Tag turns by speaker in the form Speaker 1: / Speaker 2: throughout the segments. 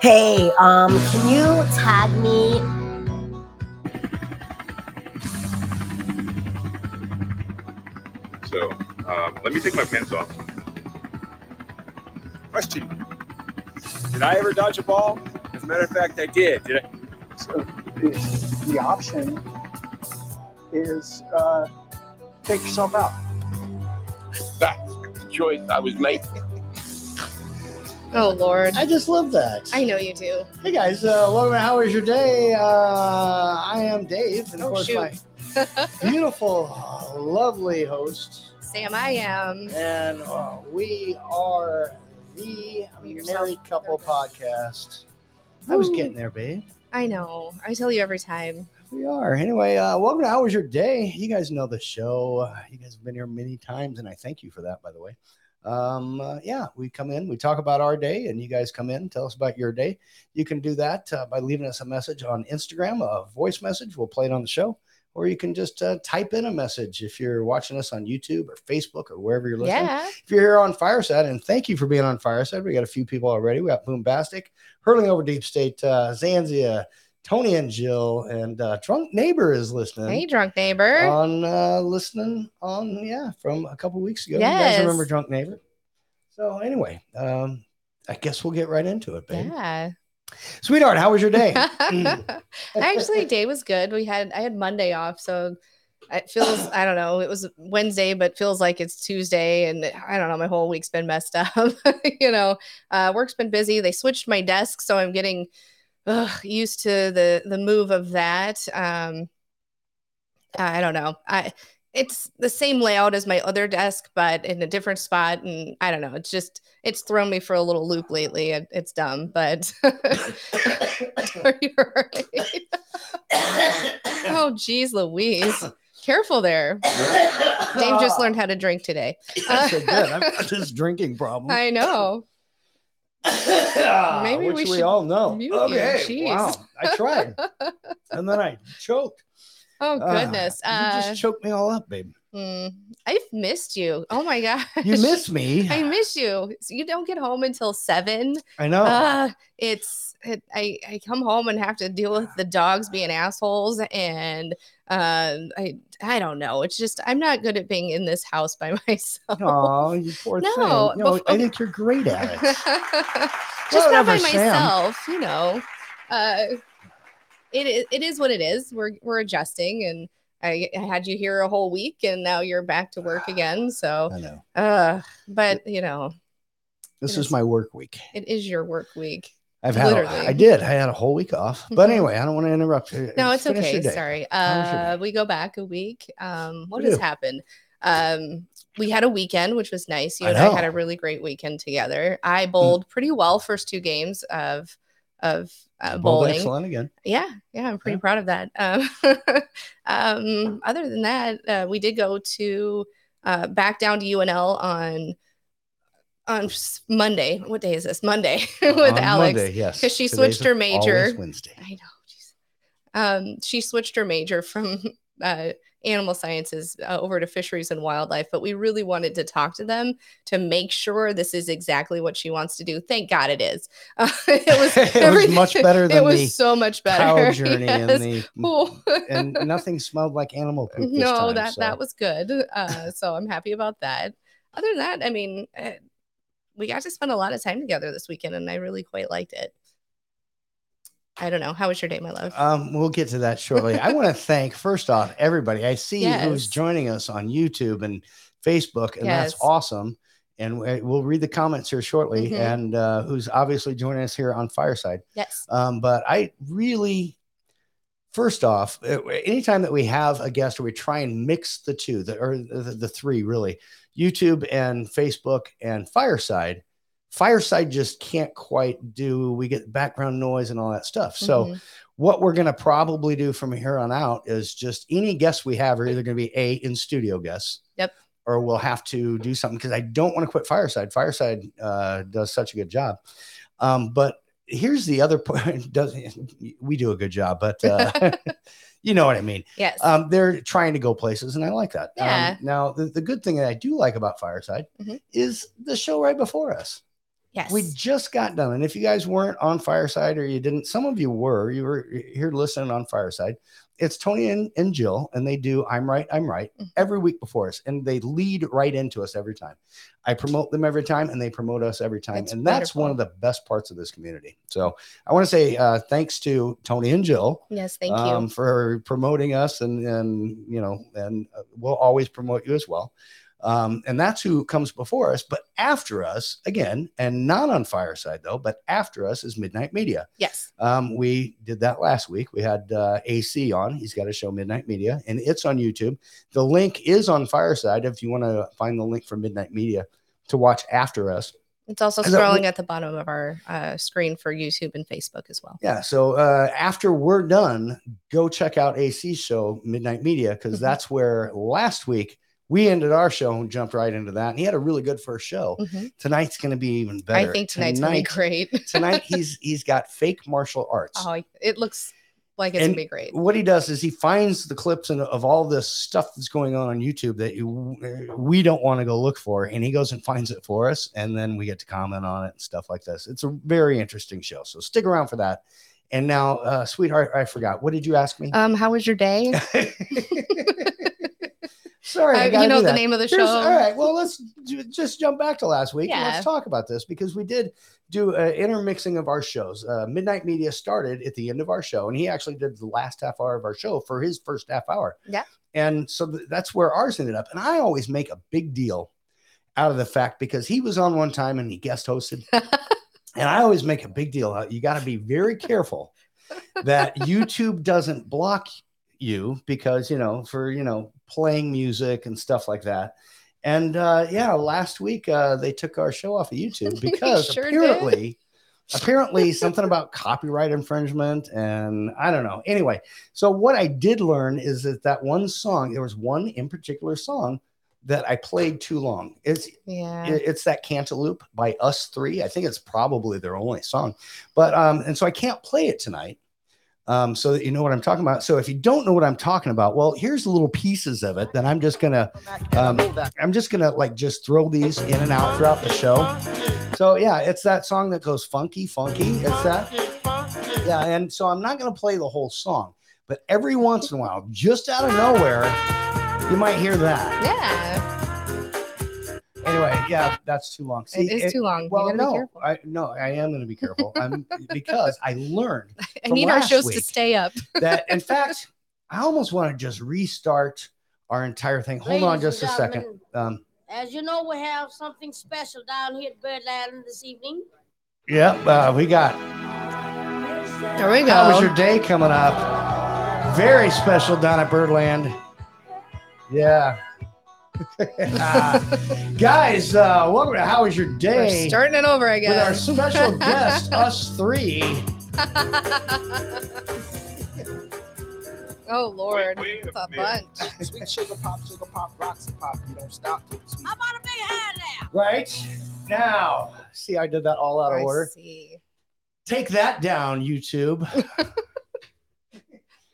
Speaker 1: Hey, um, can you tag me?
Speaker 2: So um, let me take my pants off.
Speaker 3: Question. Did I ever dodge a ball? As a matter of fact, I did. Did I?
Speaker 4: So the, the option is uh, take yourself out.
Speaker 3: That's the choice I was making.
Speaker 5: Oh Lord,
Speaker 6: I just love that.
Speaker 5: I know you do.
Speaker 6: Hey guys, uh, welcome. to How was your day? Uh, I am Dave, and of
Speaker 5: Oh,
Speaker 6: course
Speaker 5: shoot.
Speaker 6: my beautiful, uh, lovely host,
Speaker 5: Sam, I am.
Speaker 6: and uh, we are the
Speaker 5: Yourself.
Speaker 6: Married Couple Podcast. I was getting there, babe.
Speaker 5: I know. I tell you every time.
Speaker 6: We are. Anyway, uh, welcome to How Was Your Day? You guys know the show. Uh, You guys have been here many times, and I thank you for that, by the way. Um, uh, yeah, we come in, we talk about our day, and you guys come in, tell us about your day. You can do that uh, by leaving us a message on Instagram, a voice message. We'll play it on the show. Or you can just uh, type in a message if you're watching us on YouTube or Facebook or wherever you're listening
Speaker 5: Yeah.
Speaker 6: if you're here on Fireside, and thank you for being on Fireside. We got a few people already. We got Boombastic, Hurling Over Deep State, uh, Zanzia, Tony and Jill, and uh, Drunk Neighbor is listening.
Speaker 5: Hey, drunk neighbor.
Speaker 6: On uh, listening on, yeah, from a couple weeks ago. You guys
Speaker 5: Yes.
Speaker 6: remember Drunk Neighbor? So, anyway, um, I guess we'll get right into it, babe.
Speaker 5: yeah.
Speaker 6: Sweetheart, how was your day? mm.
Speaker 5: Actually, day was good. We had I had Monday off, so it feels I don't know. It was Wednesday, but feels like it's Tuesday, and I don't know. My whole week's been messed up. you know, uh, work's been busy. They switched my desk, so I'm getting ugh, used to the the move of that. Um, I don't know. I it's the same layout as my other desk, but in a different spot, and I don't know. It's just it's thrown me for a little loop lately. It, it's dumb, but are you all right? Oh, geez, Louise. Careful there. Dave just learned how to drink today.
Speaker 6: I said, good. I've got this drinking problem.
Speaker 5: I know. Maybe
Speaker 6: which
Speaker 5: we
Speaker 6: we
Speaker 5: should
Speaker 6: all know.
Speaker 5: mute you.
Speaker 6: Okay,
Speaker 5: Jeez.
Speaker 6: wow. I tried, and then I choked.
Speaker 5: Oh,
Speaker 6: Ah,
Speaker 5: goodness.
Speaker 6: you
Speaker 5: Uh,
Speaker 6: just choked me all up, babe.
Speaker 5: hmm. I've missed you. Oh, my gosh.
Speaker 6: You missed me.
Speaker 5: I miss you. So you don't get home until seven.
Speaker 6: I know.
Speaker 5: Uh, it's it, I, I come home and have to deal with the dogs being assholes and um I I don't know. It's just I'm not good at being in this house by myself.
Speaker 6: Oh, you poor
Speaker 5: No,
Speaker 6: thing. You know, I
Speaker 5: before-
Speaker 6: think you're great at it.
Speaker 5: just
Speaker 6: Well,
Speaker 5: not by
Speaker 6: never, Sam.
Speaker 5: myself, you know. Uh, it is it is what it is. We're we're adjusting, and I, I had you here a whole week, and now you're back to work again. So,
Speaker 6: I know.
Speaker 5: uh, but you know,
Speaker 6: This
Speaker 5: It
Speaker 6: is
Speaker 5: is.
Speaker 6: my work week.
Speaker 5: it is your work week.
Speaker 6: I've had. A,
Speaker 5: Literally.
Speaker 6: I did. I had a whole week off. But
Speaker 5: Mhm.
Speaker 6: anyway, I don't want to interrupt. you.
Speaker 5: No, it's
Speaker 6: Finish your
Speaker 5: okay.
Speaker 6: day.
Speaker 5: Sorry.
Speaker 6: How was your
Speaker 5: Uh, we go back a week. Um, what
Speaker 6: We
Speaker 5: has
Speaker 6: do.
Speaker 5: happened? Um, we had a weekend, which was nice. You
Speaker 6: I
Speaker 5: and I had
Speaker 6: know. Mm.
Speaker 5: a really great weekend together. I bowled pretty well first two games of of uh,
Speaker 6: Bowled
Speaker 5: bowling.
Speaker 6: Excellent again.
Speaker 5: yeah yeah i'm pretty
Speaker 6: Yeah.
Speaker 5: proud of that um, um other than that uh, we did go to uh, back down to unl on on s- monday what day is this monday with
Speaker 6: On
Speaker 5: alex
Speaker 6: Monday, yes,
Speaker 5: 'cause she
Speaker 6: Today's
Speaker 5: switched her
Speaker 6: always
Speaker 5: major.
Speaker 6: Wednesday.
Speaker 5: i know jeez. um she switched her major from uh, animal sciences uh, over to fisheries and wildlife but we really wanted to talk to them to make sure this is exactly what she wants to do thank god it is it was
Speaker 6: it was much
Speaker 5: everything-
Speaker 6: better
Speaker 5: it
Speaker 6: than
Speaker 5: was
Speaker 6: the
Speaker 5: so much better.
Speaker 6: cow journey
Speaker 5: Yes.
Speaker 6: and the
Speaker 5: Cool.
Speaker 6: and nothing smelled like animal poop. This
Speaker 5: no,
Speaker 6: time,
Speaker 5: that
Speaker 6: so.
Speaker 5: that was good. Uh, so I'm happy about that. Other than that, I mean, uh, we got to spend a lot of time together this weekend, and I really quite liked it. I don't know. How was your day, my love?
Speaker 6: Um, we'll get to that shortly. I want to thank first off everybody. I see who's
Speaker 5: Yes.
Speaker 6: joining us on YouTube and Facebook, and
Speaker 5: Yes.
Speaker 6: that's awesome. And we- we'll read the comments here shortly,
Speaker 5: Mhm.
Speaker 6: and uh, who's obviously joining us here on Fireside.
Speaker 5: yes.
Speaker 6: Um, but I really, first off, uh, anytime that we have a guest or we try and mix the two, the, or the, the three really, YouTube and Facebook and Fireside, Fireside just can't quite do, we get background noise and all that stuff. So,
Speaker 5: Mhm.
Speaker 6: what we're going to probably do from here on out is just any guests we have are either going to be a in studio guests.
Speaker 5: Yep.
Speaker 6: or we'll have to do something because I don't want to quit Fireside. Fireside uh, does such a good job. Um, but here's the other point: does we do a good job, but uh, you know what I mean.
Speaker 5: Yes.
Speaker 6: Um, they're trying to go places, and I like that. Um,
Speaker 5: Yeah.
Speaker 6: now, the, the good thing that I do like about Fireside
Speaker 5: Mhm.
Speaker 6: is the show right before us.
Speaker 5: yes.
Speaker 6: We just got done. And if you guys weren't on Fireside or you didn't, some of you were, you were here listening on Fireside. It's Tony and, and Jill, and they do I'm Right, I'm Right
Speaker 5: Mhm.
Speaker 6: every week before us. And they lead right into us every time. I promote them every time, and they promote us every time.
Speaker 5: That's
Speaker 6: and that's one of the best parts of this community. So I want to say uh, thanks to Tony and Jill.
Speaker 5: yes. Thank
Speaker 6: um,
Speaker 5: you.
Speaker 6: for promoting us and and you know and uh, we'll always promote you as well um, and that's who comes before us but after us again and not on fireside though but after us is midnight media
Speaker 5: Yes.
Speaker 6: um, we did that last week we had uh, ac on he's got a show midnight media and it's on youtube the link is on fireside if you want to find the link for midnight media to watch after us
Speaker 5: It's also
Speaker 6: Is that-
Speaker 5: scrolling at the bottom of our uh, screen for YouTube and Facebook as well.
Speaker 6: Yeah. So uh, after we're done, go check out AC's show, Midnight Media, because
Speaker 5: Mhm.
Speaker 6: that's where last week we ended our show and jumped right into that. And he had a really good first show.
Speaker 5: Mhm.
Speaker 6: Tonight's going to be even
Speaker 5: I
Speaker 6: better.
Speaker 5: think tonight's going
Speaker 6: Tonight-
Speaker 5: to be great.
Speaker 6: tonight he's he's got fake martial arts.
Speaker 5: oh, it looks like it's
Speaker 6: And
Speaker 5: going to be great.
Speaker 6: What he does is he finds the clips and of all this stuff that's going on on YouTube that you, we don't want to go look for, and he goes and finds it for us, and then we get to comment on it and stuff like this. It's a very interesting show, so stick around for that. And now, uh, sweetheart, I forgot. What did you ask me?
Speaker 5: Um, how was your day?
Speaker 6: Sorry, I
Speaker 5: I-
Speaker 6: gotta
Speaker 5: uh, you know
Speaker 6: do
Speaker 5: the
Speaker 6: that.
Speaker 5: name of the
Speaker 6: Here's-
Speaker 5: show.
Speaker 6: all right. Well, let's ju- just jump back to last week. And
Speaker 5: Yeah.
Speaker 6: let's talk about this because we did do an intermixing of our shows. Uh, Midnight Media started at the end of our show, and he actually did the last half hour of our show for his first half hour.
Speaker 5: Yeah.
Speaker 6: And so th- that's where ours ended up. And I always make a big deal out of the fact because he was on one time and he guest hosted. and I always make a big deal out. You got to be very careful that YouTube doesn't block you because, you know, for, you know, playing music and stuff like that. And uh, yeah, last week uh, they took our show off of YouTube
Speaker 5: They
Speaker 6: because
Speaker 5: sure did.
Speaker 6: apparently, apparently something about copyright infringement and I don't know. Anyway, so what I did learn is that that one song, there was one in particular song that I played too long. It's
Speaker 5: Yeah.
Speaker 6: it- it's that cantaloupe by us three i think it's probably their only song but um and so i can't play it tonight um so that you know what i'm talking about so if you don't know what i'm talking about well here's little pieces of it that i'm just gonna um i'm just gonna like just throw these in and out throughout the show so yeah it's that song that goes funky funky it's that yeah and so i'm not gonna play the whole song but every once in a while just out of nowhere you might hear that
Speaker 5: yeah.
Speaker 6: anyway yeah that's too long See,
Speaker 5: it is
Speaker 6: it-
Speaker 5: too long. You
Speaker 6: well,
Speaker 5: gotta be
Speaker 6: no,
Speaker 5: careful.
Speaker 6: I, no, I am going to be careful. I'm because I learned
Speaker 5: I
Speaker 6: from
Speaker 5: need our
Speaker 6: last
Speaker 5: shows to
Speaker 6: week.
Speaker 5: stay up.
Speaker 6: that. In fact, I almost want to just restart our entire thing. Hold on,
Speaker 7: Ladies
Speaker 6: just
Speaker 7: and
Speaker 6: a second.
Speaker 7: gentlemen,
Speaker 6: Um,
Speaker 7: As you know, we have something special down here at Bird Island this evening.
Speaker 6: yep, uh, we got.
Speaker 5: There we
Speaker 6: How was
Speaker 5: go.
Speaker 6: your day coming up? Very special down at Birdland. Yeah. Uh, Guys, uh, welcome to How Was Your
Speaker 5: We're
Speaker 6: Day?
Speaker 5: starting it over, I
Speaker 6: with our
Speaker 5: guess.
Speaker 6: special guest, us three.
Speaker 5: oh Lord,
Speaker 2: Wait, wait a
Speaker 5: It's a
Speaker 2: minute.
Speaker 5: bunch.
Speaker 8: Sweet sugar pop, sugar pop, rocks and pop. You don't stop. till it's Sweet.
Speaker 7: How about a big hand now?
Speaker 6: Right now, see, I did that all out of
Speaker 5: I
Speaker 6: order.
Speaker 5: see.
Speaker 6: Take that down, YouTube.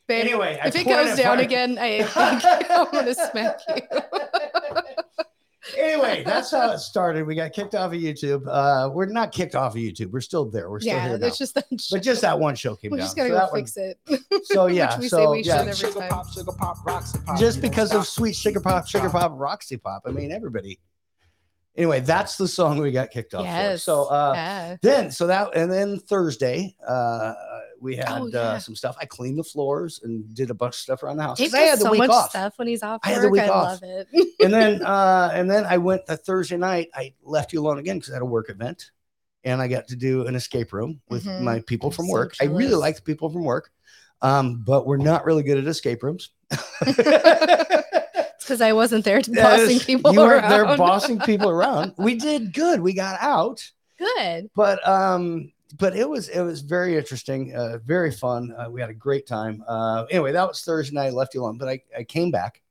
Speaker 5: Babe,
Speaker 6: Anyway, I
Speaker 5: if it
Speaker 6: pointed
Speaker 5: goes down
Speaker 6: fire-
Speaker 5: again, I think I'm gonna smack you.
Speaker 6: anyway, that's how it started. We got kicked off of YouTube. Uh, we're not kicked off of YouTube. We're still there. We're still
Speaker 5: yeah,
Speaker 6: here now.
Speaker 5: it's just that.
Speaker 6: but just that one show came
Speaker 5: we're
Speaker 6: down.
Speaker 5: just gonna
Speaker 6: So
Speaker 5: go
Speaker 6: that one-
Speaker 5: fix it.
Speaker 6: So yeah,
Speaker 5: Which we
Speaker 6: so,
Speaker 5: say
Speaker 6: yeah.
Speaker 5: we should every
Speaker 8: sugar
Speaker 5: time.
Speaker 8: pop, sugar pop, rocks and pop.
Speaker 6: just
Speaker 8: You don't
Speaker 6: because of
Speaker 8: stop.
Speaker 6: sweet sugar pop, sugar
Speaker 8: Stop.
Speaker 6: pop, Roxy pop. I mean, everybody. Anyway, that's the song we got kicked off
Speaker 5: yes.
Speaker 6: for. So uh,
Speaker 5: yeah.
Speaker 6: then so that and then thursday uh we had
Speaker 5: Oh,
Speaker 6: uh,
Speaker 5: yeah.
Speaker 6: some stuff i cleaned the floors and did a bunch of stuff around the house 'Cause
Speaker 5: Dave
Speaker 6: i had
Speaker 5: does
Speaker 6: the
Speaker 5: so
Speaker 6: week
Speaker 5: much
Speaker 6: off
Speaker 5: stuff when he's off
Speaker 6: I had
Speaker 5: work.
Speaker 6: the week
Speaker 5: I
Speaker 6: off.
Speaker 5: love it.
Speaker 6: and then uh and then i went the thursday night i left you alone again because i had a work event and i got to do an escape room with
Speaker 5: Mhm.
Speaker 6: my people
Speaker 5: I'm
Speaker 6: from
Speaker 5: so
Speaker 6: work i really
Speaker 5: jealous.
Speaker 6: like the people from work um but we're not really good at escape rooms
Speaker 5: because I wasn't there to
Speaker 6: That
Speaker 5: bossing
Speaker 6: is-
Speaker 5: people
Speaker 6: you weren't
Speaker 5: around.
Speaker 6: there bossing people around we did good we got out
Speaker 5: Good.
Speaker 6: but um but it was it was very interesting uh very fun uh, we had a great time uh anyway that was thursday night I left you alone but i i came back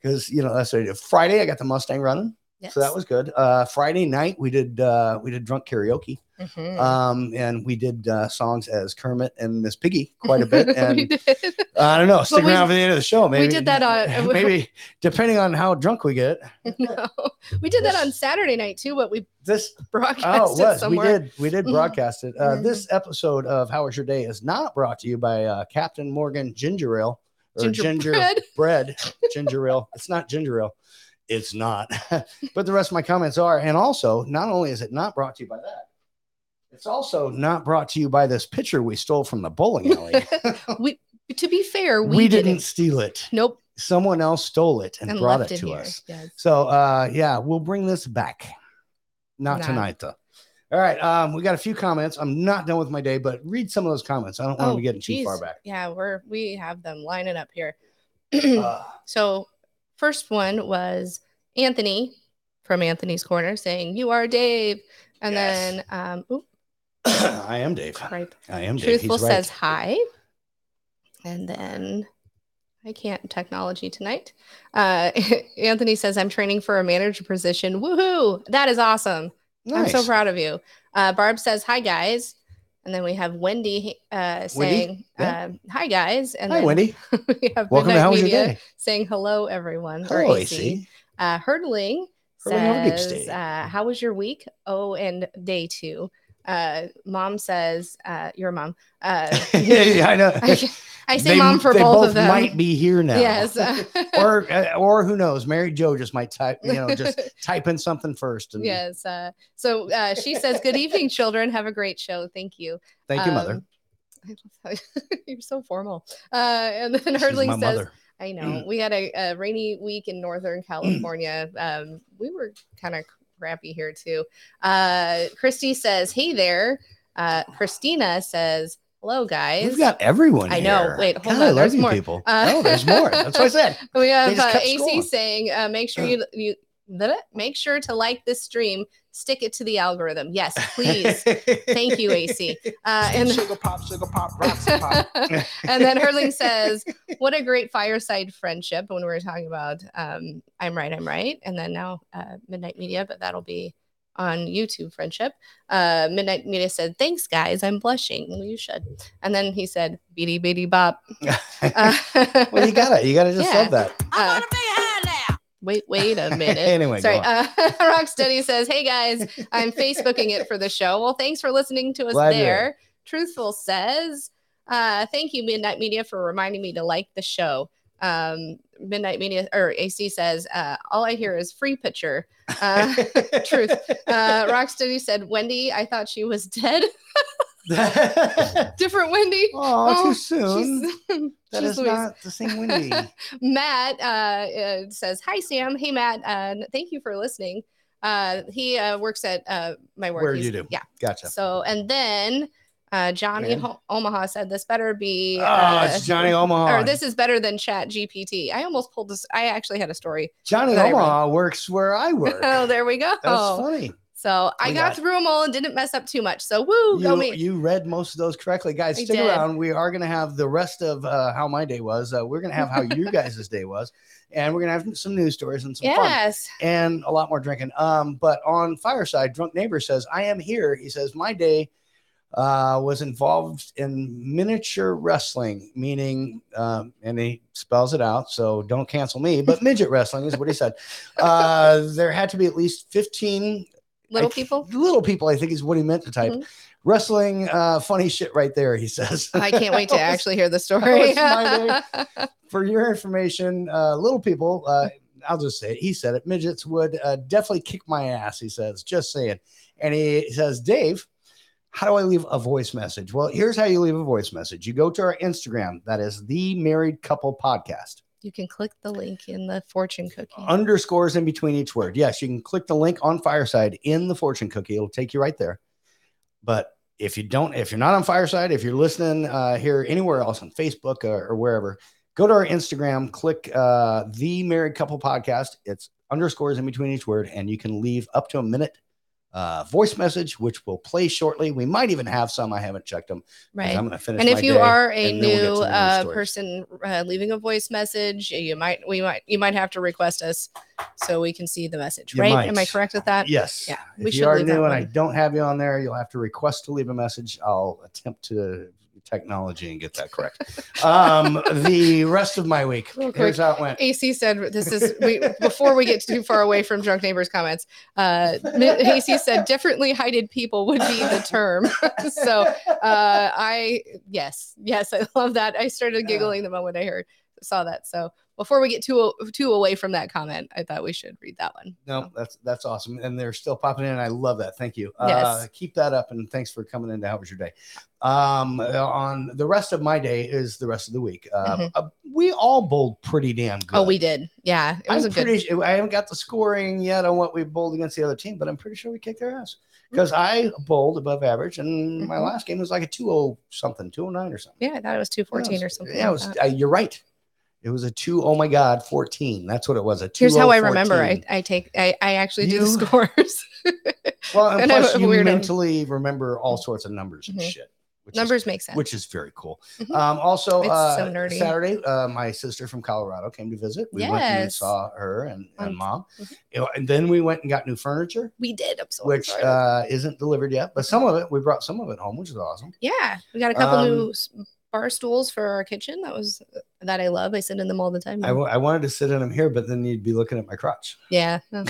Speaker 6: because you know that's what I did. Friday I got the Mustang running,
Speaker 5: Yes.
Speaker 6: so that was good. Uh, Friday night we did uh, we did drunk karaoke,
Speaker 5: Mhm.
Speaker 6: um, and we did uh, songs as Kermit and Miss Piggy quite a bit.
Speaker 5: we
Speaker 6: And
Speaker 5: did.
Speaker 6: I don't know, stick
Speaker 5: we-
Speaker 6: around for the end of the show. Maybe
Speaker 5: did that uh, on-
Speaker 6: maybe depending on how drunk we get.
Speaker 5: No. We did that on Saturday night too, but we
Speaker 6: This
Speaker 5: broadcast
Speaker 6: Oh, it
Speaker 5: it
Speaker 6: was. We
Speaker 5: somewhere.
Speaker 6: did. We did
Speaker 5: Mhm.
Speaker 6: broadcast it. Uh,
Speaker 5: Mhm.
Speaker 6: This episode of How Was Your Day is not brought to you by uh, Captain Morgan Ginger Ale or Ginger
Speaker 5: Gingerbread.
Speaker 6: Bread Ginger Ale. It's not ginger ale. It's not. but the rest of my comments are. And also, not only is it not brought to you by that, it's also not brought to you by this picture we stole from the bowling alley.
Speaker 5: To be fair,
Speaker 6: we
Speaker 5: we,
Speaker 6: didn't, steal it.
Speaker 5: Nope.
Speaker 6: Someone else stole it and,
Speaker 5: And
Speaker 6: brought
Speaker 5: left
Speaker 6: it
Speaker 5: it
Speaker 6: to
Speaker 5: here.
Speaker 6: us.
Speaker 5: Yes.
Speaker 6: So uh yeah, we'll bring this back. Not
Speaker 5: Nah.
Speaker 6: tonight though. All right, um, we got a few comments. I'm not done with my day, but read some of those comments. I don't
Speaker 5: Oh,
Speaker 6: want to be getting too
Speaker 5: geez.
Speaker 6: far back.
Speaker 5: Yeah, we're we have them lining up here.
Speaker 6: Uh,
Speaker 5: so first one was Anthony from Anthony's Corner saying, "You are Dave," and
Speaker 6: Yes.
Speaker 5: then um, oop,
Speaker 6: I am Dave.
Speaker 5: cripe.
Speaker 6: I am Dave.
Speaker 5: Truthful
Speaker 6: He's right.
Speaker 5: says hi, and then I can't technology tonight. Uh, Anthony says, "I'm training for a manager position. Woohoo! That is awesome." I'm so
Speaker 6: Nice.
Speaker 5: proud of you. Uh, Barb says, "Hi guys," and then we have Wendy uh, saying,
Speaker 6: yeah.
Speaker 5: um, "Hi guys," and
Speaker 6: Hi,
Speaker 5: then
Speaker 6: Wendy.
Speaker 5: we have
Speaker 6: Welcome to
Speaker 5: Midnight
Speaker 6: How Was Your
Speaker 5: Media
Speaker 6: Day?
Speaker 5: saying hello everyone. or
Speaker 6: Hello,
Speaker 5: AC.
Speaker 6: AC.
Speaker 5: Uh, hurdling
Speaker 6: Hurdling on a big
Speaker 5: says,
Speaker 6: stage.
Speaker 5: uh, "How was your week? Oh, and day two. Uh, mom says, uh, "Your mom." Uh,
Speaker 6: yeah, I know.
Speaker 5: I, I say
Speaker 6: They-
Speaker 5: mom for
Speaker 6: they
Speaker 5: both, of them.
Speaker 6: Might be here now.
Speaker 5: Yes.
Speaker 6: or uh, or who knows? Mary Joe just might type, you know, just type in something first. And
Speaker 5: yes. Uh, so uh, she says, "Good evening, children. Have a great show. Thank you."
Speaker 6: Thank you, mother.
Speaker 5: Um, I love how you're so formal. Uh, and then
Speaker 6: She's
Speaker 5: Hurdling
Speaker 6: my
Speaker 5: says,
Speaker 6: mother.
Speaker 5: I know we had a, a rainy week in Northern California. um, we were kind of crappy here too. Uh, Christy says, Hey there. Uh, Christina says, Hello, guys.
Speaker 6: We've got everyone.
Speaker 5: I know.
Speaker 6: here.
Speaker 5: Wait, hold
Speaker 6: God, I
Speaker 5: on,
Speaker 6: love
Speaker 5: there's
Speaker 6: you
Speaker 5: more.
Speaker 6: people.
Speaker 5: Uh,
Speaker 6: oh, there's more. That's what I said.
Speaker 5: we have
Speaker 6: just
Speaker 5: uh,
Speaker 6: kept
Speaker 5: AC
Speaker 6: scrolling.
Speaker 5: saying, uh, Make sure you, you bleh, make sure to like this stream, stick it to the algorithm. Yes, please. Thank you, AC. Uh, and
Speaker 8: sugar pop, sugar pop, rocks and pop.
Speaker 5: and then Hurling says, "What a great fireside friendship." When we were talking about um, "I'm Right, I'm Right," and then now uh, Midnight Media, but that'll be on YouTube friendship. Uh, Midnight Media said, "Thanks, guys. I'm blushing. Well, you should." And then he said, "Beady, beady, bop." Uh,
Speaker 6: well, you gotta, you gotta just
Speaker 5: Yeah.
Speaker 6: love that.
Speaker 7: I
Speaker 5: Uh,
Speaker 7: want a big hand now.
Speaker 5: Wait, wait a minute.
Speaker 6: Anyway,
Speaker 5: sorry.
Speaker 6: go
Speaker 5: Uh, Rocksteady says, "Hey guys, I'm Facebooking it for the show. Well, thanks for listening to us
Speaker 6: Glad you're
Speaker 5: there." Truthful says, uh, "Thank you, Midnight Media, for reminding me to like the show." Um, Midnight Media or AC says, uh, "All I hear is free picture." Uh, truth. uh, Rocksteady said, "Wendy, I thought she was dead."
Speaker 6: oh,
Speaker 5: Different Wendy.
Speaker 6: too
Speaker 5: Oh,
Speaker 6: soon.
Speaker 5: She's-
Speaker 6: That
Speaker 5: she's
Speaker 6: is
Speaker 5: Louise.
Speaker 6: not the same Wendy.
Speaker 5: Matt uh, uh, says, "Hi Sam. Hey Matt. Uh, thank you for listening." Uh, he uh, works at uh, my work.
Speaker 6: Where
Speaker 5: He's-
Speaker 6: you do.
Speaker 5: Yeah.
Speaker 6: Gotcha.
Speaker 5: So and then uh, Johnny
Speaker 6: Man.
Speaker 5: Ho- Omaha said, "This better be."
Speaker 6: Oh,
Speaker 5: uh,
Speaker 6: it's Johnny Omaha.
Speaker 5: Or this is better than Chat GPT. I almost pulled this. I actually had a story.
Speaker 6: Johnny
Speaker 5: that I
Speaker 6: Omaha works where I work.
Speaker 5: Oh, there we go.
Speaker 6: That's funny.
Speaker 5: So I
Speaker 6: We
Speaker 5: got,
Speaker 6: got-
Speaker 5: through them all and didn't mess up too much. So woo, go
Speaker 6: You,
Speaker 5: me.
Speaker 6: you read most of those correctly, guys.
Speaker 5: I
Speaker 6: stick
Speaker 5: did.
Speaker 6: around. We are going to have the rest of uh, how my day was. Uh, we're going to have how you guys' day was, and we're going to have some news stories and some fun.
Speaker 5: yes.
Speaker 6: and a lot more drinking. Um, but on Fireside, drunk neighbor says, "I am here." He says, "My day uh, was involved in miniature wrestling, meaning," um, and he spells it out, so don't cancel me. But midget wrestling is what he said. Uh, there had to be at least fifteen
Speaker 5: Little
Speaker 6: I-
Speaker 5: people.
Speaker 6: Little people, I think, is what he meant to type.
Speaker 5: Mhm.
Speaker 6: Wrestling, uh, funny shit, right there. He says.
Speaker 5: I can't wait to
Speaker 6: That was-
Speaker 5: actually hear the story.
Speaker 6: That for your information, uh, little people, uh, I'll just say it. He said it. Midgets would uh, definitely kick my ass. He says, just saying. And he says, Dave, how do I leave a voice message? Well, here's how you leave a voice message. You go to our Instagram. That is the Married Couple Podcast
Speaker 5: you can click the link in the fortune cookie.
Speaker 6: underscores in between each word. Yes, you can click the link on Fireside in the fortune cookie. It'll take you right there. But if you don't, if you're not on Fireside, if you're listening uh, here anywhere else on Facebook or, or wherever, go to our Instagram, click uh, the Married Couple Podcast. It's underscores in between each word, and you can leave up to a minute uh, voice message, which will play shortly. We might even have some. I haven't checked them. 'cause
Speaker 5: Right.
Speaker 6: I'm going to finish.
Speaker 5: and
Speaker 6: my
Speaker 5: if you
Speaker 6: day.
Speaker 5: are a
Speaker 6: and then we'll get to
Speaker 5: new
Speaker 6: the news
Speaker 5: uh,
Speaker 6: stories.
Speaker 5: person uh, leaving a voice message, you might we might you might have to request us so we can see the message.
Speaker 6: You
Speaker 5: right?
Speaker 6: might.
Speaker 5: Am I correct with that?
Speaker 6: Yes.
Speaker 5: uh, Yeah,
Speaker 6: If
Speaker 5: we
Speaker 6: you
Speaker 5: should
Speaker 6: are
Speaker 5: leave that
Speaker 6: new and I
Speaker 5: one.
Speaker 6: don't have you on there, you'll have to request to leave a message. I'll attempt to technology and get that correct. um, the rest of my week,
Speaker 5: Real quick.
Speaker 6: here's how it went.
Speaker 5: AC said, "This is we, before we get too far away from drunk neighbors comments." Uh, AC said, "Differently heighted people would be the term." so uh, I yes, yes, I love that. I started giggling the moment I heard saw that. So before we get too too away from that comment, I thought we should read that one.
Speaker 6: No, that's that's awesome, and they're still popping in. I love that. Thank you. Uh,
Speaker 5: Yes.
Speaker 6: keep that up, and thanks for coming in. To how was your day? Um, on the rest of my day is the rest of the week. Uh,
Speaker 5: Mhm.
Speaker 6: uh, we all bowled pretty damn good.
Speaker 5: Oh, we did. Yeah, it was
Speaker 6: I'm
Speaker 5: a good.
Speaker 6: pretty. Sure, I haven't got the scoring yet on what we bowled against the other team, but I'm pretty sure we kicked their ass
Speaker 5: Hmm.
Speaker 6: because I bowled above average, and my
Speaker 5: Mhm.
Speaker 6: last game was like a 2 something, 209 or something.
Speaker 5: yeah, I thought it was two fourteen
Speaker 6: Yeah, it
Speaker 5: or
Speaker 6: was-
Speaker 5: something.
Speaker 6: Yeah, it
Speaker 5: like
Speaker 6: was,
Speaker 5: that.
Speaker 6: uh, you're right. It was a two. Oh my God, 14. That's what it was. A two. oh
Speaker 5: Here's how I remember. I, I take I, I actually do the
Speaker 6: You-
Speaker 5: scores.
Speaker 6: Well, and,
Speaker 5: And I
Speaker 6: plus
Speaker 5: was
Speaker 6: you
Speaker 5: weirdo.
Speaker 6: mentally remember all sorts of numbers and
Speaker 5: Mhm.
Speaker 6: shit. Which
Speaker 5: Numbers make sense.
Speaker 6: Is, which is very cool.
Speaker 5: Mhm.
Speaker 6: Um, also,
Speaker 5: It's so
Speaker 6: uh,
Speaker 5: nerdy.
Speaker 6: Saturday, uh, my sister from Colorado came to visit. We went and
Speaker 5: Yes.
Speaker 6: saw her and, and
Speaker 5: Um,
Speaker 6: mom.
Speaker 5: mhm.
Speaker 6: It- And then we went and got new furniture,
Speaker 5: we did. I'm so
Speaker 6: which
Speaker 5: sorry.
Speaker 6: uh, isn't delivered yet, but some of it, we brought some of it home, which is awesome.
Speaker 5: Yeah, we got a couple
Speaker 6: Um,
Speaker 5: new s- bar stools for our kitchen. That was that I love. I sit in them all the time.
Speaker 6: I,
Speaker 5: now.
Speaker 6: w- I wanted to sit in them here, but then you'd be looking at my crotch,
Speaker 5: yeah. Oh.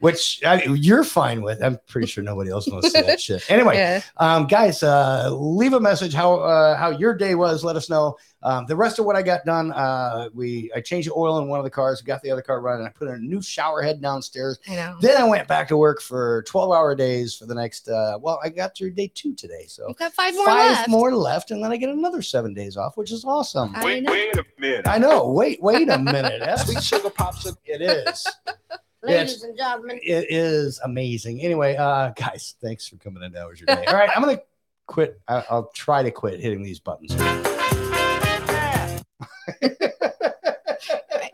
Speaker 6: which I, you're fine with. I'm pretty sure nobody else wants to see that shit. Anyway,
Speaker 5: yeah.
Speaker 6: um, guys uh, leave a message how uh, how your day was let us know um, the rest of what i got done uh, we i changed the oil in one of the cars got the other car running i put in a new shower head downstairs
Speaker 5: I know.
Speaker 6: then i went back to work for 12 hour days for the next uh, well i got through day two today so
Speaker 5: We've got five more left.
Speaker 6: more left and then i get another seven days off which is awesome
Speaker 5: I
Speaker 2: Wait,
Speaker 5: know.
Speaker 2: wait a minute.
Speaker 6: i know wait wait a minute that's
Speaker 8: Sweet sugar pop sugar.
Speaker 6: it is
Speaker 7: Ladies and gentlemen,
Speaker 6: it is amazing. Anyway, uh, guys, thanks for coming in. That was your day. All right, I'm gonna quit. I, I'll try to quit hitting these buttons.
Speaker 5: I,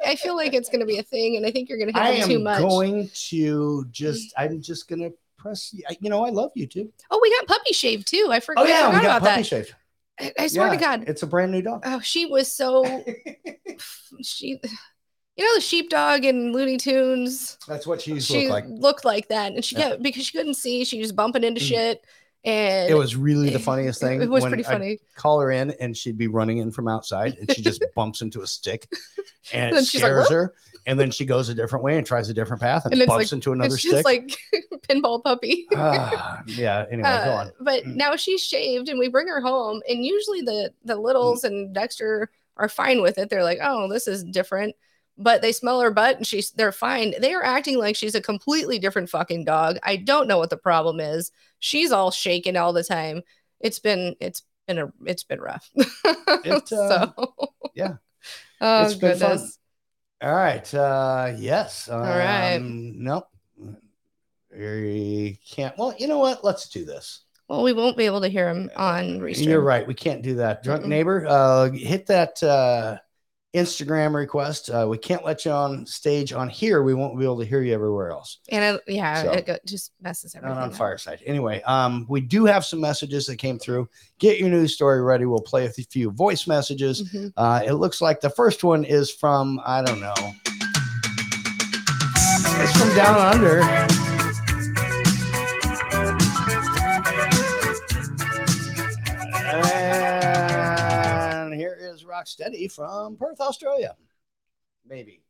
Speaker 5: I feel like it's going to be a thing, and I think you're going to
Speaker 6: I
Speaker 5: hit them
Speaker 6: am
Speaker 5: too much.
Speaker 6: going to just. I'm just gonna press. I- You know, I love YouTube.
Speaker 5: oh, we got puppy shave too. I forgot,
Speaker 6: Oh yeah,
Speaker 5: I
Speaker 6: we
Speaker 5: forgot
Speaker 6: got
Speaker 5: about
Speaker 6: puppy
Speaker 5: that.
Speaker 6: shaved.
Speaker 5: I, I swear to God.
Speaker 6: it's a brand new dog.
Speaker 5: Oh, she was so. she, you know, the sheepdog in Looney Tunes.
Speaker 6: That's what she's
Speaker 5: she
Speaker 6: looked like.
Speaker 5: looked like that, and she
Speaker 6: Yeah.
Speaker 5: kept because she couldn't see. She was bumping into
Speaker 6: Mm.
Speaker 5: shit, and
Speaker 6: It was really the funniest thing.
Speaker 5: It, was
Speaker 6: when
Speaker 5: pretty
Speaker 6: I'd
Speaker 5: funny.
Speaker 6: call her in, and she'd be running in from outside, and she just bumps into a stick, and it
Speaker 5: And she's like,
Speaker 6: scares
Speaker 5: "What?"
Speaker 6: her. And then she goes a different way and tries a different path, and,
Speaker 5: And it's
Speaker 6: bumps
Speaker 5: like-
Speaker 6: into another
Speaker 5: It's just
Speaker 6: stick.
Speaker 5: like pinball puppy.
Speaker 6: Ah, yeah. Anyway, go
Speaker 5: Uh,
Speaker 6: on. Mm.
Speaker 5: but now she's shaved, and we bring her home, and usually the
Speaker 6: Mm.
Speaker 5: the littles and Dexter are fine with it. They're like, "Oh, this is different," but they smell her butt, and she's they're fine. They are acting like she's a completely different fucking dog. I don't know what the problem is. She's all shaken all the time. It's been it's been a it's been rough.
Speaker 6: It, uh,
Speaker 5: so
Speaker 6: yeah.
Speaker 5: oh
Speaker 6: It's been fun.
Speaker 5: goodness.
Speaker 6: All right. Uh, yes. Um,
Speaker 5: right.
Speaker 6: Nope. We can't. Well, you know what? Let's do this.
Speaker 5: Well, we won't be able to hear him on restream.
Speaker 6: You're right. We can't do that. Drunk
Speaker 5: Mm-mm.
Speaker 6: neighbor, uh, hit that uh, Instagram request. Uh, we can't let you on stage on here. We won't be able to hear you everywhere else.
Speaker 5: And it, yeah,
Speaker 6: So.
Speaker 5: it go, just messes
Speaker 6: Not
Speaker 5: everything
Speaker 6: on
Speaker 5: up.
Speaker 6: Fireside. Anyway, um, we do have some messages that came through. Get your news story ready. We'll play a few voice messages.
Speaker 5: Mhm.
Speaker 6: Uh, it looks like the first one is from I don't know. It's from down under. And here is Rocksteady from Perth, Australia. Maybe.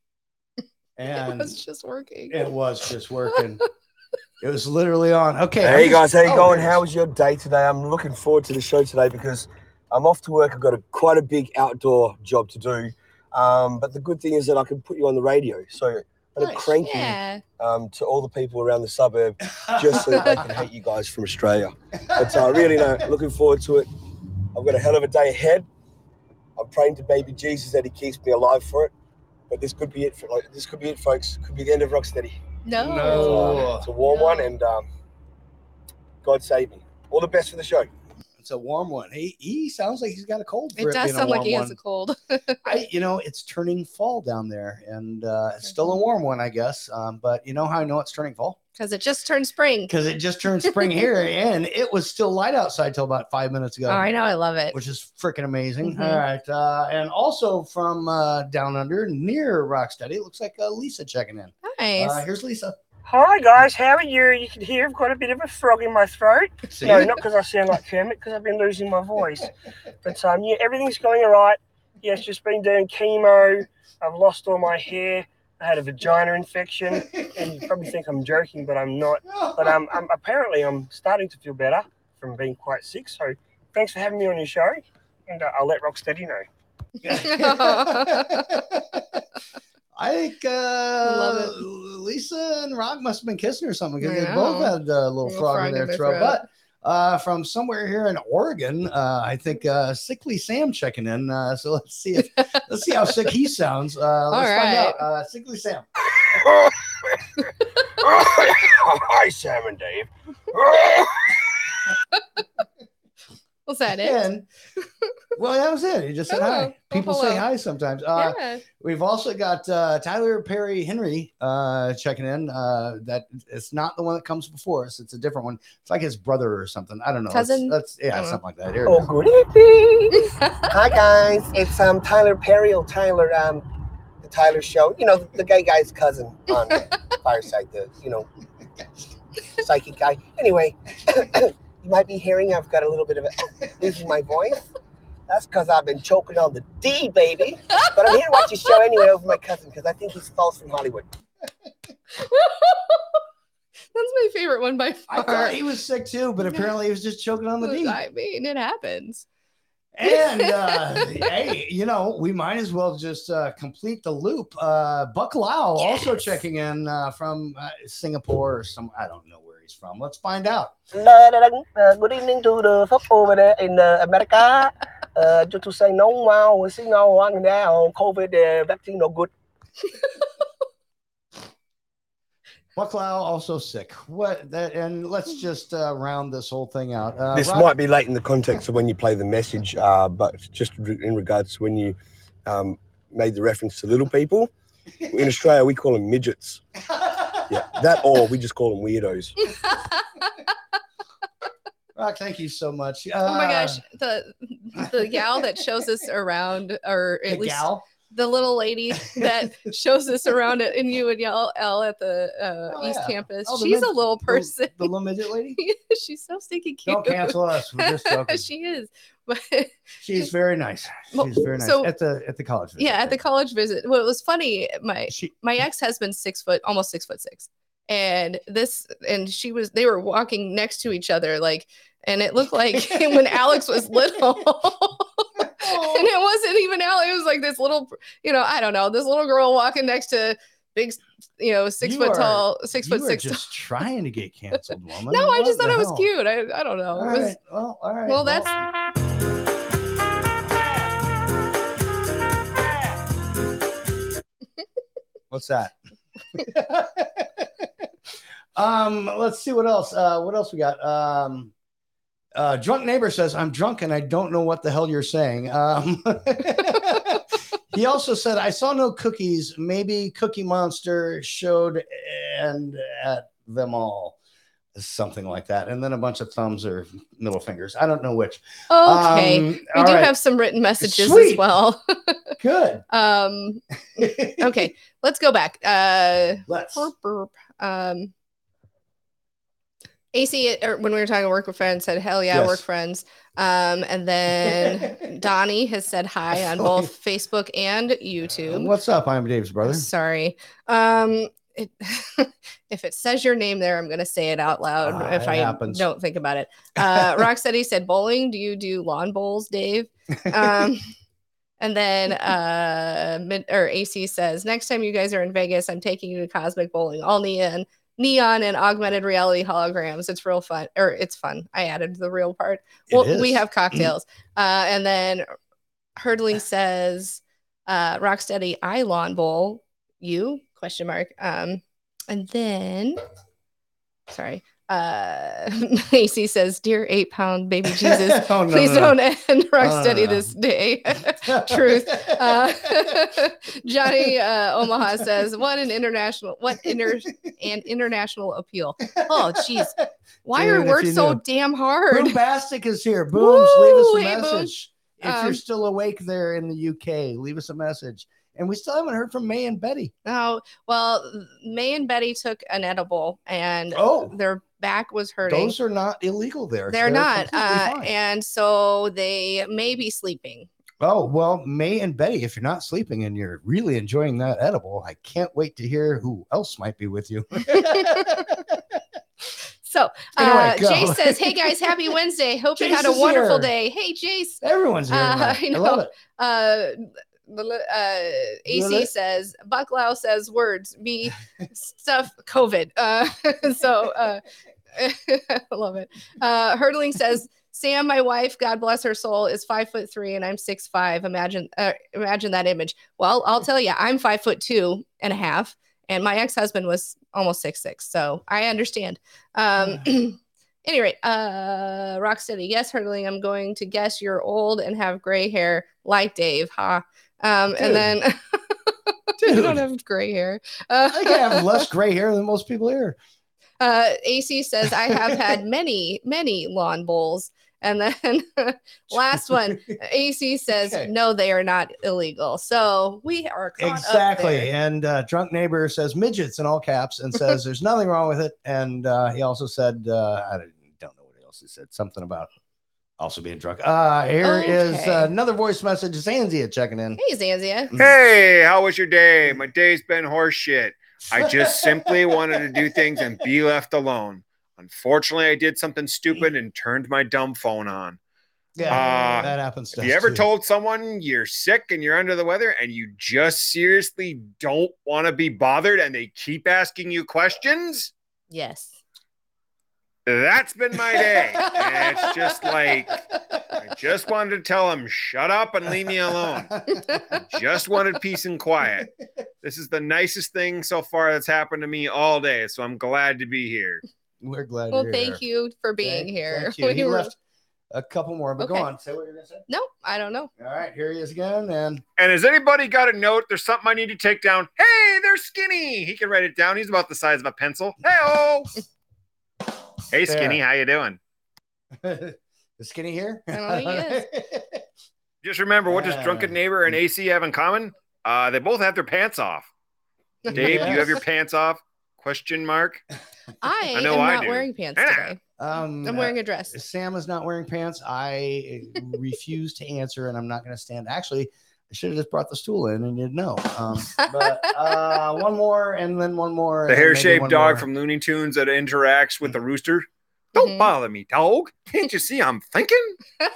Speaker 5: It
Speaker 6: And
Speaker 5: was just working.
Speaker 6: it was just working. It was literally on. Okay.
Speaker 9: Hey
Speaker 6: I'm
Speaker 9: guys, how you
Speaker 6: oh,
Speaker 9: going?
Speaker 6: there it
Speaker 9: How
Speaker 6: is.
Speaker 9: was your day today? I'm looking forward to the show today because I'm off to work. I've got a quite a big outdoor job to do. Um, but the good thing is that I can put you on the radio. So I'm gonna
Speaker 5: Nice.
Speaker 9: crank
Speaker 5: Yeah.
Speaker 9: you um, to all the people around the suburb just so that they can hate you guys from Australia. But uh, really, no, looking forward to it. I've got a hell of a day ahead. I'm praying to baby Jesus that he keeps me alive for it. But this could be it for like this could be it, folks. Could be the end of Rocksteady.
Speaker 5: No.
Speaker 6: No.
Speaker 9: It's a warm
Speaker 5: No.
Speaker 9: one, and um, God save me. All the best for the show.
Speaker 6: It's a warm one. He he sounds like he's got a cold. for
Speaker 5: It does
Speaker 6: being a
Speaker 5: sound like
Speaker 6: warm
Speaker 5: he
Speaker 6: one.
Speaker 5: has a cold.
Speaker 6: I, you know, it's turning fall down there, and uh, it's still a warm one, I guess. Um, but you know how I know it's turning fall?
Speaker 5: Because it just turned spring.
Speaker 6: Because it just turned spring here, and it was still light outside till about five minutes ago,
Speaker 5: Oh, I know. I love it.
Speaker 6: which is freaking amazing.
Speaker 5: Mhm.
Speaker 6: All right, uh, and also from uh, down under near Rocksteady, it looks like uh, Lisa checking in.
Speaker 5: Nice.
Speaker 6: Uh, here's Lisa.
Speaker 10: Hi guys, how are you? You can hear I've got a bit of a frog in my throat.
Speaker 6: See?
Speaker 10: No, not because I sound like Kermit, because I've been losing my voice. But um, yeah, everything's going all right. Yeah, it's just been doing chemo. I've lost all my hair. I had a vagina infection, and you probably think I'm joking, but I'm not. But um, um, apparently I'm starting to feel better from being quite sick. So thanks for having me on your show, and uh, I'll let Rocksteady know.
Speaker 6: I think uh,
Speaker 5: Love it.
Speaker 6: Lisa and Rock must have been kissing or something because
Speaker 5: I
Speaker 6: they
Speaker 5: know.
Speaker 6: both had a little, frog, in their, throat.
Speaker 5: throat.
Speaker 6: But uh, from somewhere here in Oregon, uh, I think uh, sickly Sam checking in. Uh, so let's see if let's see how sick he sounds. Uh, let's find
Speaker 5: right.
Speaker 6: out. Uh, sickly Sam.
Speaker 2: Oh,
Speaker 10: Hi, Sam and Dave.
Speaker 5: Was that it?
Speaker 6: And well, that was it. He just said
Speaker 5: Oh,
Speaker 6: hi.
Speaker 5: well,
Speaker 6: People say
Speaker 5: hello.
Speaker 6: hi sometimes. Uh,
Speaker 5: yeah.
Speaker 6: We've also got uh, Tyler Perry Henry uh, checking in. Uh, that it's not the one that comes before us; it's a different one. It's like his brother or something. I don't know. It's-
Speaker 5: Cousin?
Speaker 6: That's, yeah,
Speaker 5: I don't
Speaker 6: something like that. Here it
Speaker 10: Oh,
Speaker 6: is.
Speaker 10: good evening. Hi, guys. It's um Tyler Perry, old Tyler, um,
Speaker 9: The Tyler Show, you know, the gay guy's cousin on Fireside, the, you know, psychic guy. Anyway, you might be hearing I've got a little bit of a losing my voice. That's because I've been choking on the D, baby. But I'm here to watch your show anyway over my cousin because I think he's false from Hollywood.
Speaker 5: That's my favorite one by
Speaker 6: I
Speaker 5: far.
Speaker 6: thought he was sick too, but apparently he was just choking on the D.
Speaker 5: I mean, it happens.
Speaker 6: And uh, hey, you know, we might as well just uh, complete the loop. Uh, Buck Lau also checking in uh, from uh, Singapore or some. I don't know where he's from. Let's find out.
Speaker 10: Uh, good evening to the folks over there in uh, America. Uh, just to say, no wow, we see no one now. COVID uh, vaccine no good.
Speaker 6: Buck Lau also sick. What that and let's just uh, round this whole thing out. Uh,
Speaker 9: this
Speaker 6: Rob-
Speaker 9: might be late in the context of when you play the message, uh, but just re- in regards to when you um, made the reference to little people. In Australia, we call them midgets. Yeah, that or we just call them weirdos.
Speaker 5: Oh
Speaker 6: Rock, thank you so much.
Speaker 5: oh my
Speaker 6: Uh,
Speaker 5: gosh, the the gal that shows us around, or
Speaker 6: the
Speaker 5: at least
Speaker 6: gal.
Speaker 5: the little lady that shows us around at and you and y'all L at the uh,
Speaker 6: Oh,
Speaker 5: East
Speaker 6: yeah.
Speaker 5: Campus.
Speaker 6: Oh, the
Speaker 5: She's
Speaker 6: mid-
Speaker 5: a little
Speaker 6: the-
Speaker 5: person.
Speaker 6: the little midget lady.
Speaker 5: She's so stinking cute.
Speaker 6: Don't cancel us. We're just joking.
Speaker 5: she is, but
Speaker 6: She's very nice.
Speaker 5: Well,
Speaker 6: She's very nice
Speaker 5: so-
Speaker 6: at the at the college. visit.
Speaker 5: yeah, at the college visit. Well, it was funny. My
Speaker 6: She,
Speaker 5: my ex husband's six foot, almost six foot six, and this and she was. They were walking next to each other, like, and it looked like when Alex was little. and it wasn't even Allie. It was like this little, you know, I don't know, this little girl walking next to big, you know, six
Speaker 6: You
Speaker 5: foot
Speaker 6: are-
Speaker 5: tall, six
Speaker 6: you
Speaker 5: foot
Speaker 6: are
Speaker 5: six.
Speaker 6: just trying to get canceled, woman.
Speaker 5: no, I
Speaker 6: What
Speaker 5: just thought
Speaker 6: the
Speaker 5: it was
Speaker 6: hell?
Speaker 5: cute. I, I don't know.
Speaker 6: All
Speaker 5: It was-
Speaker 6: right. Well, all right.
Speaker 5: Well, that's
Speaker 6: What's that? um, let's see what else. Uh, what else we got? Um, uh, drunk neighbor says, "I'm drunk and I don't know what the hell you're saying." Um, he also said, "I saw no cookies. Maybe Cookie Monster showed and at them all." Something like that, and then a bunch of thumbs or middle fingers. I don't know which.
Speaker 5: okay.
Speaker 6: Um,
Speaker 5: we
Speaker 6: all
Speaker 5: do
Speaker 6: right.
Speaker 5: have some written messages
Speaker 6: Sweet.
Speaker 5: as well.
Speaker 6: good.
Speaker 5: Um, okay, let's go back. Uh,
Speaker 6: Let's.
Speaker 5: burp, burp. Um, AC, or when we were talking work with friends, said, "Hell yeah,
Speaker 6: Yes.
Speaker 5: work friends." Um, and then Donnie has said hi on both Facebook and YouTube.
Speaker 6: What's up? I'm Dave's brother.
Speaker 5: Sorry. Um, it, if it says your name there, I'm gonna say it out loud
Speaker 6: Ah,
Speaker 5: if
Speaker 6: it
Speaker 5: I
Speaker 6: happens.
Speaker 5: don't think about it. Uh, Rocksteady said, "Bowling? Do you do lawn bowls, Dave?" Um, and then uh, mid, or AC says, "Next time you guys are in Vegas, I'm taking you to Cosmic Bowling, all neon, neon and augmented reality holograms. It's real fun, or it's fun. I added the real part.
Speaker 6: It
Speaker 5: well, we
Speaker 6: is.
Speaker 5: have cocktails. uh, and then Hurdling says, uh, Rocksteady, I lawn bowl you? Question mark. Um, and then, sorry, Uh, Macy says, "Dear eight pound baby Jesus,
Speaker 6: Oh, no,
Speaker 5: please
Speaker 6: no, no.
Speaker 5: don't end rock
Speaker 6: No, no, no,
Speaker 5: steady
Speaker 6: no.
Speaker 5: this day." Truth. Uh, Johnny uh, Omaha says, "What an international, what inter and international appeal." Oh, jeez, why
Speaker 6: Dude,
Speaker 5: are
Speaker 6: if you
Speaker 5: words so
Speaker 6: knew.
Speaker 5: damn hard?
Speaker 6: Boom Bastic is here. Booms, leave us
Speaker 5: Woo!
Speaker 6: a
Speaker 5: Hey, Boom.
Speaker 6: message. If
Speaker 5: Um,
Speaker 6: you're still awake there in the UK, leave us a message. And we still haven't heard from May and Betty.
Speaker 5: No, well, May and Betty took an edible, and
Speaker 6: Oh.
Speaker 5: their back was hurting.
Speaker 6: Those are not illegal there.
Speaker 5: They're not,
Speaker 6: completely
Speaker 5: uh,
Speaker 6: fine.
Speaker 5: and so they may be sleeping.
Speaker 6: oh, well, May and Betty, if you're not sleeping and you're really enjoying that edible, I can't wait to hear who else might be with you.
Speaker 5: So uh,
Speaker 6: Anyway, go.
Speaker 5: Jace says, "Hey guys, happy Wednesday. Hope you
Speaker 6: Jace
Speaker 5: had a
Speaker 6: is
Speaker 5: wonderful
Speaker 6: here.
Speaker 5: day." Hey Jace.
Speaker 6: Everyone's here.
Speaker 5: Uh,
Speaker 6: tonight.
Speaker 5: I
Speaker 6: I,
Speaker 5: know.
Speaker 6: love it.
Speaker 5: Uh, l- uh, AC
Speaker 6: Really?
Speaker 5: says, Bucklow says words, me stuff, COVID. Uh, so uh, I love it. Uh, Hurdling says, Sam, my wife, God bless her soul, is five foot three and I'm six five. Imagine, uh, imagine that image. Well, I'll tell you, I'm five foot two and a half, and my ex husband was almost six six. So I understand. Um, anyway, uh, Rocksteady, yes, hurdling. I'm going to guess you're old and have gray hair like Dave, huh? Um, and then I don't
Speaker 6: Dude.
Speaker 5: have gray hair. Uh,
Speaker 6: I think I have less gray hair than most people here.
Speaker 5: uh, AC says, I have had many, many lawn bowls. And then last one, AC says,
Speaker 6: Okay.
Speaker 5: no, they are not illegal. So we are caught up
Speaker 6: Exactly.
Speaker 5: there.
Speaker 6: And uh, drunk neighbor says midgets in all caps and says there's nothing wrong with it. And uh, he also said uh, I don't- don't know what else he said. Something about also being drunk. Uh, here is
Speaker 5: Okay.
Speaker 6: another voice message. It's Anzia checking in.
Speaker 5: Hey, Zanzia.
Speaker 2: Hey, how was your day? My day's been horse shit. I just simply wanted to do things and be left alone. Unfortunately, I did something stupid and turned my dumb phone on.
Speaker 6: Yeah,
Speaker 2: Uh,
Speaker 6: that happens. to
Speaker 2: Have you
Speaker 6: us,
Speaker 2: ever
Speaker 6: too.
Speaker 2: told someone you're sick and you're under the weather and you just seriously don't want to be bothered and they keep asking you questions?
Speaker 5: Yes.
Speaker 2: That's been my day. And it's just like, I just wanted to tell them, shut up and leave me alone. just wanted peace and quiet. This is the nicest thing so far that's happened to me all day. So I'm glad to be here.
Speaker 6: We're glad.
Speaker 5: Well,
Speaker 6: you're
Speaker 5: thank
Speaker 6: here.
Speaker 5: you for being
Speaker 6: Thank-
Speaker 5: here.
Speaker 6: Thank you.
Speaker 5: We
Speaker 6: He
Speaker 5: were-
Speaker 6: left a couple more, but go
Speaker 5: Okay.
Speaker 6: on. Say what you're gonna say.
Speaker 5: No, I don't know.
Speaker 6: All right, here he is again, and
Speaker 2: And has anybody got a note? There's something I need to take down. Hey, they're skinny. He can write it down. He's about the size of a pencil. Hey, oh. Hey, skinny, how you doing?
Speaker 6: is Skinny here?
Speaker 5: I don't think
Speaker 2: Just remember, what does
Speaker 6: Yeah.
Speaker 2: drunken neighbor and AC have in common? Uh, they both have their pants off. Dave, do you have your pants off? Question mark.
Speaker 5: I,
Speaker 2: I know
Speaker 5: am
Speaker 2: I
Speaker 5: not
Speaker 2: do.
Speaker 5: wearing pants
Speaker 2: Yeah.
Speaker 5: today.
Speaker 6: Um,
Speaker 5: I'm wearing a dress.
Speaker 6: Sam is not wearing pants. I refuse to answer, and I'm not going to stand. Actually, I should have just brought the stool in, and you'd know. Um, but uh, one more, and then one
Speaker 2: The
Speaker 6: more. and then
Speaker 2: hair
Speaker 6: maybe
Speaker 2: shaped
Speaker 6: one
Speaker 2: dog
Speaker 6: more. Mm-hmm.
Speaker 2: from Looney Tunes that interacts with the rooster. Don't
Speaker 5: Mhm.
Speaker 2: bother me, dog. Can't you see I'm thinking?
Speaker 6: uh,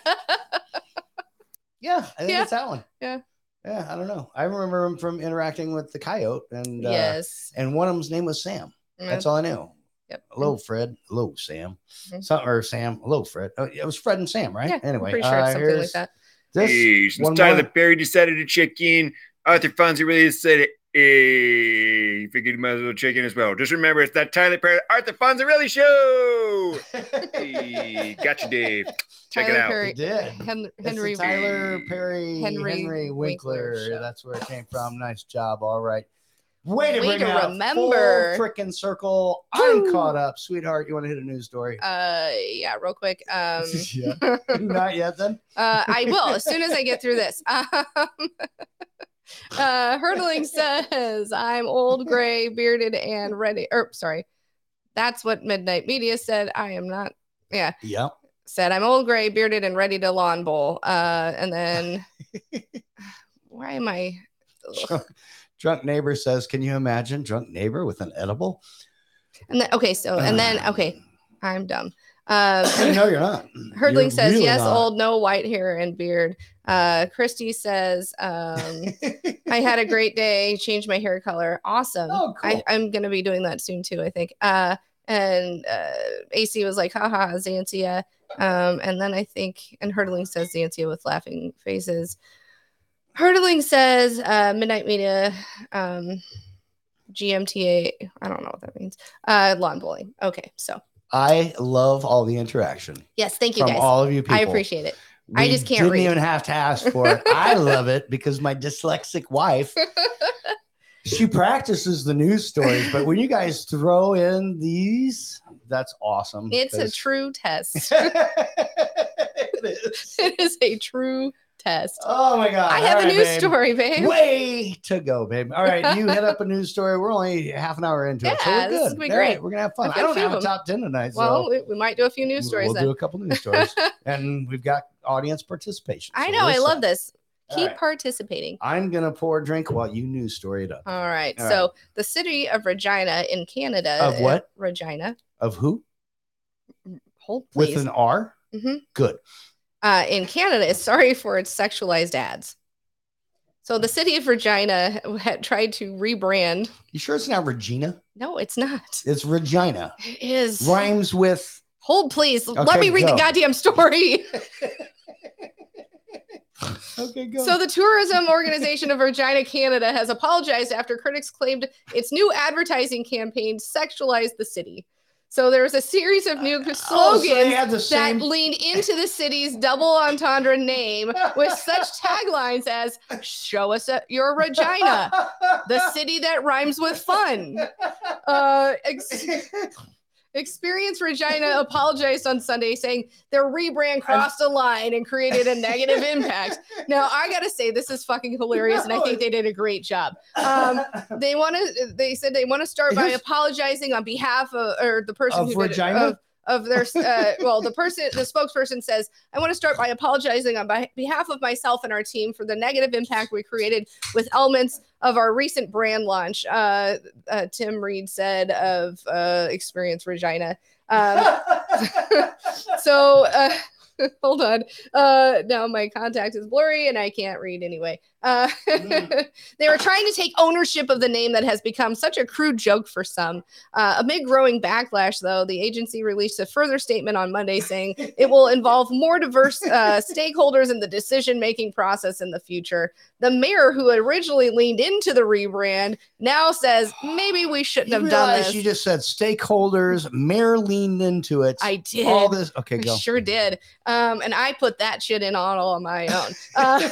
Speaker 6: yeah, I think
Speaker 5: Yeah.
Speaker 6: it's that one.
Speaker 5: Yeah.
Speaker 6: yeah. I don't know. I remember him from interacting with the coyote, and uh,
Speaker 5: yes. Mm.
Speaker 6: and one of them's name was Sam. That's all I knew.
Speaker 5: Yep.
Speaker 6: Hello, Fred. Hello, Sam.
Speaker 5: Mhm.
Speaker 6: Some, or Sam. Hello, Fred. Oh, it was Fred and Sam, right?
Speaker 5: Yeah,
Speaker 6: anyway,
Speaker 5: I'm pretty sure
Speaker 6: uh,
Speaker 5: it's something like
Speaker 6: here's
Speaker 5: that.
Speaker 6: This
Speaker 2: Hey, since
Speaker 6: one
Speaker 2: Tyler
Speaker 6: more.
Speaker 2: Perry decided to check in, Arthur Fonzie really said it. Hey, you figured you might as well check in as well. Just remember, it's that Tyler Perry, Arthur Fonzie really show. Hey, gotcha, Dave. Check it
Speaker 5: Tyler
Speaker 2: out.
Speaker 5: Perry-
Speaker 6: It did.
Speaker 5: Hen-
Speaker 6: That's the
Speaker 5: Henry.
Speaker 6: Tyler Perry Henry,
Speaker 5: Henry
Speaker 6: Winkler.
Speaker 5: Winkler show.
Speaker 6: That's where it came from. Nice job. All right. Way to,
Speaker 5: Way
Speaker 6: bring
Speaker 5: to
Speaker 6: it
Speaker 5: remember.
Speaker 6: Full freaking circle. I'm
Speaker 5: Woo!
Speaker 6: caught up, sweetheart. You want to hit a news story?
Speaker 5: Uh, yeah, real quick. Um,
Speaker 6: yeah. Not yet, then.
Speaker 5: Uh, I will as soon as I get through this. Um, uh, Hurdling says, I'm old, gray, bearded, and ready. Er, sorry. That's what Midnight Media said. I am not. Yeah.
Speaker 6: Yep.
Speaker 5: Said, I'm old, gray, bearded, and ready to lawn bowl. Uh, and then, why am I?
Speaker 6: Drunk, drunk neighbor says, "Can you imagine drunk neighbor with an edible?"
Speaker 5: And then, okay. So, and then, okay. I'm dumb. Um,
Speaker 6: no, you're not.
Speaker 5: Hurdling
Speaker 6: You're
Speaker 5: says,
Speaker 6: really
Speaker 5: yes,
Speaker 6: not.
Speaker 5: old, no white hair and beard. Uh, Christy says, um, I had a great day, changed my hair color. Awesome.
Speaker 6: Oh, cool.
Speaker 5: I, I'm going to be doing that soon too, I think. Uh, and uh, AC was like, haha, Xantia. Um, and then I think, and Hurdling says Xantia with laughing faces. Hurdling says uh, Midnight Media, um, GMTA, I don't know what that means, uh, lawn bowling. Okay, so
Speaker 6: I love all the interaction.
Speaker 5: Yes, thank you
Speaker 6: From
Speaker 5: guys.
Speaker 6: all of you
Speaker 5: I
Speaker 6: people.
Speaker 5: appreciate it. I
Speaker 6: We
Speaker 5: just can't
Speaker 6: didn't
Speaker 5: read.
Speaker 6: even have to ask for it. I love it because my dyslexic wife she practices the news stories, but when you guys throw in these, that's awesome.
Speaker 5: It's a
Speaker 6: 'cause
Speaker 5: true test. it is a true test.
Speaker 6: Oh my god!
Speaker 5: I have
Speaker 6: All
Speaker 5: a
Speaker 6: right,
Speaker 5: news
Speaker 6: babe.
Speaker 5: story, babe.
Speaker 6: Way to go, babe. All right, you hit up a news story. We're only half an hour into it, so
Speaker 5: Yeah,
Speaker 6: we're good.
Speaker 5: this will be
Speaker 6: All right,
Speaker 5: great.
Speaker 6: we're gonna have fun.
Speaker 5: I've
Speaker 6: I
Speaker 5: got a
Speaker 6: don't
Speaker 5: few
Speaker 6: have
Speaker 5: of
Speaker 6: a
Speaker 5: 'em.
Speaker 6: top ten tonight,
Speaker 5: Well,
Speaker 6: so
Speaker 5: we, we might do a few news stories
Speaker 6: we'll
Speaker 5: then.
Speaker 6: do a couple news stories, and we've got audience participation.
Speaker 5: I
Speaker 6: so
Speaker 5: know.
Speaker 6: we're
Speaker 5: I
Speaker 6: set.
Speaker 5: love this.
Speaker 6: All
Speaker 5: Keep
Speaker 6: right.
Speaker 5: participating.
Speaker 6: I'm gonna pour a drink while you news story it up.
Speaker 5: All right.
Speaker 6: All
Speaker 5: so the city of Regina in Canada. uh,
Speaker 6: Of what?
Speaker 5: Regina.
Speaker 6: Of who?
Speaker 5: Hold please.
Speaker 6: With an R.
Speaker 5: Mhm.
Speaker 6: Good.
Speaker 5: uh, in Canada is sorry for its sexualized ads. So the city of Regina had tried to rebrand.
Speaker 6: You sure it's not Regina?
Speaker 5: No, it's not.
Speaker 6: It's Regina.
Speaker 5: It is.
Speaker 6: Rhymes with.
Speaker 5: Hold, please.
Speaker 6: Okay,
Speaker 5: Let me read
Speaker 6: go.
Speaker 5: the goddamn story.
Speaker 6: Okay, go.
Speaker 5: So the tourism organization of Regina Canada has apologized after critics claimed its new advertising campaign sexualized the city. So there was a series of new
Speaker 6: Oh, so
Speaker 5: slogans
Speaker 6: they had the same-
Speaker 5: that leaned into the city's double entendre name with such taglines as "Show us a- your Regina," the city that rhymes with fun. Uh, ex- Experience Regina apologized on Sunday, saying their rebrand crossed a line and created a negative impact. Now I gotta say this is fucking hilarious, and I think they did a great job. Um, they want to. They said they want to start by
Speaker 6: Here's-
Speaker 5: apologizing on behalf of or the person
Speaker 6: Of
Speaker 5: who did it-
Speaker 6: Regina?
Speaker 5: of, of their uh, well, the person, the spokesperson says, I want to start by apologizing on beh- behalf of myself and our team for the negative impact we created with elements of our recent brand launch. Uh, uh, Tim Reed said of uh, Experience Regina. Um, so uh, hold on. Uh, now my contact is blurry and I can't read anyway. Uh,
Speaker 6: Mm.
Speaker 5: they were trying to take ownership of the name that has become such a crude joke for some. Uh, amid growing backlash, though, the agency released a further statement on Monday saying it will involve more diverse uh, stakeholders in the decision making process in the future. The mayor, who originally leaned into the rebrand, now says maybe we shouldn't
Speaker 6: You
Speaker 5: have done
Speaker 6: realize
Speaker 5: this.
Speaker 6: you just said stakeholders. Mayor leaned into it.
Speaker 5: I did.
Speaker 6: All this. Okay,
Speaker 5: I
Speaker 6: go.
Speaker 5: Sure did. Um, and I put that shit in on all on my own. Uh,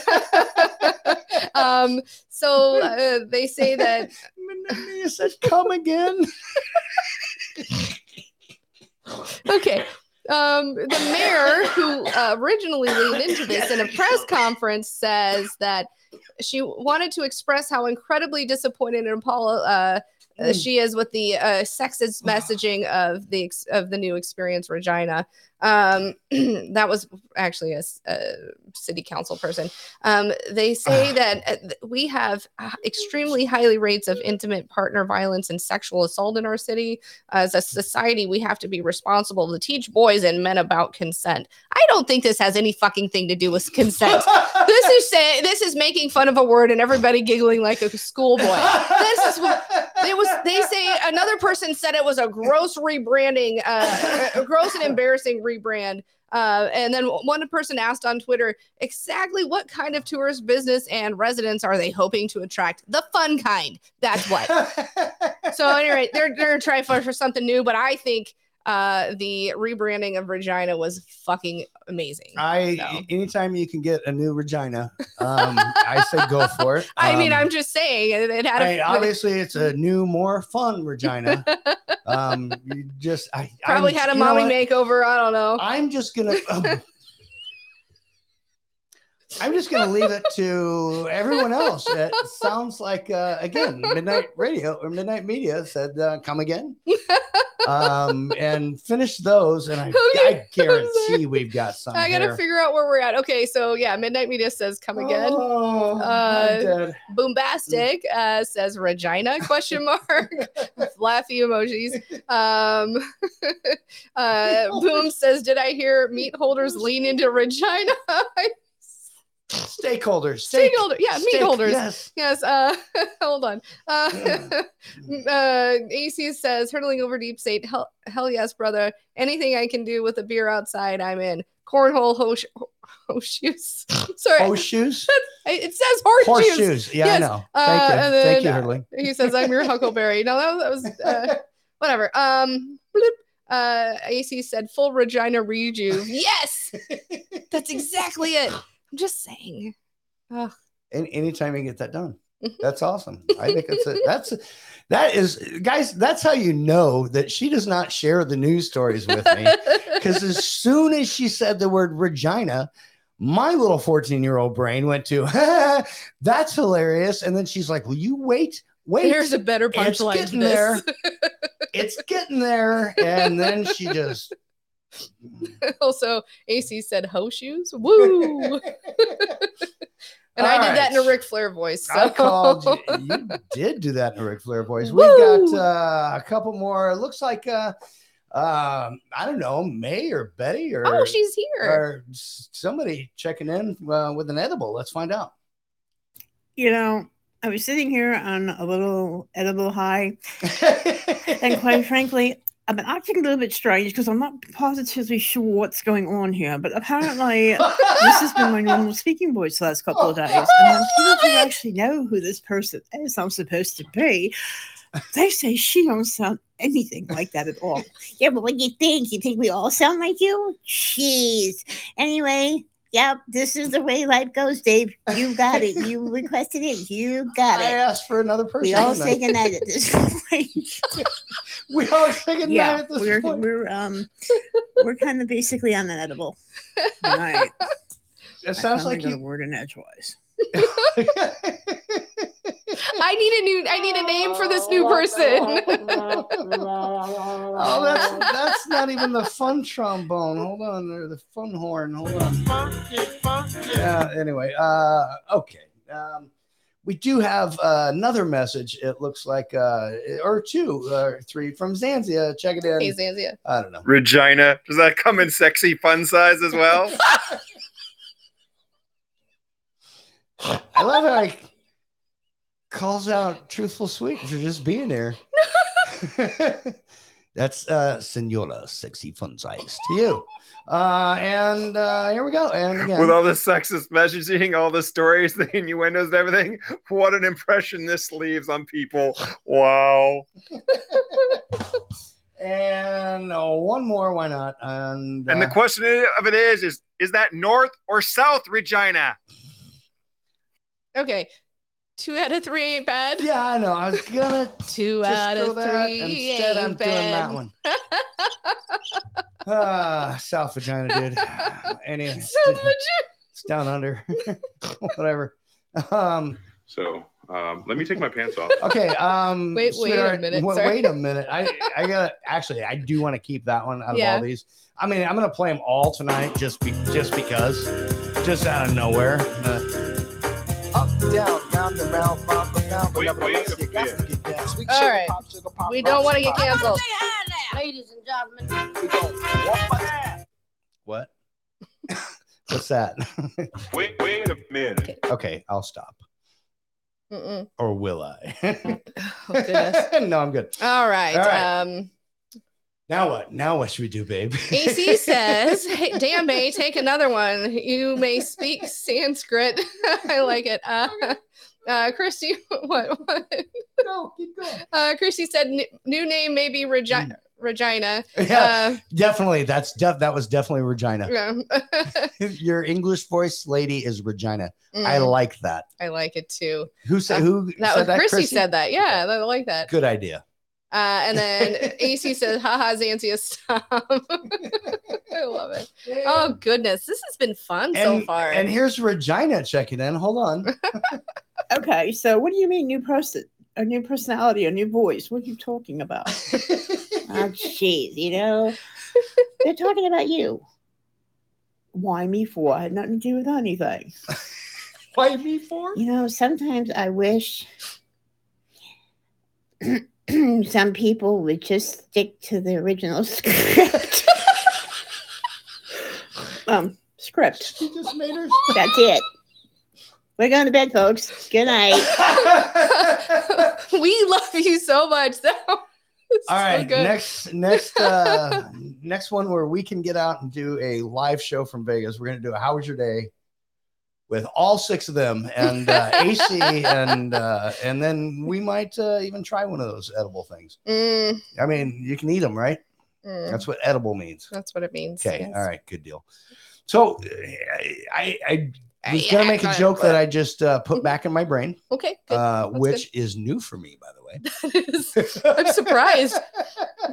Speaker 5: um, so uh, they say that.
Speaker 6: You said come again.
Speaker 5: Okay. Um, the mayor, who uh, originally leaned into this in a press conference, says that she wanted to express how incredibly disappointed and apolo- uh, uh, she is with the uh, sexist messaging of the ex- of the new experience, Regina. Um, that was actually a, s- a city council person. Um, they say that uh, th- we have uh, extremely highly rates of intimate partner violence and sexual assault in our city. As a society, we have to be responsible to teach boys and men about consent. I don't think this has any fucking thing to do with consent. this is saying this is making fun of a word and everybody giggling like a schoolboy. This is what it was. They say another person said it was a gross rebranding, uh, a gross and embarrassing rebrand. Uh, and then one person asked on Twitter exactly what kind of tourist business and residents are they hoping to attract? The fun kind. That's what. so anyway, they're they're trying for, for something new, but I think uh, the rebranding of Regina was fucking amazing.
Speaker 6: I
Speaker 5: So.
Speaker 6: anytime you can get a new Regina, um, I say go for it.
Speaker 5: I mean,
Speaker 6: Um,
Speaker 5: I'm just saying it it had.
Speaker 6: I mean,
Speaker 5: a,
Speaker 6: obviously it's a new, more fun Regina. um, you just I
Speaker 5: probably
Speaker 6: I'm-
Speaker 5: had a
Speaker 6: you know
Speaker 5: mommy
Speaker 6: what?
Speaker 5: makeover. I don't know.
Speaker 6: I'm just gonna. um, I'm just gonna leave it to everyone else. It sounds like uh, again midnight radio or midnight media said uh, come again, um, and finish those. And I, I
Speaker 5: Okay, I'm
Speaker 6: guarantee
Speaker 5: sorry.
Speaker 6: we've got some.
Speaker 5: I gotta
Speaker 6: here.
Speaker 5: figure out where we're at. Okay, so yeah, Midnight Media says come again.
Speaker 6: Oh,
Speaker 5: Uh,
Speaker 6: I'm dead.
Speaker 5: Boombastic uh, says Regina question mark laughy emojis. Um, uh, Boom says, did I hear meat holders lean into Regina?
Speaker 6: stakeholders. stake-
Speaker 5: Stakeholder, yeah, meat
Speaker 6: stake,
Speaker 5: holders.
Speaker 6: Yes.
Speaker 5: Yes. Uh, hold on. Uh, uh, AC says, hurtling over deep state. Hell, hell yes, brother. Anything I can do with a beer outside, I'm in. Cornhole hosh- horseshoes. Sorry,
Speaker 6: Horseshoes.
Speaker 5: I- it says horseshoes.
Speaker 6: Horseshoes. Yeah,
Speaker 5: Yes,
Speaker 6: I know.
Speaker 5: uh,
Speaker 6: Thank you.
Speaker 5: and
Speaker 6: Thank
Speaker 5: then,
Speaker 6: you,
Speaker 5: uh,
Speaker 6: Hurling.
Speaker 5: He says, "I'm your Huckleberry." No, that was, that was uh, whatever. uh, Um, bloop. Uh, AC said full Regina rejuve. yes, that's exactly it. I'm just saying. Ugh.
Speaker 6: And anytime you get that done,
Speaker 5: Mm-hmm.
Speaker 6: that's awesome. I think that's it. That's that is guys. That's how you know that she does not share the news stories with me. Because as soon as she said the word Regina, my little 14 year old brain went to, that's hilarious. And then she's like, Will you wait? Wait.
Speaker 5: There's a better
Speaker 6: It's
Speaker 5: punchline to
Speaker 6: getting
Speaker 5: this.
Speaker 6: there. it's getting there. And then she just,
Speaker 5: also, AC said hoe shoes. Woo! and I did that in a Ric Flair voice. So.
Speaker 6: I called you. You did do that in a Ric Flair voice. We've got
Speaker 5: Woo!
Speaker 6: uh, a couple more. It looks like, uh, um, I don't know, May or Betty or.
Speaker 5: oh, she's here.
Speaker 6: Or s- somebody checking in uh, with an edible. Let's find out.
Speaker 11: you know, I was sitting here on a little edible high, and quite frankly, I've been acting a little bit strange because I'm not positively sure what's going on here. But apparently, this has been my normal speaking voice the last couple of days, and when people who actually know who this person is I'm supposed to be, they say she don't sound anything like that at all.
Speaker 12: Yeah, but what do you think? You think we all sound like you? Jeez. Anyway, yep, this is the way life goes, Dave. You got it. You requested it. You got it. I
Speaker 6: asked for another person.
Speaker 12: We all
Speaker 11: didn't I?
Speaker 12: say goodnight at this point.
Speaker 6: we all say
Speaker 12: goodnight
Speaker 11: yeah,
Speaker 12: at this
Speaker 11: we're,
Speaker 12: point.
Speaker 11: We're um, we're kind of basically on an edible. Right.
Speaker 6: It sounds like
Speaker 11: you
Speaker 6: you-
Speaker 11: word in edgewise.
Speaker 5: I need a new. I need a name for this new person.
Speaker 6: Oh, that's that's not even the fun trombone. Hold on, or the fun horn. Hold on. Yeah. Anyway, uh, okay. Um, we do have uh, another message. It looks like, uh, or two, or three from Zanzia. Check it in.
Speaker 5: Hey, Zanzia.
Speaker 6: I don't know.
Speaker 2: Regina. Does that come in sexy fun size as well?
Speaker 6: I love how I calls out truthful sweet for just being there. That's uh Senora Sexy Fun Size to you. Uh and uh here we go. And again,
Speaker 2: With all the sexist messaging, all the stories, the innuendos, and everything, what an impression this leaves on people. Wow.
Speaker 6: and uh, one more, why not? And,
Speaker 2: And the
Speaker 6: uh,
Speaker 2: question i- of it is, is is that north or south Regina?
Speaker 5: okay, two out of three ain't bad.
Speaker 6: Yeah, I know. I was gonna
Speaker 5: two
Speaker 6: just
Speaker 5: out
Speaker 6: throw
Speaker 5: of
Speaker 6: that.
Speaker 5: three.
Speaker 6: Instead,
Speaker 5: ain't
Speaker 6: I'm doing
Speaker 5: bad.
Speaker 6: that one. Ah, South Vagina, dude. Any
Speaker 5: South Vagina.
Speaker 6: it's down under, whatever. Um,
Speaker 13: So um, let me take my pants off.
Speaker 6: okay. Um,
Speaker 5: Wait- wait a
Speaker 6: sweetheart,
Speaker 5: minute,
Speaker 6: wa-
Speaker 5: sorry.
Speaker 6: Wait a minute. I, I gotta actually, I do want to keep that one out
Speaker 5: Yeah.
Speaker 6: of all these. I mean, I'm gonna play them all tonight, just be, just because, just out of nowhere. Uh,
Speaker 8: Down, round and round, round and round. Wait, wait, you got to get down. Sweet
Speaker 5: All
Speaker 8: sugar
Speaker 5: right.
Speaker 8: pop, sugar pop,
Speaker 5: We
Speaker 8: rock,
Speaker 5: don't want to
Speaker 8: sugar pop.
Speaker 5: get canceled.
Speaker 7: Ladies and gentlemen,
Speaker 6: what? What's that?
Speaker 13: Wait, wait a minute.
Speaker 6: okay, I'll stop.
Speaker 5: Mm-mm.
Speaker 6: Or will I?
Speaker 5: Oh, goodness.
Speaker 6: no, I'm good.
Speaker 5: All right.
Speaker 6: All right.
Speaker 5: Um,
Speaker 6: Now what? Now what should we do, babe?
Speaker 5: AC says, hey, "Damn, May, take another one. You may speak Sanskrit. I like it." Uh, uh, Christy, what? what?
Speaker 6: No, keep going.
Speaker 5: Uh, Christy said, "N- "New name may be Regina." Regina.
Speaker 6: Yeah, definitely. That's def- that was definitely Regina.
Speaker 5: Uh, yeah.
Speaker 6: Your English voice lady is Regina. I
Speaker 5: Mm.
Speaker 6: like that.
Speaker 5: I like it too.
Speaker 6: Who said who?
Speaker 5: That
Speaker 6: said
Speaker 5: was Chrissy,
Speaker 6: Chrissy?
Speaker 5: said that. Yeah, I like that.
Speaker 6: Good idea.
Speaker 5: Uh, and then AC says, haha, Xantia, stop. I love it. Oh, goodness. This has been fun so
Speaker 6: and,
Speaker 5: far.
Speaker 6: and here's Regina checking in. Hold on.
Speaker 11: Okay, so what do you mean new person? A new personality, a new voice? What are you talking about?
Speaker 12: Oh, jeez, you know, they're talking about you.
Speaker 11: Why me for? I had nothing to do with anything.
Speaker 6: Why me for?
Speaker 11: You know, sometimes I wish some people would just stick to the original script. um, script.
Speaker 6: She just made her.
Speaker 11: That's it. We're going to bed, folks. Good night.
Speaker 5: we love you so much. That was
Speaker 6: All
Speaker 5: so
Speaker 6: right,
Speaker 5: good.
Speaker 6: next next uh next one where we can get out and do a live show from Vegas. We're gonna do a How was your day with all six of them and uh, AC and uh, and then we might uh, even try one of those edible things.
Speaker 5: Mm,
Speaker 6: I mean, you can eat them, right?
Speaker 5: Mm.
Speaker 6: That's what edible means.
Speaker 5: That's what it means.
Speaker 6: Okay.
Speaker 5: yes.
Speaker 6: All right. Good deal. So I, I, I was
Speaker 5: Yeah,
Speaker 6: going to make a
Speaker 5: I got it,
Speaker 6: joke that
Speaker 5: but-
Speaker 6: I just uh, put back in my brain,
Speaker 5: Okay. Mm-hmm. Good.
Speaker 6: uh,
Speaker 5: That's
Speaker 6: which is new for me, by the way.
Speaker 5: good. I'm surprised.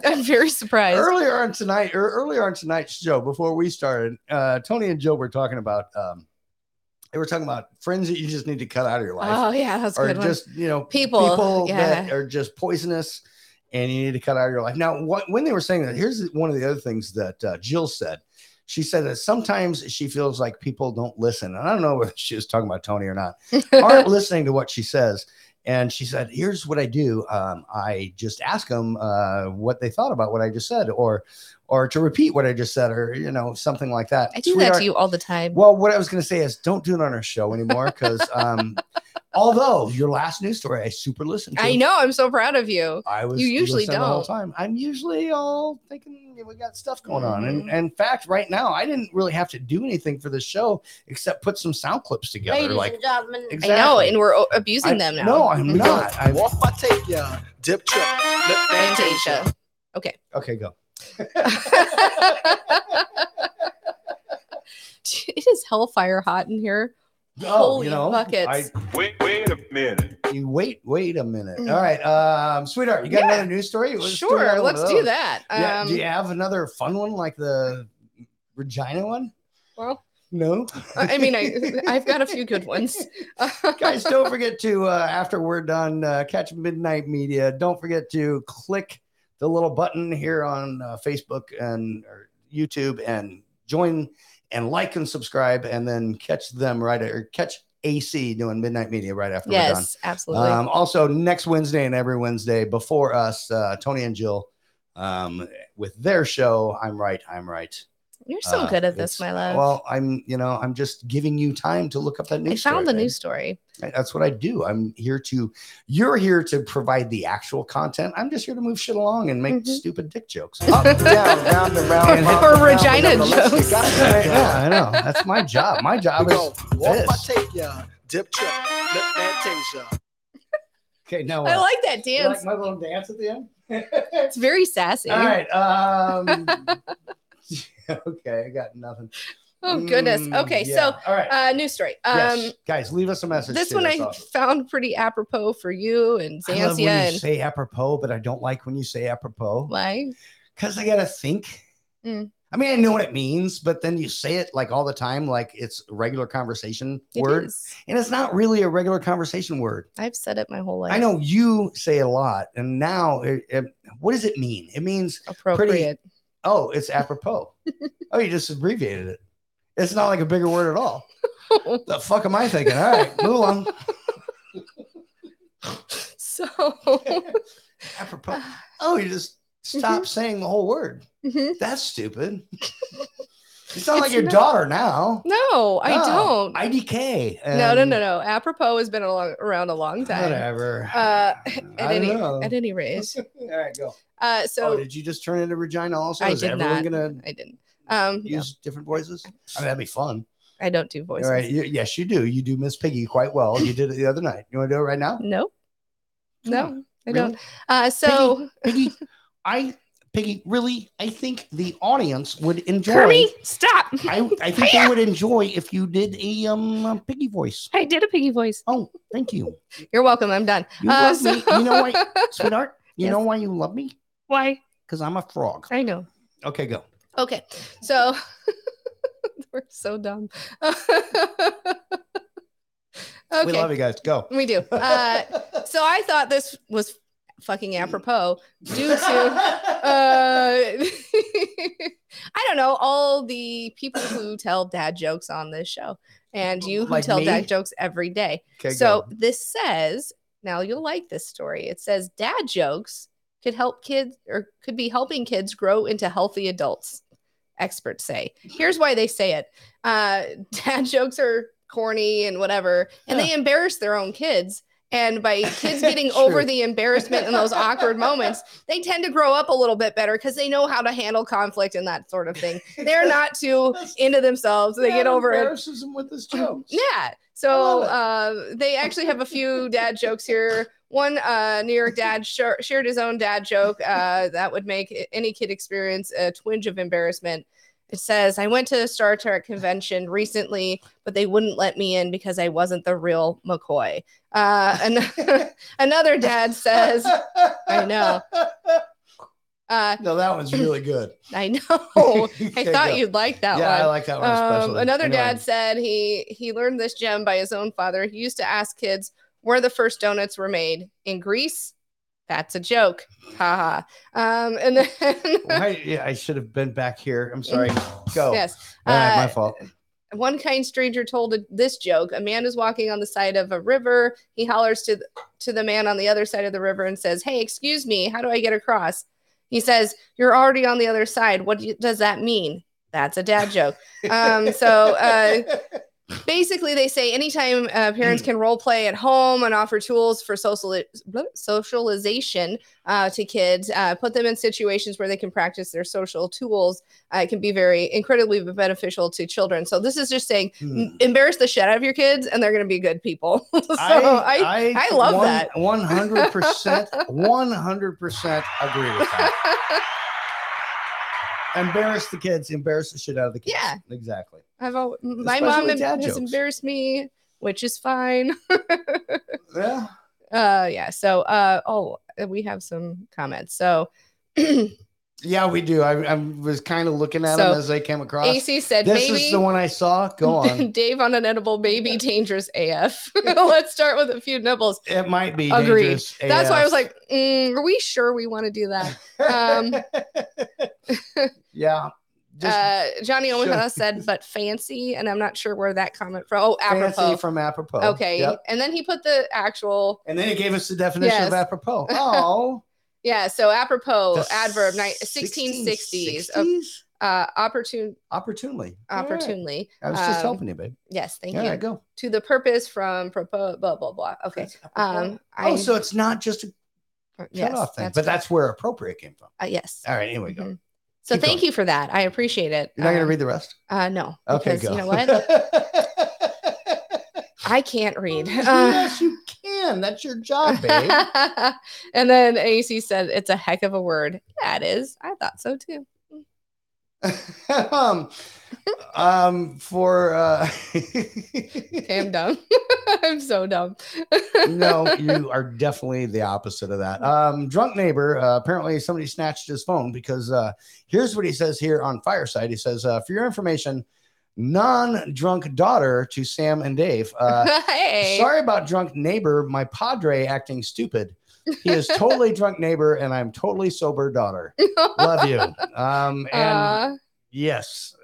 Speaker 5: I'm very surprised.
Speaker 6: Earlier on tonight, or earlier on tonight's show, before we started, uh, Tony and Joe were talking about um, they were talking about friends that you just need to cut out of your life.
Speaker 5: Oh, yeah, that's a
Speaker 6: or
Speaker 5: good one.
Speaker 6: just you know
Speaker 5: People,
Speaker 6: people
Speaker 5: yeah.
Speaker 6: that are just poisonous, and you need to cut out of your life. Now, what, when they were saying that, here's one of the other things that uh, Jill said. She said that sometimes she feels like people don't listen, and I don't know whether she was talking about Tony or not, aren't listening to what she says. And she said, "Here's what I do. Um, I just ask them uh, what they thought about what I just said, or, or to repeat what I just said, or you know something like that."
Speaker 5: I do that
Speaker 6: Sweetheart,
Speaker 5: to you all the time.
Speaker 6: well, what I was going to say is don't do it on our show anymore because um, although your last news story I super listened to.
Speaker 5: I know. I'm so proud of you.
Speaker 6: I was
Speaker 5: You usually
Speaker 6: listening
Speaker 5: don't.
Speaker 6: the whole time. I'm usually all thinking we got stuff going on.
Speaker 5: Mm-hmm.
Speaker 6: And, and in fact, right now, I didn't really have to do anything for the show except put some sound clips together.
Speaker 7: Ladies
Speaker 6: like,
Speaker 7: and gentlemen,
Speaker 5: I know,
Speaker 6: Exactly.
Speaker 5: and we're o- abusing
Speaker 6: I-
Speaker 5: them now.
Speaker 6: No, I'm not. I'm,
Speaker 8: Walk my tape, yeah. Dip trip. Lip
Speaker 5: Fantasia. Okay.
Speaker 6: okay, go.
Speaker 5: It is hellfire hot in here.
Speaker 6: Oh,
Speaker 5: Holy
Speaker 6: you know,
Speaker 5: buckets.
Speaker 13: Wait, wait a minute.
Speaker 6: You wait, wait a minute.
Speaker 5: Mm.
Speaker 6: All right, um, sweetheart, you got
Speaker 5: Yeah.
Speaker 6: another news story? Let's do
Speaker 5: Sure,
Speaker 6: another one
Speaker 5: let's
Speaker 6: of
Speaker 5: do
Speaker 6: those.
Speaker 5: that.
Speaker 6: Yeah, do
Speaker 5: Um,
Speaker 6: you have another fun one like the Regina one?
Speaker 5: well,
Speaker 6: No.
Speaker 5: I I mean, I, I've got a few good ones.
Speaker 6: guys don't forget to uh, after we're done uh, catch midnight media don't forget to click the little button here on uh, facebook and or youtube and join and like and subscribe and then catch them right or catch ac doing midnight media right after we're done
Speaker 5: yes, absolutely.
Speaker 6: um, also, next Wednesday and every Wednesday before us, uh, Tony and Jill um, with their show. I'm right. I'm right.
Speaker 5: You're so
Speaker 6: uh,
Speaker 5: good at
Speaker 6: it's-
Speaker 5: this, my love.
Speaker 6: Well, I'm. You know, I'm just giving you time to look up that
Speaker 5: I
Speaker 6: news.
Speaker 5: found the
Speaker 6: story,
Speaker 5: news story.
Speaker 6: babe. That's what I do. I'm here to. You're here to provide the actual content. I'm just here to move shit along and make
Speaker 5: Mm-hmm.
Speaker 6: stupid dick jokes.
Speaker 8: down, round and round.
Speaker 6: And-
Speaker 8: up and
Speaker 5: Or
Speaker 8: down, whatever,
Speaker 5: Regina
Speaker 8: let's
Speaker 5: jokes.
Speaker 8: get out of here.
Speaker 6: yeah, I know. That's my job. My job
Speaker 8: We
Speaker 6: is
Speaker 8: go, Walk my
Speaker 6: this.
Speaker 8: tape, yeah. Dip trip. Lip Fantasia.
Speaker 6: Okay, now
Speaker 5: I
Speaker 6: what?
Speaker 5: like that
Speaker 6: You
Speaker 5: dance.
Speaker 6: like my little dance at the end.
Speaker 5: it's very sassy.
Speaker 6: All right. Um, okay, I got nothing.
Speaker 5: Oh goodness.
Speaker 6: Mm,
Speaker 5: Okay,
Speaker 6: yeah.
Speaker 5: so
Speaker 6: all right,
Speaker 5: uh, news story. Um,
Speaker 6: yes. guys, leave us a message.
Speaker 5: this
Speaker 6: too.
Speaker 5: one I
Speaker 6: That's awesome.
Speaker 5: found pretty apropos for you and
Speaker 6: I love
Speaker 5: Zanzia.
Speaker 6: when
Speaker 5: And
Speaker 6: you say apropos, but I don't like when you say apropos
Speaker 5: why?
Speaker 6: because I gotta think.
Speaker 5: Mm.
Speaker 6: I mean, I know what it means, but then you say it like all the time, like it's a regular conversation
Speaker 5: It
Speaker 6: word,
Speaker 5: is.
Speaker 6: and it's not really a regular conversation word.
Speaker 5: I've said it my whole life.
Speaker 6: I know you say a lot, and now it, it, what does it mean? It means
Speaker 5: Appropriate.
Speaker 6: oh, it's apropos. oh, you just abbreviated it. It's not like a bigger word at all. the fuck am I thinking? All right, move along.
Speaker 5: So
Speaker 6: Apropos. Oh, you just
Speaker 5: Mm-hmm.
Speaker 6: stop saying the whole word.
Speaker 5: Mhm.
Speaker 6: That's stupid. you sound like
Speaker 5: It's
Speaker 6: your
Speaker 5: not-
Speaker 6: daughter now.
Speaker 5: no, I
Speaker 6: Oh,
Speaker 5: don't.
Speaker 6: IDK.
Speaker 5: no, no,
Speaker 6: and
Speaker 5: no, no. Apropos has been a long, around a long time.
Speaker 6: um, Whatever.
Speaker 5: Uh, at
Speaker 6: I
Speaker 5: any
Speaker 6: don't know.
Speaker 5: at any rate.
Speaker 6: All right, go.
Speaker 5: Uh, so
Speaker 6: oh, did you just turn into Regina also?
Speaker 5: I
Speaker 6: Oh, Is
Speaker 5: did
Speaker 6: everyone
Speaker 5: not.
Speaker 6: gonna
Speaker 5: I didn't. Um, no,
Speaker 6: use different voices? I mean, that'd be fun.
Speaker 5: I don't do voices.
Speaker 6: All right. You, yes, you do. You do Miss Piggy quite well. You did it the other night. You want to do it right now?
Speaker 5: No, no,
Speaker 6: Come
Speaker 5: I
Speaker 6: Oh, really?
Speaker 5: don't. Uh, so.
Speaker 6: Piggy, I Piggy, really, I think the audience would enjoy.
Speaker 5: Kermit, stop.
Speaker 6: I, I think they would enjoy if you did a um a piggy voice.
Speaker 5: I did a piggy voice.
Speaker 6: Oh, thank you.
Speaker 5: You're welcome. I'm done.
Speaker 6: You
Speaker 5: Uh,
Speaker 6: love me. You know what, sweetheart? You
Speaker 5: Yes.
Speaker 6: know why you love me?
Speaker 5: Why?
Speaker 6: Because I'm a frog.
Speaker 5: I know.
Speaker 6: Okay, go.
Speaker 5: Okay. So we're so dumb. okay.
Speaker 6: We love you guys. Go.
Speaker 5: We do. Uh, so I thought this was fucking apropos due to. Uh, I don't know all the people who tell dad jokes on this show, and you who
Speaker 6: Like
Speaker 5: tell
Speaker 6: me?
Speaker 5: dad jokes every day.
Speaker 6: Okay,
Speaker 5: so
Speaker 6: go.
Speaker 5: this says now you'll like this story. It says dad jokes could help kids or could be helping kids grow into healthy adults. Experts say. Here's why they say it: uh, dad jokes are corny and whatever, and they embarrass their own kids. And by kids getting over
Speaker 14: True.
Speaker 5: the embarrassment in those awkward moments, they tend to grow up a little bit better because they know how to handle conflict and that sort of thing. They're not too into themselves. They
Speaker 6: Yeah,
Speaker 5: get over it.
Speaker 6: embarrasses them with his jokes.
Speaker 5: Yeah. So uh, they actually have a few dad jokes here. One uh, New York dad sh- shared his own dad joke uh, that would make any kid experience a twinge of embarrassment. It says, I went to a Star Trek convention recently, but they wouldn't let me in because I wasn't the real McCoy. Uh, an- another dad says, I know. Uh,
Speaker 6: No, that one's really good.
Speaker 5: I know. Oh, I
Speaker 6: Okay, go.
Speaker 5: thought you'd like that
Speaker 6: Yeah,
Speaker 5: one.
Speaker 6: I like that one especially.
Speaker 5: Um, another
Speaker 6: I know I
Speaker 5: dad
Speaker 6: do.
Speaker 5: said he he learned this gem by his own father. He used to ask kids where the first donuts were made in Greece. That's a joke. Ha ha. Um, and then
Speaker 6: Why- yeah, I should have been back here. I'm sorry. Go.
Speaker 5: Yes.
Speaker 6: All right,
Speaker 5: Uh,
Speaker 6: my fault.
Speaker 5: one kind stranger told a- this joke. A man is walking on the side of a river. He hollers to the, to the man on the other side of the river and says, "Hey, excuse me, how do I get across?" He says, "You're already on the other side. What do you- does that mean?" That's a dad joke. Um, so uh, basically, they say anytime uh, parents
Speaker 6: Mm.
Speaker 5: can role play at home and offer tools for social socialization uh, to kids, uh, put them in situations where they can practice their social tools, uh, it can be very incredibly beneficial to children. So this is just saying
Speaker 6: Hmm.
Speaker 5: embarrass the shit out of your kids, and they're going to be good people. so I, I, love that.
Speaker 6: One hundred percent, one hundred percent agree with that. embarrass the kids, embarrass the shit out of the kids.
Speaker 5: Yeah.
Speaker 6: exactly.
Speaker 5: I've always, my
Speaker 6: Especially
Speaker 5: mom
Speaker 6: dad
Speaker 5: has
Speaker 6: jokes.
Speaker 5: embarrassed me, which is fine.
Speaker 6: yeah.
Speaker 5: Uh, yeah. So, uh, oh, we have some comments. So,
Speaker 6: Yeah, we do. I, I was kind of looking at
Speaker 5: So,
Speaker 6: them as they came across.
Speaker 5: AC said,
Speaker 6: Uh, "This
Speaker 5: "Maybe-
Speaker 6: is the one I saw." Go on.
Speaker 5: Dave on an edible baby, dangerous AF. Let's start with a few nibbles.
Speaker 6: it might be
Speaker 5: Agreed.
Speaker 6: dangerous
Speaker 5: That's why I
Speaker 6: AF.
Speaker 5: was like, mm, are we sure we want to do that? Um,
Speaker 6: "Yeah,
Speaker 5: uh, Johnny Owen
Speaker 6: show-
Speaker 5: said, but fancy, and I'm not sure where that comment from. Oh, apropos.
Speaker 6: fancy from apropos."
Speaker 5: Okay,
Speaker 6: Yep.
Speaker 5: and then he put the actual.
Speaker 6: And then it gave us the definition
Speaker 5: Yes.
Speaker 6: of apropos. Oh,
Speaker 5: Yeah, so apropos
Speaker 6: The
Speaker 5: adverb ni- 1660s, of, uh, opportune
Speaker 6: opportunely. All right.
Speaker 5: opportunely.
Speaker 6: I was just
Speaker 5: um,
Speaker 6: helping you, babe.
Speaker 5: Yes, thank
Speaker 6: All
Speaker 5: you.
Speaker 6: right, go.
Speaker 5: to the purpose from propo- blah blah blah. Okay, um, I, uh,
Speaker 6: oh, so it's not just a
Speaker 5: yes,
Speaker 6: cut off thing,
Speaker 5: that's
Speaker 6: but that's where appropriate came from.
Speaker 5: uh, yes.
Speaker 6: All right, anyway, go.
Speaker 5: So thank you for that. I appreciate it.
Speaker 6: You're not going
Speaker 5: Um,
Speaker 6: to read the rest?
Speaker 5: Uh, no.
Speaker 6: Okay,
Speaker 5: because
Speaker 6: go.
Speaker 5: You know what? Uh, I can't read. Uh,
Speaker 6: yes, you can. That's your job, babe.
Speaker 5: and then AC said, "It's a heck of a word." Yeah, it is. I thought so too.
Speaker 6: um, um, for uh,
Speaker 5: Okay, I'm dumb. I'm so dumb.
Speaker 6: no, you are definitely the opposite of that. Um, drunk neighbor. Uh, apparently, somebody snatched his phone because uh, here's what he says here on Fireside. He says, uh, "For your information, non-drunk daughter to Sam and Dave. Uh,
Speaker 5: hey.
Speaker 6: Sorry about drunk neighbor. My padre acting stupid. He is totally drunk neighbor, and I'm totally sober daughter. Love you. Um, and
Speaker 5: Aw.
Speaker 6: yes."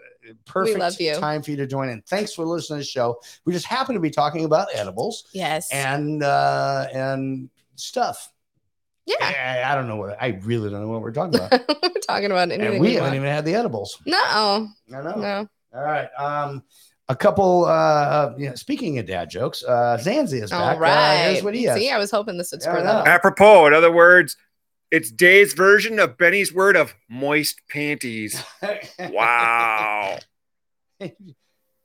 Speaker 6: Perfect
Speaker 5: love you.
Speaker 6: time for you to join in. Thanks for listening to the show. We just happen to be talking about edibles
Speaker 5: Yes.
Speaker 6: and uh and stuff.
Speaker 5: Yeah.
Speaker 6: I, I don't know what I really don't know what we're talking about.
Speaker 5: We're talking about anything.
Speaker 6: and
Speaker 5: we
Speaker 6: we haven't
Speaker 5: want.
Speaker 6: even Oh, had the edibles.
Speaker 5: No.
Speaker 6: I know.
Speaker 5: No.
Speaker 6: All right. Um a couple uh, uh yeah, speaking of dad jokes, uh Zanzi is back.
Speaker 5: All
Speaker 6: Uh,
Speaker 5: right.
Speaker 6: here's what he has.
Speaker 5: See, I was hoping this would
Speaker 6: Yeah, I
Speaker 5: square that up.
Speaker 2: Apropos, in other words, it's Dave's version of Benny's word of moist panties. Wow.
Speaker 6: He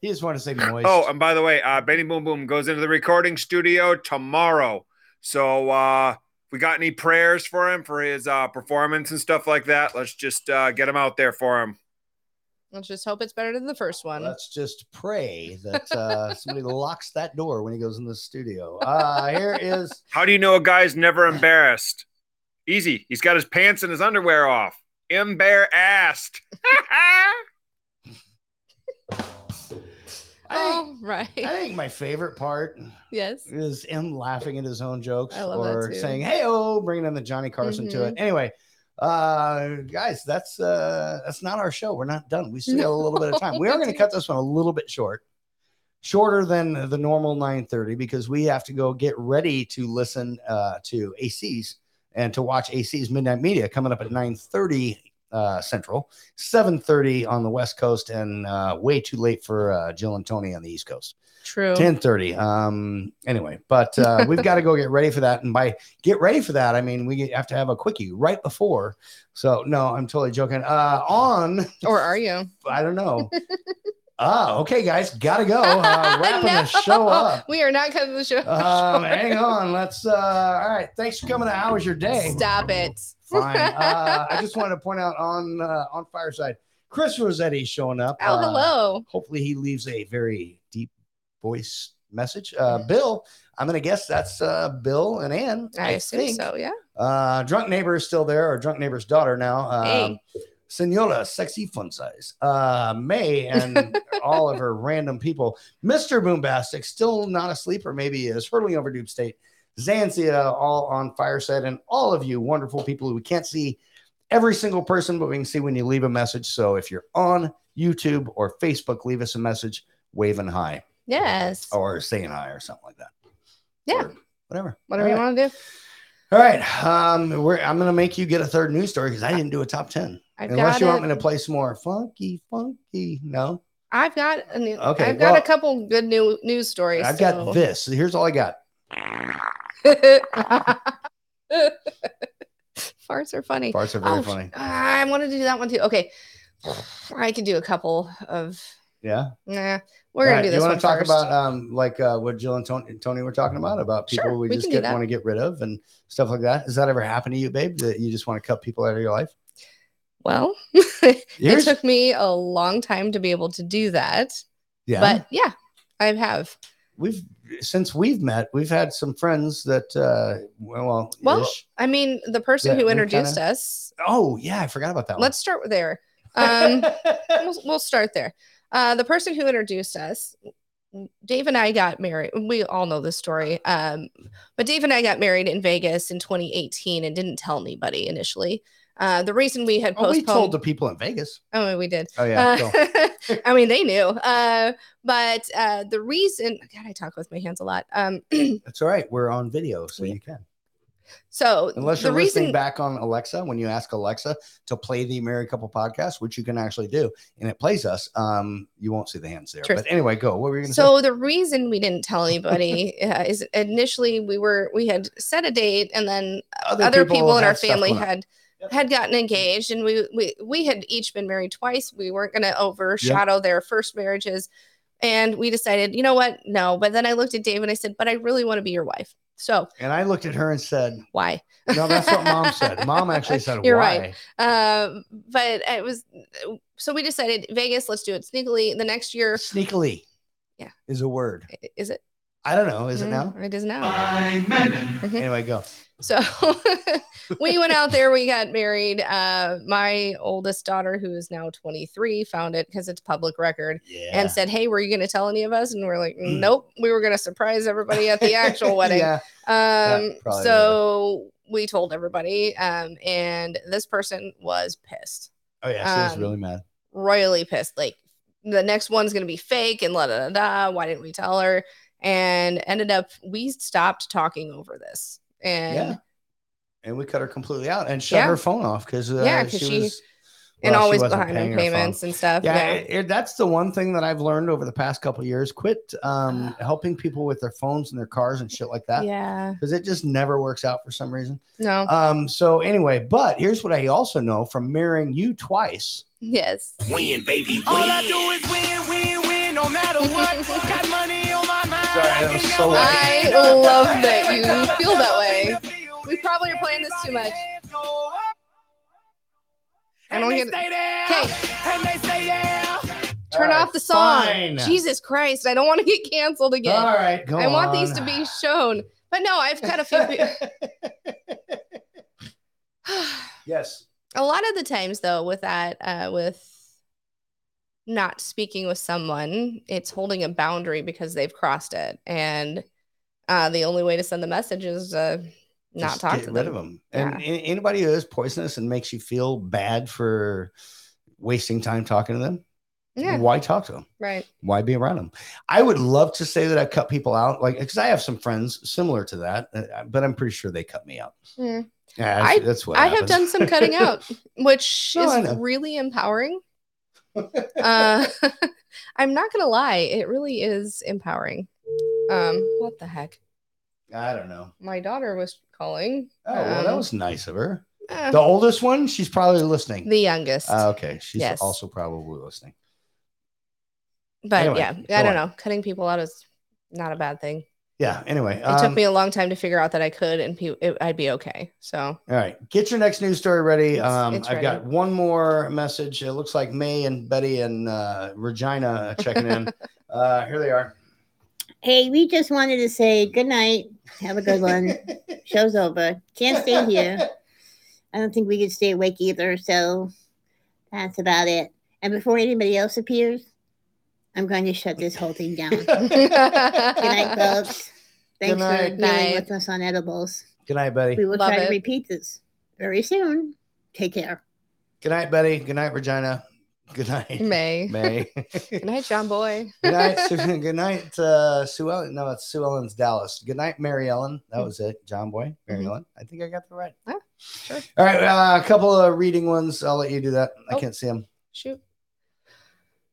Speaker 6: just wanted to say moist.
Speaker 2: Oh, and by the way, uh, Benny Boom Boom goes into the recording studio tomorrow. So uh, we got any prayers for him for his uh, performance and stuff like that. Let's just uh, get him out there for him.
Speaker 5: Let's just hope it's better than the first one.
Speaker 6: Let's just pray that uh somebody locks that door when he goes in the studio. Uh here is
Speaker 2: How do you know a guy's never embarrassed? Easy. He's got his pants and his underwear off. Embarrassed.
Speaker 5: All right.
Speaker 6: I think my favorite part
Speaker 5: yes.
Speaker 6: is him laughing at his own jokes
Speaker 5: I love that
Speaker 6: or
Speaker 5: too.
Speaker 6: saying hey oh bringing in the johnny carson to it
Speaker 5: Mhm.
Speaker 6: anyway uh guys that's uh that's not our show we're not done we still got a little bit of time we are going to cut this one a little bit short shorter than the normal 930 because we have to go get ready to listen uh to ac's and to watch ac's midnight media coming up at 930 uh, Central, 7:30 on the West Coast, and uh, way too late for uh, Jill and Tony on the East Coast.
Speaker 5: True.
Speaker 6: 10:30. Um. Anyway, but uh, we've got to go get ready for that, and by get ready for that, I mean we have to have a quickie right before. So no, I'm totally joking. Uh, on
Speaker 5: or are you?
Speaker 6: I don't know. Ah, okay, guys, gotta go. Uh, wrapping the show up.
Speaker 5: We are not cutting the show.
Speaker 6: Um,
Speaker 5: short.
Speaker 6: hang on. Let's. Uh, all right. Thanks for coming to How's Your Day.
Speaker 5: Stop it.
Speaker 6: Fine. Uh, I just wanted to point out on uh, on Fireside, Chris Rossetti's showing up.
Speaker 5: Oh,
Speaker 6: Uh,
Speaker 5: hello.
Speaker 6: Hopefully, he leaves a very deep voice message. Uh, Bill, I'm gonna guess that's uh, Bill and Ann.
Speaker 5: I assume so, yeah.
Speaker 6: Uh, drunk neighbor is still there, or drunk neighbor's daughter now. Um,
Speaker 5: Hey.
Speaker 6: Senora, sexy fun size. Uh, May and all of her random people. Mr. Boombastic, still not asleep, or maybe he is hurtling over Dupe State. Zanzia, all on Fireside, and all of you wonderful people who we can't see every single person, but we can see when you leave a message. So if you're on YouTube or Facebook, leave us a message waving hi
Speaker 5: Yes.
Speaker 6: or saying hi or something like that.
Speaker 5: Yeah.
Speaker 6: Whatever.
Speaker 5: Whatever you
Speaker 6: All right.
Speaker 5: want to do.
Speaker 6: All right. Um, we're, I'm going to make you get a third news story because I didn't do a top 10.
Speaker 5: I've
Speaker 6: Unless
Speaker 5: got
Speaker 6: you want
Speaker 5: it.
Speaker 6: me to play some more funky, funky. No,
Speaker 5: I've got a new,
Speaker 6: Okay,
Speaker 5: I've got
Speaker 6: well-
Speaker 5: a couple good new news stories.
Speaker 6: I've
Speaker 5: so-
Speaker 6: got this. Here's all I got.
Speaker 5: Farts are funny.
Speaker 6: Farts are very
Speaker 5: Oh,
Speaker 6: funny.
Speaker 5: I want to do that one too. Okay. I can do a couple of
Speaker 6: Yeah.
Speaker 5: nah. We're
Speaker 6: All
Speaker 5: gonna
Speaker 6: right,
Speaker 5: do this
Speaker 6: You
Speaker 5: one
Speaker 6: want to talk
Speaker 5: first.
Speaker 6: about um, like uh, what Jill and Tony, Tony were talking about about people
Speaker 5: Sure,
Speaker 6: we,
Speaker 5: we
Speaker 6: just
Speaker 5: can do
Speaker 6: get,
Speaker 5: that.
Speaker 6: want to get rid of and stuff like that. Has that ever happened to you, babe? That you just want to cut people out of your life?
Speaker 5: Well,
Speaker 6: Yours?
Speaker 5: it took me a long time to be able to do that.
Speaker 6: Yeah.
Speaker 5: But yeah, I have.
Speaker 6: we've since we've met, we've had some friends that uh, well,
Speaker 5: Well,
Speaker 6: ish.
Speaker 5: I mean, the person
Speaker 6: Yeah,
Speaker 5: who
Speaker 6: we
Speaker 5: introduced
Speaker 6: kinda-
Speaker 5: us
Speaker 6: oh yeah, I forgot about that one.
Speaker 5: Let's start with there. Um, we'll, we'll start there. Uh, the person who introduced us, Dave and I got married. We all know this story. Um, but Dave and I got married in Vegas in 2018 and didn't tell anybody initially. Uh, the reason we had
Speaker 6: Oh, we
Speaker 5: postponed.
Speaker 6: told the people in Vegas.
Speaker 5: Oh, we did.
Speaker 6: Oh, yeah,
Speaker 5: Uh, I mean, they knew. Uh, but uh, the reason, God, I talk with my hands a lot. Um,
Speaker 6: That's all right. We're on video, so you can.
Speaker 5: so
Speaker 6: Unless
Speaker 5: the
Speaker 6: you're listening
Speaker 5: reason-
Speaker 6: back on Alexa, when you ask Alexa to play the Married Couple podcast, which you can actually do, and it plays us, um, you won't see the hands there.
Speaker 5: True.
Speaker 6: But anyway, go. What were you going to
Speaker 5: so the reason we didn't tell anybody uh, is initially we were we had set a date and then
Speaker 6: Other
Speaker 5: other,
Speaker 6: people
Speaker 5: people, in our
Speaker 6: had stuff
Speaker 5: family
Speaker 6: going on.
Speaker 5: had had gotten engaged and we, we we had each been married twice we weren't going to overshadow their first marriages and we decided you know what no but then i looked at dave and i said but i really want to be your wife so
Speaker 6: And I looked at her and said,
Speaker 5: "Why?"
Speaker 6: No, that's what mom said. Mom actually said,
Speaker 5: You're
Speaker 6: "Why?"
Speaker 5: right. Um, but it was so we decided Vegas. Let's do it sneakily. The next year,
Speaker 6: Sneakily.
Speaker 5: Yeah.
Speaker 6: Is a word.
Speaker 5: is it?
Speaker 6: I don't know. Is it
Speaker 5: Mm,
Speaker 6: now?
Speaker 5: It is now.
Speaker 15: Uh-huh.
Speaker 6: Anyway, go.
Speaker 5: So we went out there, we got married. Uh, my oldest daughter, who is now 23, found it because it's public record
Speaker 6: Yeah. Mm.
Speaker 5: and said, Hey, were you going to tell any of us? And we're like, Nope, we were going to surprise everybody at the actual wedding.
Speaker 6: Yeah.
Speaker 5: Um,
Speaker 6: probably
Speaker 5: so we told everybody, um, and this person was pissed,
Speaker 6: Oh yeah, she was
Speaker 5: Um,
Speaker 6: really mad.
Speaker 5: royally pissed. Like, the next one's going to be fake and la da da da. Why didn't we tell her? And ended up, we stopped talking over this. And
Speaker 6: Yeah. And we cut her completely out and shut
Speaker 5: Yeah.
Speaker 6: her phone off because uh,
Speaker 5: yeah,
Speaker 6: she,
Speaker 5: because she,
Speaker 6: was
Speaker 5: and
Speaker 6: well, she
Speaker 5: always
Speaker 6: wasn't
Speaker 5: behind
Speaker 6: paying
Speaker 5: on
Speaker 6: her phone.
Speaker 5: payments and stuff.
Speaker 6: yeah,
Speaker 5: Yeah,
Speaker 6: it- it- that's the one thing that I've learned over the past couple of years. Quit um, helping people with their phones and their cars and shit like that.
Speaker 5: Ah. Yeah.
Speaker 6: because it just never works out for some reason.
Speaker 5: no,
Speaker 6: Um, so anyway, but here's what I also know from marrying you twice.
Speaker 5: yes.
Speaker 6: Win, baby,
Speaker 8: All I do is win, win, win, no matter what. Got money on my mind.
Speaker 6: Sorry, that was so loud.
Speaker 5: I love that you feel that way. We probably are playing this too much. I don't get Okay. Turn
Speaker 6: All
Speaker 5: off
Speaker 6: right,
Speaker 5: the song.
Speaker 6: fine.
Speaker 5: Jesus Christ. I don't want to get canceled again.
Speaker 6: All right, go
Speaker 5: I want these
Speaker 6: on.
Speaker 5: to be shown. But no, I've cut a few. pe-
Speaker 6: Yes.
Speaker 5: a lot of the times, though, with that, uh, with not speaking with someone, it's holding a boundary because they've crossed it. And uh, the only way to send the message is uh, not
Speaker 6: Just
Speaker 5: talk
Speaker 6: get
Speaker 5: to
Speaker 6: rid of
Speaker 5: them.
Speaker 6: them. And a- anybody who is poisonous and makes you feel bad for wasting time talking to them,
Speaker 5: Yeah.
Speaker 6: Why talk to them?
Speaker 5: Right.
Speaker 6: Why be around them? I would love to say that I cut people out, like because I have some friends similar to that, uh, but I'm pretty sure they cut me out.
Speaker 5: Hmm.
Speaker 6: Yeah,
Speaker 5: I,
Speaker 6: that's, that's what
Speaker 5: I have
Speaker 6: happens.
Speaker 5: done some cutting out, which
Speaker 6: No, I
Speaker 5: is
Speaker 6: know.
Speaker 5: really empowering. uh, I'm not gonna lie, it really is empowering. Um, what the heck?
Speaker 6: I don't know.
Speaker 5: My daughter was calling.
Speaker 6: Oh, well, that
Speaker 5: Um,
Speaker 6: was nice of her.
Speaker 5: eh.
Speaker 6: The oldest one, she's probably listening.
Speaker 5: The youngest.
Speaker 6: Ah, okay, she's
Speaker 5: Yes.
Speaker 6: also probably listening.
Speaker 5: But
Speaker 6: Anyway,
Speaker 5: yeah, I
Speaker 6: go
Speaker 5: don't
Speaker 6: on.
Speaker 5: know. Cutting people out is not a bad thing.
Speaker 6: Yeah. Anyway, um,
Speaker 5: It took me a long time to figure out that I could, and pe- it, I'd be okay. So
Speaker 6: All right, get your next news story ready.
Speaker 5: It's-
Speaker 6: um,
Speaker 5: it's
Speaker 6: I've got
Speaker 5: ready.
Speaker 6: one more message. It looks like May and Betty and uh, Regina are checking in. uh, here they are.
Speaker 12: Hey, we just wanted to say good night. Have a good one. Show's over. Can't stay here. I don't think we could stay awake either, so that's about it. And before anybody else appears, I'm going to shut this whole thing down. good night, folks. Thanks
Speaker 6: Good
Speaker 12: for
Speaker 6: night.
Speaker 12: being
Speaker 6: Night.
Speaker 12: with us on Edibles.
Speaker 6: Good night, Betty.
Speaker 12: We will try to repeat this very soon. Take care.
Speaker 6: Good night, Betty. Good night, Regina. Good night,
Speaker 5: May.
Speaker 6: May.
Speaker 5: Good night, John Boy.
Speaker 6: Good night, Sue. Good night, uh, Sue Ellen. No, it's Sue Ellen's Dallas. Good night, Mary Ellen. That
Speaker 5: Mm-hmm.
Speaker 6: was it. John Boy, Mary Ellen. I think I got that right.
Speaker 5: sure.
Speaker 6: All right, uh, a couple of reading ones. I'll let you do that. I
Speaker 5: Oh.
Speaker 6: can't see them.
Speaker 5: Shoot.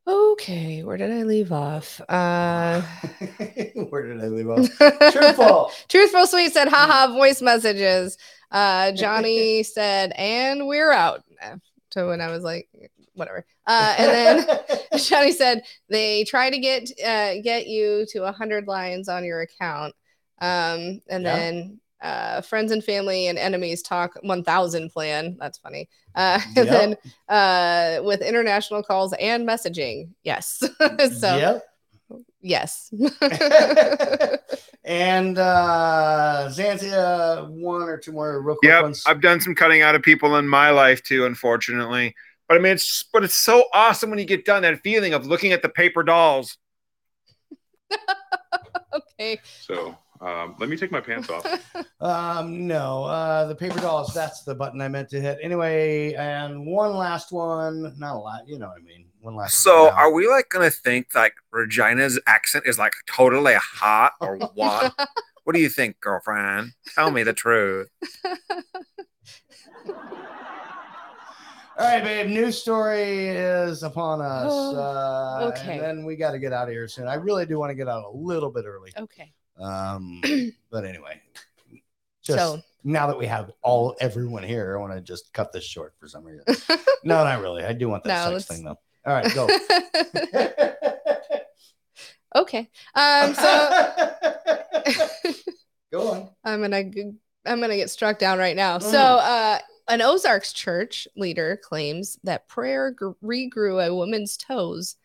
Speaker 5: Okay, where did I leave off? Uh
Speaker 6: Where did I leave off? Truthful. Mm.
Speaker 5: Truthful Sweet said, haha, voice messages. Uh Johnny said, and we're out. Uh, So when I was like, whatever. Uh and then Johnny said, they try to get uh get you to a hundred lines on your account. Um and
Speaker 14: Yeah.
Speaker 5: then uh, friends and family and enemies talk 1000 plan. That's funny. Uh, and
Speaker 14: Yep.
Speaker 5: then uh, with international calls and messaging. Yes. so,
Speaker 6: Yep.
Speaker 5: yes.
Speaker 6: And uh, Zanzi, uh, one or two more real quick
Speaker 2: Yep,
Speaker 6: ones.
Speaker 2: I've done some cutting out of people in my life too, unfortunately. But I mean, it's but it's so awesome when you get done. That feeling of looking at the paper dolls.
Speaker 5: okay.
Speaker 13: So um, let me take my pants off.
Speaker 6: Um, no, uh, the paper dolls. That's the button I meant to hit. Anyway, and one last one. Not a lot, you know what I mean. One last.
Speaker 2: So are we like gonna think like Regina's accent is like totally hot or what? what do you think, girlfriend? Tell me the truth.
Speaker 6: All right, babe. News story is upon us.
Speaker 5: Oh,
Speaker 6: uh,
Speaker 5: okay.
Speaker 6: And then we got to get out of here soon. I really do want to get out a little bit early.
Speaker 5: Okay.
Speaker 6: Um, but anyway, just
Speaker 5: So-
Speaker 6: now that we have all everyone here, I want to just cut this short for some reason. no, not really. I do want that
Speaker 5: No,
Speaker 6: sex
Speaker 5: let's-
Speaker 6: thing though. All right, go.
Speaker 5: okay. Um, so
Speaker 6: go on.
Speaker 5: I'm gonna g- I'm gonna get struck down right now. So uh, an Ozarks church leader claims that prayer gr- regrew a woman's toes.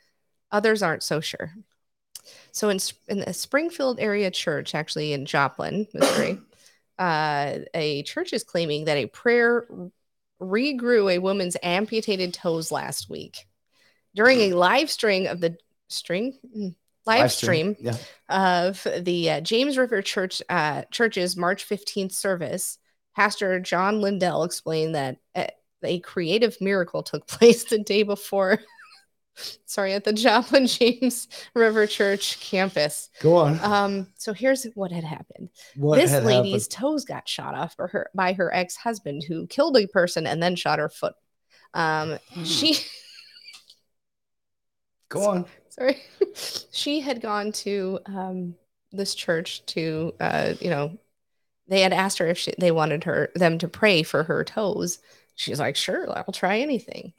Speaker 5: Others aren't so sure. So in Sp- in the Springfield area church, actually in Joplin, Missouri, uh, a church is claiming that a prayer regrew a woman's amputated toes last week during a live string of the string Mm. live, stream
Speaker 6: Yeah.
Speaker 5: of the uh, James River Church uh, Church's March 15th service, Pastor John Lindell explained that uh, a creative miracle took place the day before. Sorry, at the Joplin James River Church campus.
Speaker 6: Go on.
Speaker 5: Um, so here's what had happened.
Speaker 6: What
Speaker 5: this
Speaker 6: had
Speaker 5: lady's toes got shot off by her by her ex-husband, who killed a person and then shot her foot. Um,
Speaker 6: Hmm.
Speaker 5: She.
Speaker 6: Go on.
Speaker 5: sorry she had gone to um, this church to uh, you know they had asked her if she, they wanted her them to pray for her toes she's like sure i'll try anything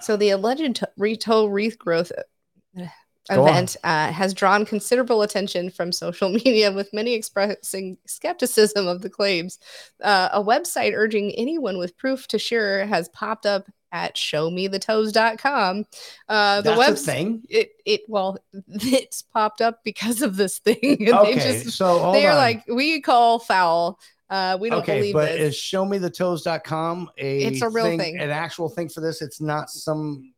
Speaker 5: so the alleged to- re- toe wreath growth uh,
Speaker 14: Go on.
Speaker 5: event uh, has drawn considerable attention from social media with many expressing skepticism of the claims uh, a website urging anyone with proof to share has popped up at showmethetoes.com uh, the
Speaker 6: That's a
Speaker 5: website
Speaker 6: thing?
Speaker 5: it it well it's popped up because of this thing and
Speaker 6: Okay,
Speaker 5: they just
Speaker 6: so hold
Speaker 5: they're
Speaker 6: on.
Speaker 5: like we call foul uh we don't
Speaker 6: okay,
Speaker 5: believe
Speaker 6: but is
Speaker 5: this
Speaker 6: showmethetoes.com a
Speaker 5: It's a real thing.
Speaker 6: an actual thing for this? It's not some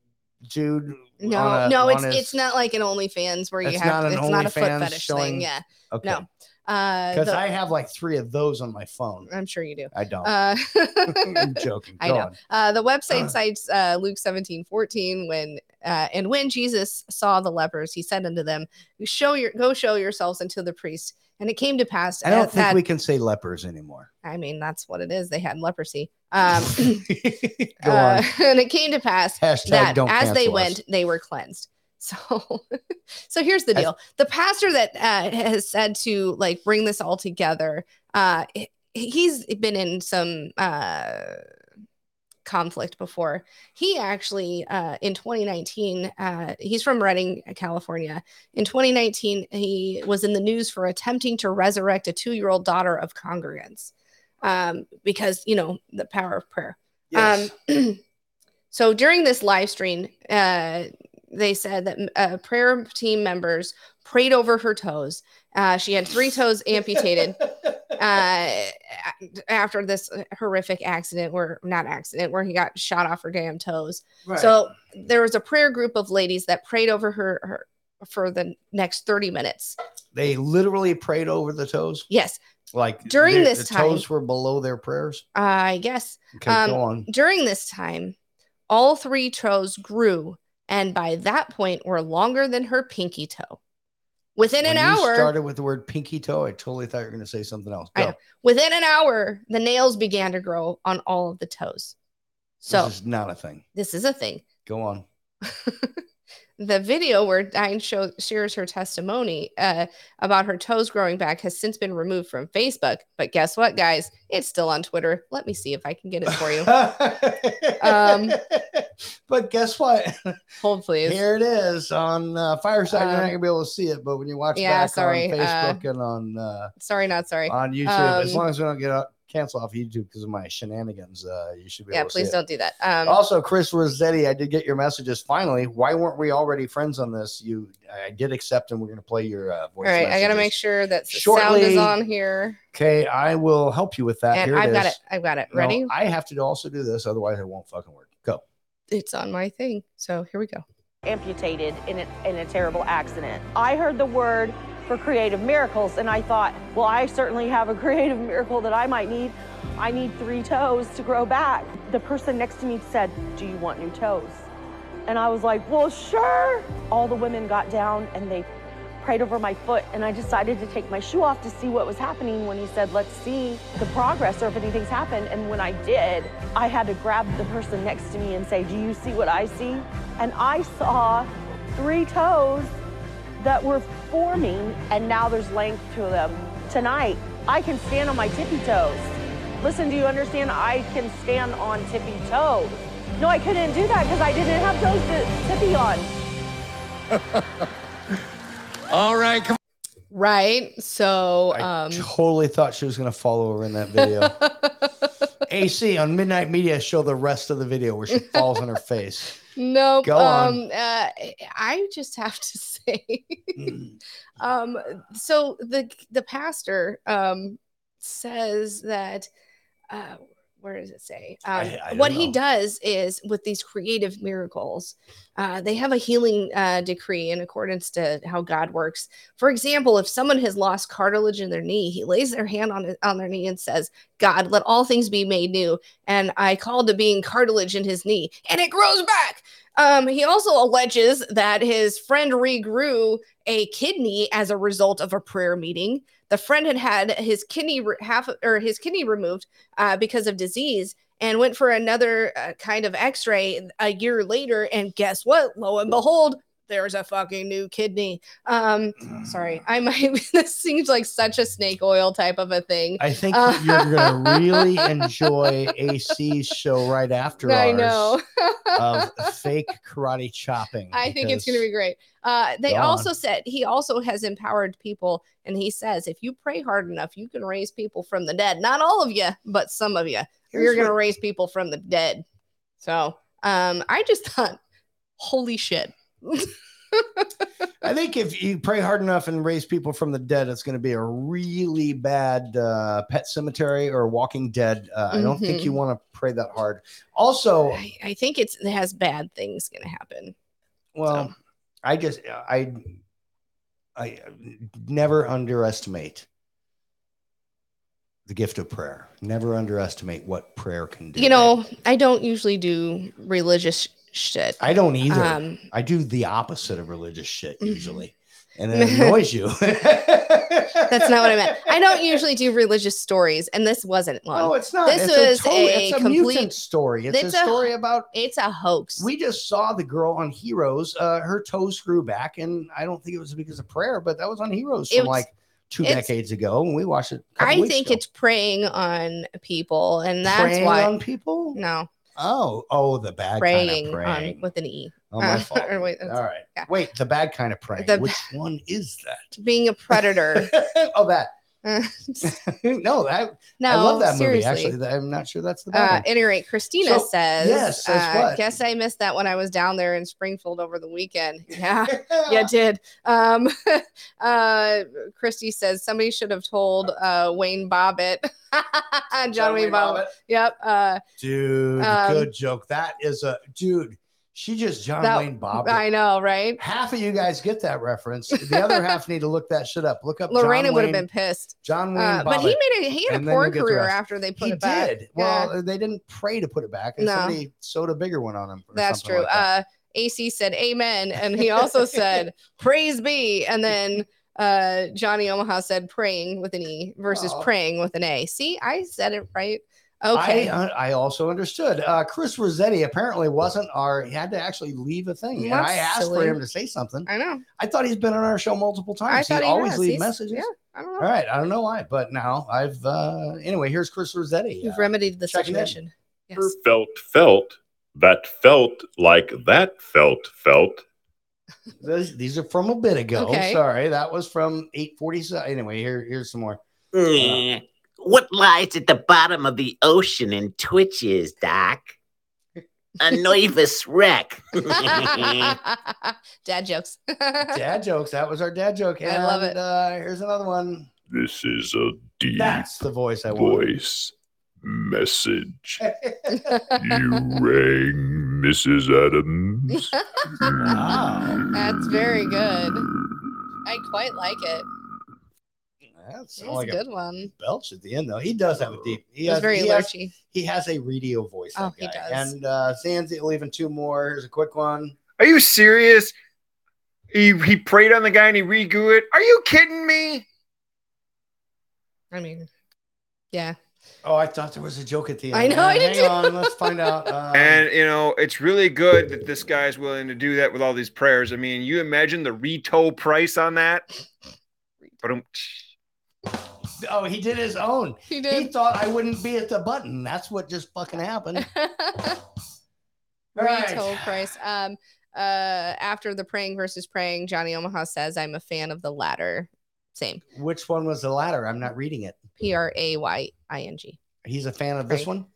Speaker 6: dude.
Speaker 5: no
Speaker 6: on a-
Speaker 5: no
Speaker 6: on
Speaker 5: it's
Speaker 6: his-
Speaker 5: it's not like an OnlyFans where you
Speaker 6: It's
Speaker 5: have
Speaker 6: not
Speaker 5: it's
Speaker 6: an
Speaker 5: not a foot
Speaker 6: OnlyFans
Speaker 5: fetish
Speaker 6: showing-
Speaker 5: thing yeah
Speaker 6: Okay.
Speaker 5: no uh,
Speaker 6: Because
Speaker 5: Because
Speaker 6: I Oh. have like three of those on my phone.
Speaker 5: I'm sure you do.
Speaker 6: I don't.
Speaker 5: Uh,
Speaker 6: I'm joking.
Speaker 5: I
Speaker 6: Go
Speaker 5: know.
Speaker 6: on.
Speaker 5: Uh, the website cites uh, Luke 17, 14, when uh, and when Jesus saw the lepers, he said unto them, "Show your go show yourselves unto the priest." And it came to pass.
Speaker 6: I don't
Speaker 5: at
Speaker 6: think
Speaker 5: that,
Speaker 6: we can say lepers anymore.
Speaker 5: I mean, that's what it is. They had leprosy. Um,
Speaker 6: Go
Speaker 5: uh,
Speaker 6: on.
Speaker 5: and it came to pass
Speaker 6: Hashtag
Speaker 5: that
Speaker 6: don't
Speaker 5: as they
Speaker 6: cancel us.
Speaker 5: went, they were cleansed. So, so here's the
Speaker 6: I-
Speaker 5: deal: the pastor that uh, has said to like bring this all together, uh, he- he's been in some uh, conflict before. He actually uh, in 2019, uh, he's from Redding, California. In 2019, he was in the news for attempting to resurrect a two-year-old daughter of congregants um, because you know the power of prayer. Um, so during this live stream, uh, they said that uh, prayer team members prayed over her toes. Uh, she had three toes amputated uh, after this horrific accident, where not accident, where he got shot off her damn toes.
Speaker 14: Right.
Speaker 5: So there was a prayer group of ladies that prayed over her, her for the next 30 minutes.
Speaker 6: They literally prayed over the toes.
Speaker 5: Yes.
Speaker 6: Like
Speaker 5: During
Speaker 6: their-
Speaker 5: this
Speaker 6: the toes
Speaker 5: time- Um,
Speaker 6: were below their prayers.
Speaker 5: I guess.
Speaker 6: Okay, go on.
Speaker 5: During this time, all three toes grew, and by that point, were longer than her pinky toe. Within
Speaker 6: When
Speaker 5: an
Speaker 6: you
Speaker 5: hour,
Speaker 6: started with the word pinky toe. I totally thought you were going to say something else.
Speaker 5: I
Speaker 6: Go.
Speaker 5: know. within an hour, the nails began to grow on all of the toes. So
Speaker 6: this is not a thing.
Speaker 5: this is a thing.
Speaker 6: Go on.
Speaker 5: The video where Dine show, shares her testimony uh, about her toes growing back has since been removed from Facebook. But guess what, guys? It's still on Twitter. Let me see if I can get it for you. um,
Speaker 6: but guess what?
Speaker 5: Hopefully, it's-
Speaker 6: Here it is on uh, Fireside. You're not
Speaker 5: Um,
Speaker 6: going to be able to see it, but when you watch
Speaker 5: yeah,
Speaker 6: back
Speaker 5: sorry,
Speaker 6: on
Speaker 5: uh,
Speaker 6: Facebook and on uh,
Speaker 5: sorry, not sorry.
Speaker 6: on YouTube, as
Speaker 5: Um,
Speaker 6: long as we don't get out, cancel off YouTube because of my shenanigans, uh, you should be
Speaker 5: yeah,
Speaker 6: able to see
Speaker 5: please
Speaker 6: it.
Speaker 5: don't do that. Um,
Speaker 6: also, Chris Rossetti, I did get your messages. Finally, why weren't we already friends on this? You, I did accept, and we're going to play your uh,
Speaker 5: all
Speaker 6: voice.
Speaker 5: right, I gotta
Speaker 6: messages.
Speaker 5: make sure that the sound
Speaker 6: Shortly-
Speaker 5: is on here,
Speaker 6: Okay, I will help you with that.
Speaker 5: and
Speaker 6: Here
Speaker 5: I've
Speaker 6: is.
Speaker 5: got it. I've got it.
Speaker 6: No,
Speaker 5: Ready?
Speaker 6: I have to also do this, otherwise it won't fucking work. Go.
Speaker 5: it's on my thing. So here we go.
Speaker 16: amputated in a, in a terrible accident. I heard the word for creative miracles and I thought, well, I certainly have a creative miracle that I might need. I need three toes to grow back. The person next to me said, Do you want new toes? And I was like, Well, sure. All the women got down and they prayed over my foot and I decided to take my shoe off to see what was happening when he said, let's see the progress or if anything's happened. And when I did, I had to grab the person next to me and say, do you see what I see? And I saw three toes that were forming and now there's length to them. Tonight, I can stand on my tippy toes. Listen, do you understand? I can stand on tippy toes. No, I couldn't do that because I didn't have toes to tippy on.
Speaker 6: All right, come
Speaker 5: Right. So, um,
Speaker 6: Totally thought she was going to follow over in that video. AC on Midnight Media show the rest of the video where she falls on her face.
Speaker 5: nope.
Speaker 6: Go on.
Speaker 5: Um, uh, I just have to say,
Speaker 6: Mm,
Speaker 5: um, so the the pastor um says that uh, where does it say? Um,
Speaker 14: I- I don't
Speaker 5: what he does is with these creative miracles, uh, they have a healing uh, decree in accordance to how God works. For example, if someone has lost cartilage in their knee, he lays their hand on it- on their knee and says, "God, let all things be made new." And I called to being cartilage in his knee, and it grows back. Um, he also alleges that his friend regrew a kidney as a result of a prayer meeting. The friend had had his kidney re- half or his kidney removed uh, because of disease, and went for another uh, kind of X-ray a year later. And guess what? Lo and behold, there's a fucking new kidney. Um, sorry, I might. this seems like such a snake oil type of a thing.
Speaker 6: I think
Speaker 5: Uh,
Speaker 6: you're going to really enjoy AC's show right after
Speaker 5: I
Speaker 6: ours
Speaker 5: know.
Speaker 6: of fake karate chopping.
Speaker 5: I think
Speaker 6: because-
Speaker 5: it's going to be great. Uh, they
Speaker 6: Go on.
Speaker 5: also said he also has empowered people, and he says if you pray hard enough, you can raise people from the dead. Not all of you, but some of you. You're
Speaker 14: Here's
Speaker 5: going to
Speaker 14: what-
Speaker 5: raise people from the dead. So um, I just thought, holy shit.
Speaker 6: I think if you pray hard enough and raise people from the dead, it's going to be a really bad uh, Pet Cemetery or Walking Dead. Uh, I don't think
Speaker 5: Mhm.
Speaker 6: you want to pray that hard. Also,
Speaker 5: I, I think it's, it has bad things going to happen.
Speaker 6: well, I just I I never underestimate the gift of prayer. Never underestimate what prayer can do.
Speaker 5: You know, I don't usually do religious shit.
Speaker 6: I don't either.
Speaker 5: Um, Mm-hmm.
Speaker 6: I do the opposite of religious shit usually, and it annoys you.
Speaker 5: That's not what I meant. I don't usually do religious stories, and this wasn't one.
Speaker 6: No, it's not.
Speaker 5: This
Speaker 6: it's
Speaker 5: was
Speaker 6: a,
Speaker 5: a,
Speaker 6: total, it's a
Speaker 5: complete
Speaker 6: mutant story. It's, a, story about.
Speaker 5: It's a hoax.
Speaker 6: We just saw the girl on Heroes. Uh, her toes grew back, and I don't think it was because of prayer, but that was on Heroes
Speaker 5: It
Speaker 6: from
Speaker 5: was-
Speaker 6: like two
Speaker 5: it's-
Speaker 6: decades ago, and we watched it. a couple
Speaker 5: I
Speaker 6: weeks
Speaker 5: think
Speaker 6: ago.
Speaker 5: it's preying on people, and that's
Speaker 6: Preying
Speaker 5: why
Speaker 6: on people.
Speaker 5: No,
Speaker 6: Oh, oh, the bad
Speaker 5: preying,
Speaker 6: kind of praying.
Speaker 5: on with an e.
Speaker 6: Oh, my
Speaker 5: Uh,
Speaker 6: fault.
Speaker 5: or wait, that's-
Speaker 6: All right.
Speaker 5: yeah.
Speaker 6: Wait, the bad kind of praying.
Speaker 5: The-
Speaker 6: Which one is that?
Speaker 5: Being a predator.
Speaker 6: oh, that. no, that.
Speaker 5: no,
Speaker 6: I love that
Speaker 5: seriously.
Speaker 6: movie. Actually, I'm not sure that's the bad
Speaker 5: Uh,
Speaker 6: one.
Speaker 5: at any rate, Christina
Speaker 6: So,
Speaker 5: says,
Speaker 6: yes, says
Speaker 5: uh,
Speaker 6: what?
Speaker 5: guess I missed that when I was down there in Springfield over the weekend. Yeah, yeah, it did. Um, uh, Christy says, somebody should have told uh, Wayne Bobbitt, John, Wayne Bobbitt. Yep. Uh,
Speaker 6: Dude,
Speaker 5: Um,
Speaker 6: good joke. That is a dude. She just John
Speaker 5: that-
Speaker 6: Wayne Bobbitt.
Speaker 5: I know, right?
Speaker 6: Half of you guys get that reference. The other half need to look that shit up. Look up.
Speaker 5: Lorena
Speaker 6: John
Speaker 5: would have
Speaker 6: Wayne-
Speaker 5: been pissed.
Speaker 6: John Wayne.
Speaker 5: Uh, but he
Speaker 6: Bobbitt.
Speaker 5: made a he had a
Speaker 6: And then
Speaker 5: poor
Speaker 6: you'll get the
Speaker 5: career
Speaker 6: rest.
Speaker 5: after they put
Speaker 6: He
Speaker 5: it back.
Speaker 6: did.
Speaker 5: Yeah.
Speaker 6: Well, they didn't pray to put it back, and
Speaker 5: No.
Speaker 6: somebody sewed a bigger one on him. or
Speaker 5: That's
Speaker 6: something
Speaker 5: true.
Speaker 6: like that.
Speaker 5: Uh, AC said amen. And he also said, praise be. And then uh, Johnny Omaha said praying with an E versus
Speaker 6: Aw.
Speaker 5: praying with an A. See, I said it right. Okay.
Speaker 6: I, uh, I also understood. Uh, Chris Rossetti apparently wasn't our. He had to actually leave a thing, and
Speaker 5: That's
Speaker 6: I asked
Speaker 5: silly.
Speaker 6: for him to say something.
Speaker 5: I know.
Speaker 6: I thought he's been on our show multiple
Speaker 5: I
Speaker 6: times.
Speaker 5: thought
Speaker 6: he
Speaker 5: he
Speaker 6: always
Speaker 5: was.
Speaker 6: leaves
Speaker 5: He's-
Speaker 6: messages.
Speaker 5: yeah, I don't know.
Speaker 6: All right, I don't know why, but now I've. uh Anyway, here's Chris Rossetti.
Speaker 5: You've
Speaker 6: Uh,
Speaker 5: remedied the
Speaker 6: checking in.
Speaker 5: situation. Yes.
Speaker 14: felt felt that felt like that felt felt
Speaker 6: Uh, those, these are from a bit ago.
Speaker 14: Okay.
Speaker 6: Sorry, that was from 847. Anyway, here here's some more.
Speaker 15: Eh, What lies at the bottom of the ocean and twitches, Doc? A nervous wreck.
Speaker 5: Dad jokes.
Speaker 6: Dad jokes. That was our dad joke. And,
Speaker 5: I love it.
Speaker 6: Uh, here's another one.
Speaker 14: this is a deep
Speaker 6: That's the voice I want.
Speaker 14: voice message you rang mrs adams
Speaker 6: Ah.
Speaker 5: That's very good. I quite like it.
Speaker 6: That's
Speaker 5: That was a good one.
Speaker 6: belch at the end though. He does have a deep. He
Speaker 5: It was
Speaker 6: has,
Speaker 5: very
Speaker 6: he has,
Speaker 5: lurchy.
Speaker 6: he has a radio voice.
Speaker 5: Oh,
Speaker 6: that
Speaker 5: he
Speaker 6: guy.
Speaker 5: does.
Speaker 6: And uh, Zanzi leaving two more. Here's a quick one.
Speaker 2: Are you serious? He he prayed on the guy and he regrew it. Are you kidding me?
Speaker 5: I mean, yeah.
Speaker 6: Oh, I thought there was a joke at the end.
Speaker 5: I know, I did
Speaker 6: Hang
Speaker 5: too.
Speaker 6: on, let's find out. Uh,
Speaker 2: And you know, it's really good that this guy's willing to do that with all these prayers. I mean, you imagine the retail price on that. Ba-dum.
Speaker 6: oh, he did his own.
Speaker 5: He
Speaker 6: did. He thought I wouldn't be at the button. That's what just fucking happened. All right.
Speaker 5: Retail price. Um, uh, after the praying versus praying, Johnny Omaha says, "I'm a fan of the latter." Same.
Speaker 6: Which one was the latter? I'm not reading it.
Speaker 5: P R A Y I N G.
Speaker 6: He's a fan of this
Speaker 5: Right.
Speaker 6: one.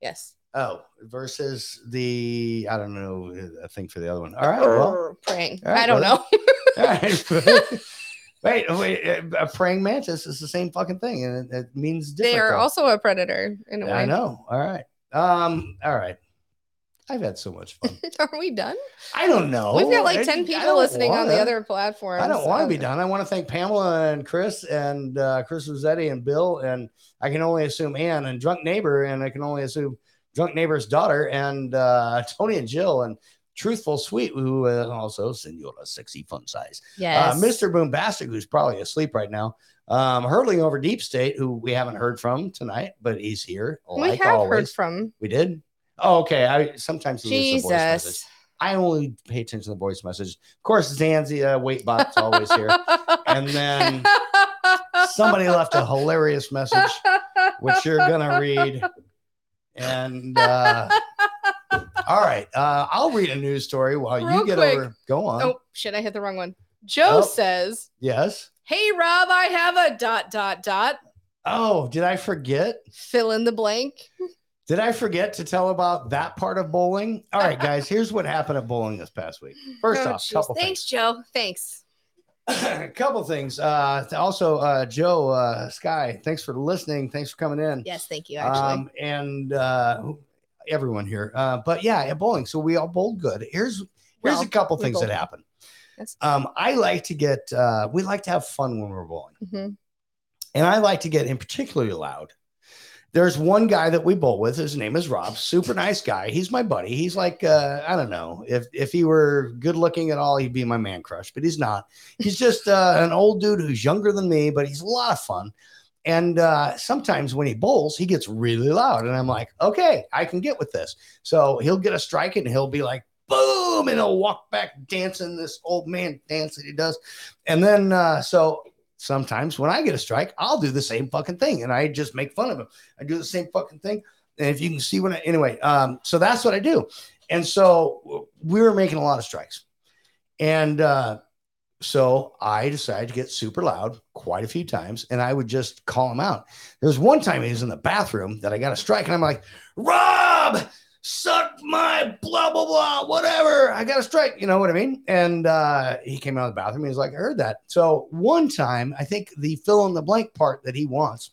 Speaker 5: Yes.
Speaker 6: Oh, versus the I don't know I think for the other one. All right. Well,
Speaker 5: Or praying.
Speaker 6: All right,
Speaker 5: I don't
Speaker 6: brother.
Speaker 5: know.
Speaker 6: All right. wait, wait. A praying mantis is the same fucking thing, and it, it means different.
Speaker 5: they are
Speaker 6: though.
Speaker 5: also a predator in a way.
Speaker 6: I know. All right. Um. All right. I've had so much fun.
Speaker 5: Are we done?
Speaker 6: I don't know.
Speaker 5: We've got like
Speaker 6: Oh, I- I
Speaker 5: ten people
Speaker 6: don't
Speaker 5: listening on the
Speaker 6: wanna-
Speaker 5: other platforms.
Speaker 6: I don't want to be
Speaker 5: Um,
Speaker 6: done. I want to thank Pamela and Chris and uh, Chris Rossetti and Bill and I can only assume Ann and Drunk Neighbor and I can only assume Drunk Neighbor's daughter and uh, Tony and Jill and Truthful Sweet who uh, also Senora Sexy Fun Size.
Speaker 17: Yes.
Speaker 6: Uh, Mr. Boombastic who's probably asleep right now. Um, hurtling over Deep State who we haven't heard from tonight, but he's here.
Speaker 5: We
Speaker 6: like
Speaker 5: have heard
Speaker 6: always.
Speaker 5: from
Speaker 6: We did. Oh, okay. I sometimes he leaves a voice message.
Speaker 5: Jesus.
Speaker 6: I only pay attention to the voice message. Of course, Zanzi uh, wait bot's always here. And then somebody left a hilarious message, which you're gonna read. And uh, all right, uh, I'll read a news story while
Speaker 5: Real
Speaker 6: you get
Speaker 5: quick.
Speaker 6: over. Go on.
Speaker 5: Oh shit! I hit the wrong one. Joe
Speaker 6: Oh.
Speaker 5: says,
Speaker 6: Yes.
Speaker 5: "Hey Rob, I have a dot dot dot."
Speaker 6: Oh, did I forget?
Speaker 5: Fill in the blank.
Speaker 6: Did I forget to tell about that part of bowling? All right, guys, here's what happened at bowling this past week. First
Speaker 5: Oh,
Speaker 6: off,
Speaker 5: jeez.
Speaker 6: couple
Speaker 5: thanks, Joe. Thanks.
Speaker 6: a couple things. Uh, also, uh, Joe uh, Sky, thanks for listening. Thanks for coming in.
Speaker 5: Yes, thank you. Actually,
Speaker 6: Um, and uh, everyone here. Uh, but yeah, at bowling. So we all bowled good. Here's here's
Speaker 5: Well,
Speaker 6: a couple
Speaker 5: we
Speaker 6: things that
Speaker 5: bowled.
Speaker 6: uh, happen. Um, I like to get. Uh, we like to have fun when we're bowling.
Speaker 5: Mhm.
Speaker 6: and I like to get in particularly loud. There's one guy that we bowl with. His name is Rob. Super nice guy. He's my buddy. He's like uh, I don't know if if he were good looking at all, he'd be my man crush. But he's not. He's just uh, an old dude who's younger than me, but he's a lot of fun. And uh, sometimes when he bowls, he gets really loud, and I'm like, okay, I can get with this. So he'll get a strike, and he'll be like, boom, and he'll walk back dancing this old man dance that he does. And then uh, so sometimes when I get a strike, I'll do the same fucking thing, and I just make fun of him. I do the same fucking thing. And if you can see what I, anyway, um, so that's what I do. And so we were making a lot of strikes, and uh, so I decided to get super loud quite a few times, and I would just call him out. There was one time he was in the bathroom that I got a strike, and I'm like, Rob, suck my blah blah blah, whatever. I got a strike. You know what I mean? And uh, he came out of the bathroom. He was like, I heard that. So one time, I think the fill in the blank part that he wants,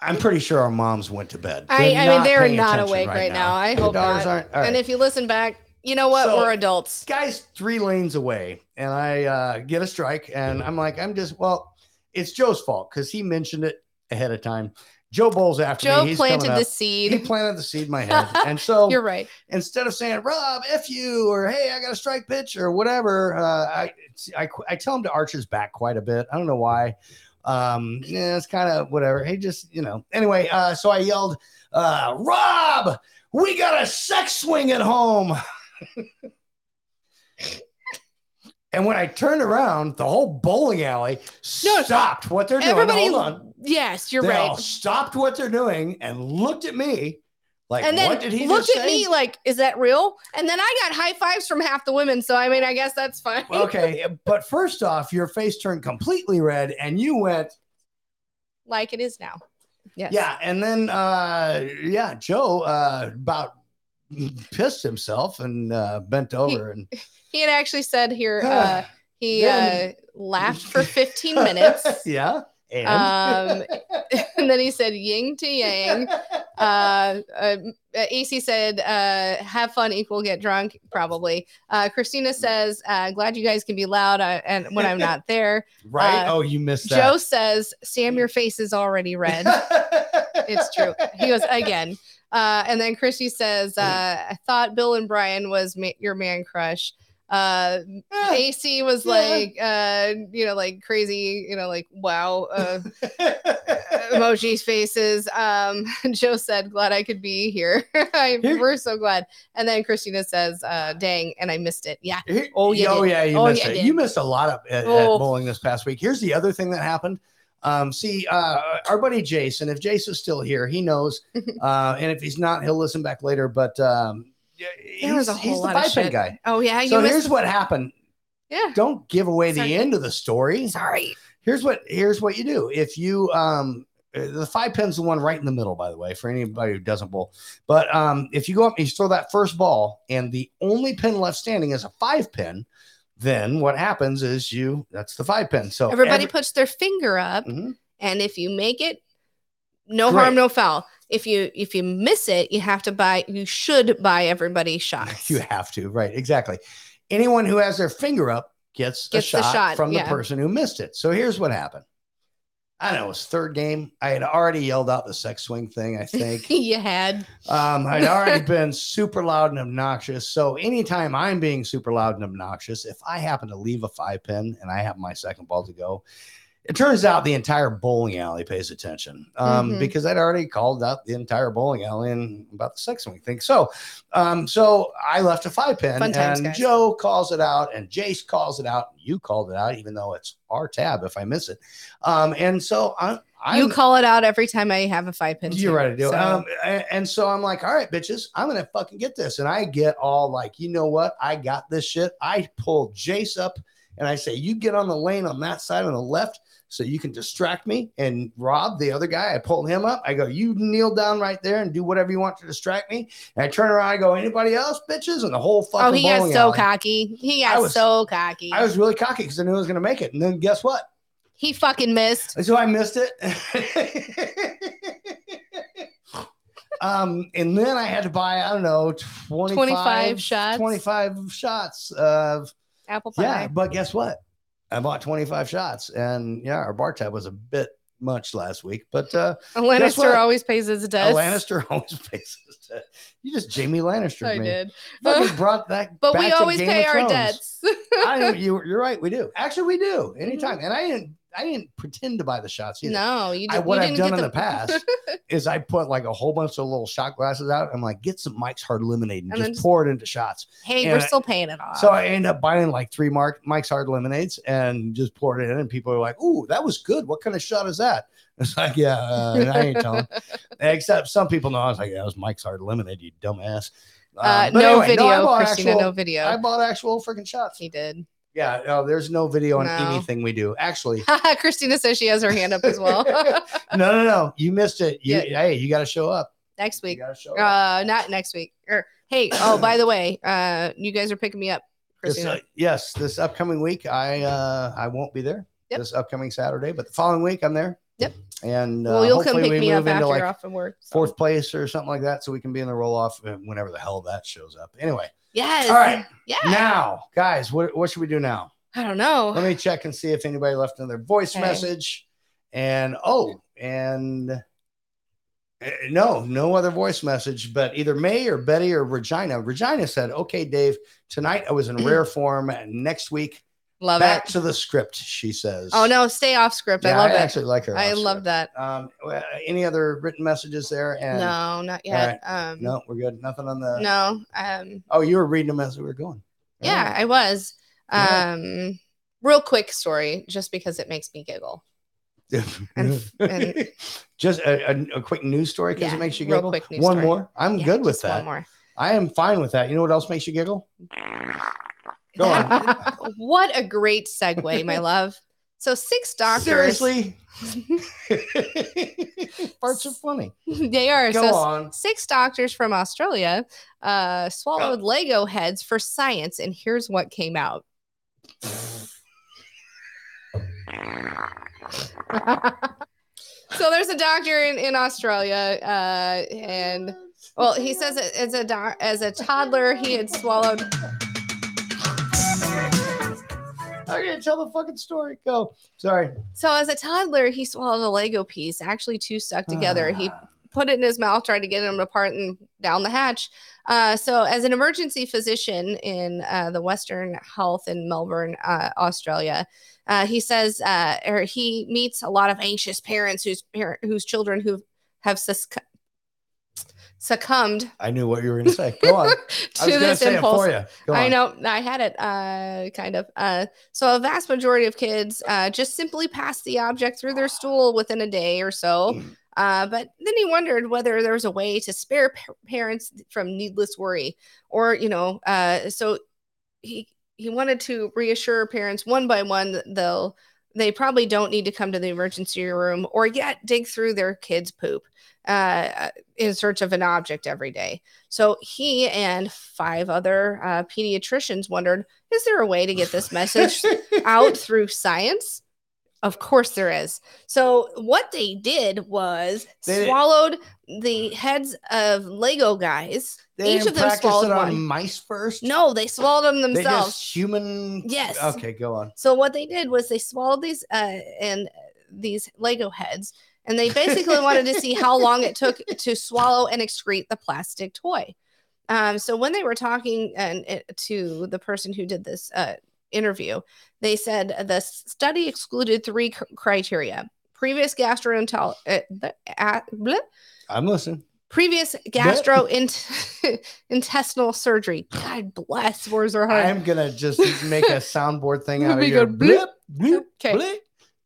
Speaker 6: I'm pretty sure our moms went to bed. They're
Speaker 5: I, I mean,
Speaker 6: not
Speaker 5: they're
Speaker 6: paying
Speaker 5: not
Speaker 6: attention
Speaker 5: awake right, now. I
Speaker 6: Their
Speaker 5: hope
Speaker 6: daughters
Speaker 5: not.
Speaker 6: aren't- all right.
Speaker 5: And if you listen back, you know what?
Speaker 6: So-
Speaker 5: We're adults.
Speaker 6: Guys, three lanes away, and I uh, get a strike, and I'm like, I'm just well, it's Joe's fault because he mentioned it ahead of time. Joe bowls after
Speaker 5: Joe
Speaker 6: me. He's coming
Speaker 5: planted
Speaker 6: up.
Speaker 5: the seed.
Speaker 6: He planted the seed in my head, and so
Speaker 5: You're right.
Speaker 6: Instead of saying Rob f you or Hey, I got a strike pitch or whatever, uh, I, it's- I qu- I tell him to arch his back quite a bit. I don't know why. Um, yeah, it's kind of whatever. He just you know. Anyway, uh, so I yelled, uh, Rob, we got a sex swing at home. And when I turned around, the whole bowling alley stopped what they're doing.
Speaker 5: Everybody,
Speaker 6: Hold on.
Speaker 5: yes, you're
Speaker 6: they
Speaker 5: right.
Speaker 6: all stopped what they're doing and looked at me like,
Speaker 5: and then
Speaker 6: what did he
Speaker 5: looked
Speaker 6: just
Speaker 5: at
Speaker 6: say?
Speaker 5: me like, "Is that real?" And then I got high fives from half the women. So I mean, I guess that's fine.
Speaker 6: okay, but first off, your face turned completely red and you went,
Speaker 5: like it is now. Yes.
Speaker 6: yeah. And then, uh, yeah, Joe uh, about pissed himself and uh, bent over and
Speaker 5: He had actually said here. Uh, he uh,
Speaker 6: Then-
Speaker 5: laughed for 15 minutes.
Speaker 6: yeah. And
Speaker 5: Um, and then he said yin to yang. Uh, uh, AC said, uh, have fun equal get drunk, probably. Uh,
Speaker 6: Mm.
Speaker 5: Christina says, uh, glad you guys can be loud uh, and when I'm not there.
Speaker 6: right.
Speaker 5: Uh,
Speaker 6: oh, you missed that.
Speaker 5: Joe says, Sam, your face is already red. it's true. He goes, again. Uh, and then Christy says, uh, I thought Bill and Brian was ma- your man crush. Uh, AC was
Speaker 6: yeah.
Speaker 5: like, uh, you know, like crazy, you know, like wow, uh, emojis faces. Um, Joe said, Glad I could be here. I, We're so glad. And then Christina says, uh, Dang, and I missed it. Yeah.
Speaker 6: Here-
Speaker 5: Oh, you
Speaker 6: oh
Speaker 5: did.
Speaker 6: yeah, you
Speaker 5: Oh,
Speaker 6: missed
Speaker 5: yeah,
Speaker 6: it.
Speaker 5: did.
Speaker 6: You missed a lot of uh, at, at
Speaker 5: Oh.
Speaker 6: bowling this past week. Here's the other thing that happened. Um, see, uh, our buddy Jason, if Jason's still here, he knows. Uh, and if he's not, he'll listen back later. But um,
Speaker 5: There was a
Speaker 6: he's- he's
Speaker 5: whole
Speaker 6: the
Speaker 5: lot of
Speaker 6: five pin
Speaker 5: shit.
Speaker 6: guy.
Speaker 5: Oh, yeah.
Speaker 6: so
Speaker 5: missed-
Speaker 6: here's what happened.
Speaker 5: Yeah.
Speaker 6: Don't give away the end of the story.
Speaker 5: Sorry.
Speaker 6: Here's what here's what you do. If you um uh, the five pin's the one right in the middle, by the way, for anybody who doesn't bowl. But um, if you go up and you throw that first ball, and the only pin left standing is a five pin, then what happens is you that's the five pin. So
Speaker 5: Everybody
Speaker 6: every-
Speaker 5: puts their finger up,
Speaker 6: Mhm.
Speaker 5: and if you make it, no
Speaker 6: Great.
Speaker 5: harm, no foul. If you if you miss it, you have to buy. You should buy everybody shots.
Speaker 6: you have to right exactly. Anyone who has their finger up gets, a
Speaker 5: Gets the
Speaker 6: shot,
Speaker 5: shot,
Speaker 6: from
Speaker 5: yeah.
Speaker 6: the person who missed it. So here's what happened. I don't know. It was third game. I had already yelled out the sex swing thing. I think.
Speaker 5: you had.
Speaker 6: Um, I'd already been super loud and obnoxious. So anytime I'm being super loud and obnoxious, if I happen to leave a five pin and I have my second ball to go, it turns out the entire bowling alley pays attention um,
Speaker 17: Mhm.
Speaker 6: because I'd already called out the entire bowling alley and about the sex wing thing. So, um, so I left a five pin,
Speaker 17: Fun times,
Speaker 6: and
Speaker 17: guys.
Speaker 6: Joe calls it out, and Jace calls it out. You called it out, even though it's our tab if I miss it. Um, and so I'm, I'm
Speaker 5: you call it out every time I have a five pin.
Speaker 6: you're
Speaker 5: too.
Speaker 6: right, I do.
Speaker 5: So,
Speaker 6: Um, and, and so I'm like, all right, bitches, I'm gonna fucking get this. And I get all like, you know what? I got this shit. I pull Jace up and I say, you get on the lane on that side on the left so you can distract me. And Rob, the other guy, I pulled him up. I go, you kneel down right there and do whatever you want to distract me. And I turn around, I go, anybody else, bitches? And the whole fucking
Speaker 5: oh, he got
Speaker 6: bowling
Speaker 5: so
Speaker 6: alley.
Speaker 5: cocky. He
Speaker 6: I
Speaker 5: got
Speaker 6: was-
Speaker 5: so cocky.
Speaker 6: I was really cocky because I knew I was gonna make it. And then guess what?
Speaker 5: he fucking missed.
Speaker 6: So I missed it. Um, and then I had to buy, I don't know, 25,
Speaker 5: 25 shots.
Speaker 6: 25 shots of
Speaker 5: Apple pie.
Speaker 6: yeah, but guess what? I bought 25 shots, and yeah, our bar tab was a bit much last week, but uh,
Speaker 5: A
Speaker 6: guess what?
Speaker 5: Lannister always pays his
Speaker 6: A
Speaker 5: debts.
Speaker 6: Lannister always pays his debt. You just Jamie Lannister.
Speaker 5: I
Speaker 6: me.
Speaker 5: did.
Speaker 6: Fucking brought that.
Speaker 5: But
Speaker 6: back
Speaker 5: we
Speaker 6: to
Speaker 5: always
Speaker 6: Game
Speaker 5: pay
Speaker 6: of
Speaker 5: our
Speaker 6: Thrones.
Speaker 5: debts.
Speaker 6: I don't, you, you're right. We do. Actually, we do. Anytime. And I didn't. I didn't pretend to buy the shots either.
Speaker 5: No, you,
Speaker 6: I-
Speaker 5: did,
Speaker 6: what
Speaker 5: you
Speaker 6: I've
Speaker 5: didn't
Speaker 6: done
Speaker 5: get
Speaker 6: in the past is I put like a whole bunch of little shot glasses out. I'm like, get some Mike's Hard Lemonade and,
Speaker 5: And then
Speaker 6: just
Speaker 5: just-
Speaker 6: pour it into shots.
Speaker 5: Hey,
Speaker 6: And
Speaker 5: we're
Speaker 6: I-
Speaker 5: still paying it off. Uh,
Speaker 6: So I end up buying like three Mark Mike's Hard Lemonades and just poured it in. And people are like, "Ooh, that was good. What kind of shot is that?" It's like, yeah, uh, I ain't telling. Except some people know. I was like, "Yeah, "That was Mike's Hard Lemonade, you dumbass."
Speaker 5: uh,
Speaker 6: Um, but
Speaker 5: no
Speaker 6: anyway,
Speaker 5: video,
Speaker 6: I bought
Speaker 5: Christina.
Speaker 6: actual-
Speaker 5: no video.
Speaker 6: I bought actual freaking shots.
Speaker 5: He did.
Speaker 6: Yeah, no, there's no video on
Speaker 5: No.
Speaker 6: anything we do. Actually,
Speaker 5: Christina says she has her hand up as well.
Speaker 6: no, no, no. You missed it. You,
Speaker 5: Yeah.
Speaker 6: Hey, you got to show up.
Speaker 5: next week. Uh, not next week. Or hey, oh by the way, uh, you guys are picking me up,
Speaker 6: This,
Speaker 5: Christina.
Speaker 6: uh, yes, this upcoming week, I uh, I won't be there
Speaker 5: Yep.
Speaker 6: this upcoming Saturday, but the following week I'm there.
Speaker 5: Yep.
Speaker 6: And uh,
Speaker 5: well, you'll come
Speaker 6: hopefully
Speaker 5: pick
Speaker 6: we
Speaker 5: me up
Speaker 6: move into
Speaker 5: after
Speaker 6: like
Speaker 5: you're off from work.
Speaker 6: fourth place or something like that, so we can be in the roll off whenever the hell that shows up. Anyway,
Speaker 5: Yes.
Speaker 6: All right.
Speaker 5: Yeah.
Speaker 6: now guys, what what should we do now?
Speaker 5: I don't know.
Speaker 6: Let me check and see if anybody left another voice
Speaker 5: Okay.
Speaker 6: message. And oh, and eh, no, no other voice message, but either May or Betty or Regina. Regina said, Okay, Dave, tonight I was in rare form. Next week,
Speaker 5: Love
Speaker 6: back
Speaker 5: it.
Speaker 6: to the script, she says.
Speaker 5: Oh no, stay off script.
Speaker 6: Yeah,
Speaker 5: I love
Speaker 6: I
Speaker 5: it.
Speaker 6: actually like her
Speaker 5: I
Speaker 6: off
Speaker 5: love that.
Speaker 6: Um, well, any other written messages there? And
Speaker 5: no, not
Speaker 6: All
Speaker 5: yet.
Speaker 6: right.
Speaker 5: Um,
Speaker 6: no, uh, we're good. Nothing on the.
Speaker 5: no. Um,
Speaker 6: Oh, you were reading them as we were going.
Speaker 5: yeah, I was.
Speaker 6: Yeah.
Speaker 5: Um, real quick story, just because it makes me giggle. and-
Speaker 6: just a, a, a quick news story because it makes you
Speaker 5: real
Speaker 6: giggle.
Speaker 5: quick news
Speaker 6: one
Speaker 5: story.
Speaker 6: more. I'm good with that.
Speaker 5: One more.
Speaker 6: I am fine with that. You know what else makes you giggle? Go on.
Speaker 5: What a great segue, my love. So six doctors.
Speaker 6: Seriously? Parts are funny.
Speaker 5: they are.
Speaker 6: Go
Speaker 5: so s-
Speaker 6: on.
Speaker 5: Six doctors from Australia uh, swallowed Lego heads for science, and here's what came out. so there's a doctor in, in Australia, uh, and well, he says that as a doc- as a toddler, he had swallowed.
Speaker 6: I'm gonna tell the fucking story. Go. Sorry.
Speaker 5: So as a toddler, he swallowed a Lego piece, actually two stuck together. he
Speaker 6: Ah.
Speaker 5: put it in his mouth, tried to get them apart and down the hatch. Uh, so as an emergency physician in uh, the Western Health in Melbourne, uh, Australia, uh, he says, uh, or he meets a lot of anxious parents whose parent, whose children who have susc- succumbed
Speaker 6: I knew what you were gonna say. Go on.
Speaker 5: to
Speaker 6: I was gonna
Speaker 5: this
Speaker 6: say it
Speaker 5: impulse.
Speaker 6: for you. Go on.
Speaker 5: I know. I had it uh, kind of. Uh, so, a vast majority of kids uh, just simply pass the object through their stool within a day or so.
Speaker 6: Mm.
Speaker 5: Uh, but then he wondered whether there was a way to spare pa- parents from needless worry, or you know, uh, so he he wanted to reassure parents one by one that they'll they probably don't need to come to the emergency room or yet dig through their kids' poop uh, in search of an object every day. So he and five other uh, pediatricians wondered, is there a way to get this message out through science? Of course there is. So what they did was
Speaker 6: They-
Speaker 5: swallowed the heads of Lego guys.
Speaker 6: They
Speaker 5: Each
Speaker 6: didn't
Speaker 5: of them
Speaker 6: practice
Speaker 5: swallowed
Speaker 6: it on
Speaker 5: one.
Speaker 6: mice first.
Speaker 5: No, they swallowed them
Speaker 6: They
Speaker 5: themselves.
Speaker 6: just human.
Speaker 5: Yes.
Speaker 6: Okay, go on.
Speaker 5: So what they did was they swallowed these uh, and these Lego heads, and they basically wanted to see how long it took to swallow and excrete the plastic toy. Um, so when they were talking and it- to the person who did this uh, interview, they said the study excluded three cr- criteria: previous gastrointol, uh, the, uh, bleh,
Speaker 6: I'm listening.
Speaker 5: previous gastrointestinal surgery. God bless, words are hard.
Speaker 6: I'm gonna just make a soundboard thing out of
Speaker 5: We
Speaker 6: your
Speaker 5: go
Speaker 6: blip, blip,
Speaker 5: Okay.
Speaker 6: blip.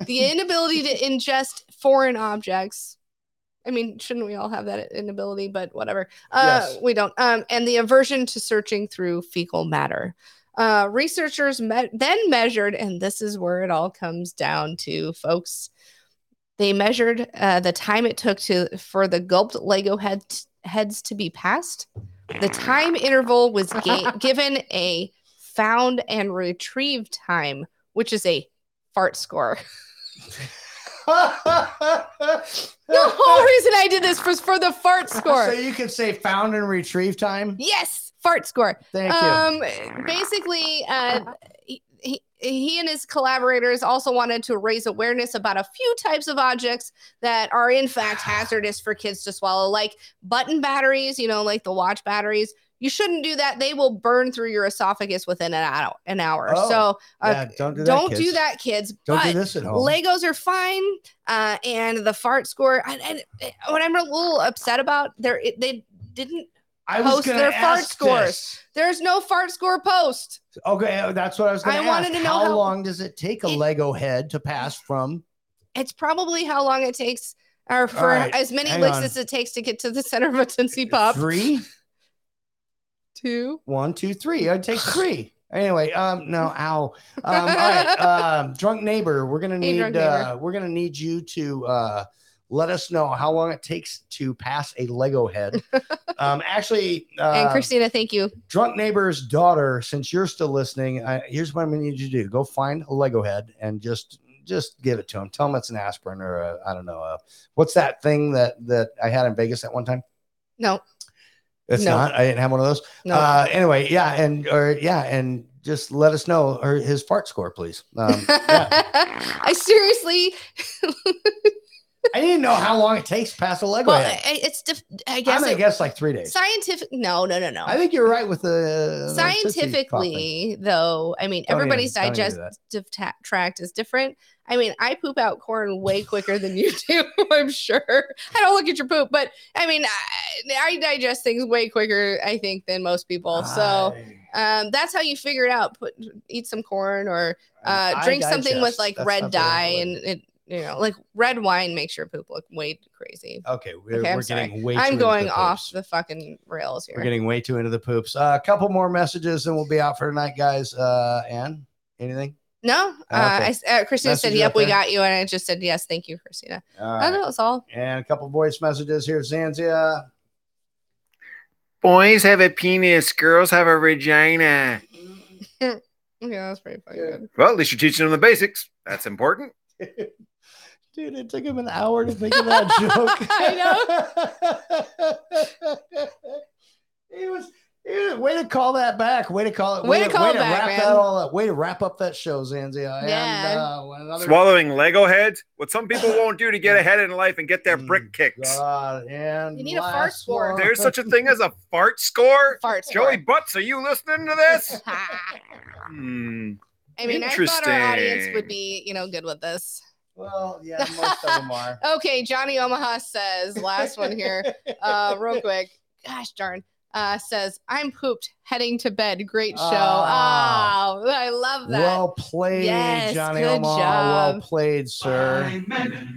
Speaker 5: the inability to ingest foreign objects. I mean, shouldn't we all have that inability? But whatever. Uh,
Speaker 6: Yes.
Speaker 5: We don't. Um, and the aversion to searching through fecal matter. Uh, researchers me- then measured, and this is where it all comes down to, folks. They measured uh, the time it took to for the gulped Lego head- heads to be passed. The time interval was ga- given a found and retrieved time, which is a fart score. The whole reason I did this was for the fart score.
Speaker 6: So you could say found and retrieve time.
Speaker 5: yes, fart score.
Speaker 6: Thank you.
Speaker 5: um, basically, uh, he, he and his collaborators also wanted to raise awareness about a few types of objects that are in fact hazardous for kids to swallow, like button batteries, you know, like the watch batteries. You shouldn't do that. They will burn through your esophagus within an hour. An hour.
Speaker 6: Oh,
Speaker 5: so
Speaker 6: yeah,
Speaker 5: uh,
Speaker 6: don't do that,
Speaker 5: don't
Speaker 6: kids.
Speaker 5: do that, kids.
Speaker 6: Don't do
Speaker 5: But
Speaker 6: this at home.
Speaker 5: Legos are fine, uh, and the fart score. And, and eh, what I'm a little upset about, there they didn't
Speaker 6: I was
Speaker 5: post
Speaker 6: gonna
Speaker 5: their fart
Speaker 6: ask
Speaker 5: scores.
Speaker 6: this.
Speaker 5: There's no fart score post.
Speaker 6: Okay, uh, that's what I was going
Speaker 5: I
Speaker 6: to ask.
Speaker 5: wanted to know
Speaker 6: how,
Speaker 5: how-
Speaker 6: long does it take a Lego head to pass from?
Speaker 5: It's probably how long it takes, or for
Speaker 6: All right,
Speaker 5: as many
Speaker 6: hang
Speaker 5: licks
Speaker 6: on.
Speaker 5: as it takes to get to the center of a Tootsie Pop.
Speaker 6: Three, uh,
Speaker 5: two,
Speaker 6: one, two, three. It takes three. Anyway, um, no, ow. Um, all right, um, drunk neighbor, we're gonna
Speaker 5: Hey,
Speaker 6: need
Speaker 5: drunk
Speaker 6: uh,
Speaker 5: neighbor.
Speaker 6: we're gonna need you to uh, let us know how long it takes to pass a Lego head. um, actually, uh,
Speaker 5: and Christina, thank you.
Speaker 6: drunk neighbor's daughter since you're still listening I, here's what i'm going to need you to do go find a lego head and just just give it to him tell him it's an aspirin or a, i don't know a, what's that thing that that i had in vegas at one time
Speaker 5: No,
Speaker 6: it's
Speaker 5: No.
Speaker 6: not i didn't have one of those
Speaker 5: No.
Speaker 6: uh anyway yeah and or yeah and just let us know or his fart score please um,
Speaker 5: I seriously.
Speaker 6: i didn't know how long it takes to pass a lego
Speaker 5: Well,
Speaker 6: head
Speaker 5: I, it's. Def- I
Speaker 6: I
Speaker 5: guess.
Speaker 6: am gonna
Speaker 5: it-
Speaker 6: guess like three days
Speaker 5: Scientific? No, no, no, no.
Speaker 6: i think you're right with the the Tootsie Pop thing.
Speaker 5: scientifically though i mean
Speaker 6: Don't even-
Speaker 5: everybody's
Speaker 6: don't even do that.
Speaker 5: digestive ta- tract is different i mean i poop out corn way quicker than you do i'm sure i don't look at your poop but i mean i, I digest things way quicker i think than most people so um, that's how you figure it out put eat some corn or uh,
Speaker 16: I
Speaker 5: drink something with
Speaker 16: digest.
Speaker 5: like
Speaker 16: That's
Speaker 5: red
Speaker 16: not the right
Speaker 5: dye and it you know like red wine makes your poop look way crazy
Speaker 6: Okay, we're-
Speaker 5: I'm
Speaker 6: we're getting
Speaker 5: sorry.
Speaker 6: way too
Speaker 5: i'm
Speaker 6: into the
Speaker 5: going off the fucking rails here
Speaker 6: We're getting way too into the poops. Uh, a couple more messages, and we'll be out for tonight, guys. Uh, Ann, anything?
Speaker 5: No, uh,
Speaker 6: Ah, Okay.
Speaker 5: I, s- uh, Christina
Speaker 6: Message
Speaker 5: said,
Speaker 6: you
Speaker 5: "Yep,
Speaker 6: up
Speaker 5: we
Speaker 6: there?
Speaker 5: got you," and I just said, "Yes, thank you, Christina."
Speaker 6: All
Speaker 5: I
Speaker 6: right.
Speaker 5: know it's all.
Speaker 6: And a couple voice messages here, Zanzia.
Speaker 2: Boys have a penis, girls have a regina.
Speaker 5: yeah, that's pretty fucking good.
Speaker 2: Well, at least you're teaching them the basics. That's important.
Speaker 6: Dude, it took him an hour to think of that joke. I know. he was. He was way to call that back. Way to call it.
Speaker 5: Way to call it back,
Speaker 6: wrap
Speaker 5: man.
Speaker 6: that all up. Way to wrap up that show, Zanzia.
Speaker 5: Yeah.
Speaker 6: And, uh, when another
Speaker 2: Swallowing Lego heads, what some people won't do to get ahead in life and get their brick kicks.
Speaker 6: God, and
Speaker 5: You need a fart
Speaker 6: last
Speaker 5: score.
Speaker 6: one.
Speaker 2: There's such a thing as a fart score.
Speaker 5: Fart
Speaker 2: Joey
Speaker 5: score.
Speaker 2: Butts, are you listening to this? Hmm.
Speaker 5: I mean, I thought our audience
Speaker 2: Interesting.
Speaker 5: would be, you know, good with this.
Speaker 6: Well, yeah, most of them are.
Speaker 5: Okay, Johnny Omaha says, last one here, uh, real quick. Gosh darn. Uh, says, I'm pooped heading to bed. Great show.
Speaker 6: Ah.
Speaker 5: Oh, I love that.
Speaker 6: Well played,
Speaker 5: Yes,
Speaker 6: Johnny
Speaker 5: good
Speaker 6: Omaha. Well
Speaker 5: job.
Speaker 6: played, sir.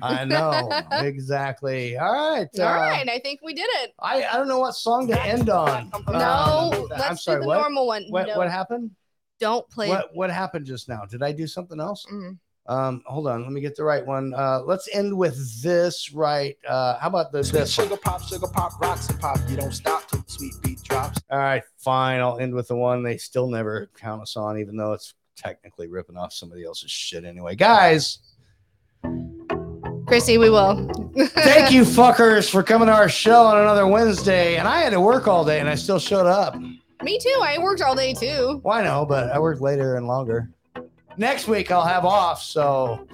Speaker 6: I know exactly. All right.
Speaker 5: All
Speaker 6: uh,
Speaker 5: right, I think we did it.
Speaker 6: I, I don't know what song to end on. Um,
Speaker 5: No, let's
Speaker 6: uh, I'm sorry,
Speaker 5: do the
Speaker 6: what?
Speaker 5: normal one.
Speaker 6: What
Speaker 5: No,
Speaker 6: what happened?
Speaker 5: Don't play.
Speaker 6: What what happened just now? Did I do something else?
Speaker 5: Mm.
Speaker 6: Um, hold on, let me get the right one. Uh, let's end with this right. Uh, how about this?
Speaker 8: Sweet
Speaker 6: This. one?
Speaker 8: sugar pop, sugar pop, rocks and pop. You don't stop till the sweet beat drops.
Speaker 6: All right, fine. I'll end with the one they still never count us on, even though it's technically ripping off somebody else's shit anyway. Guys,
Speaker 5: Chrissy, we will.
Speaker 6: thank you fuckers for coming to our show on another Wednesday. And I had to work all day and I still showed up.
Speaker 5: Me too. I worked all day too.
Speaker 6: Well, I know, but I work later and longer. Next week I'll have off, so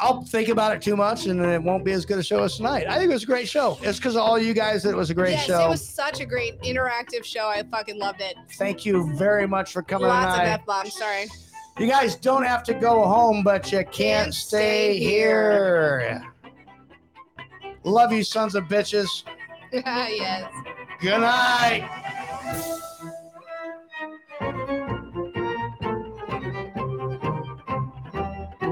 Speaker 6: I'll think about it too much, and it won't be as good a show as tonight. I think it was a great show. It's because of all you guys that it was a great
Speaker 5: yes,
Speaker 6: show.
Speaker 5: it was such a great interactive show. I fucking loved it.
Speaker 6: Thank you very much for coming
Speaker 5: Lots of
Speaker 6: tonight.
Speaker 5: f bombs. Sorry.
Speaker 6: You guys don't have to go home, but you can't stay here. Love you, sons of bitches.
Speaker 5: yes.
Speaker 6: Good night.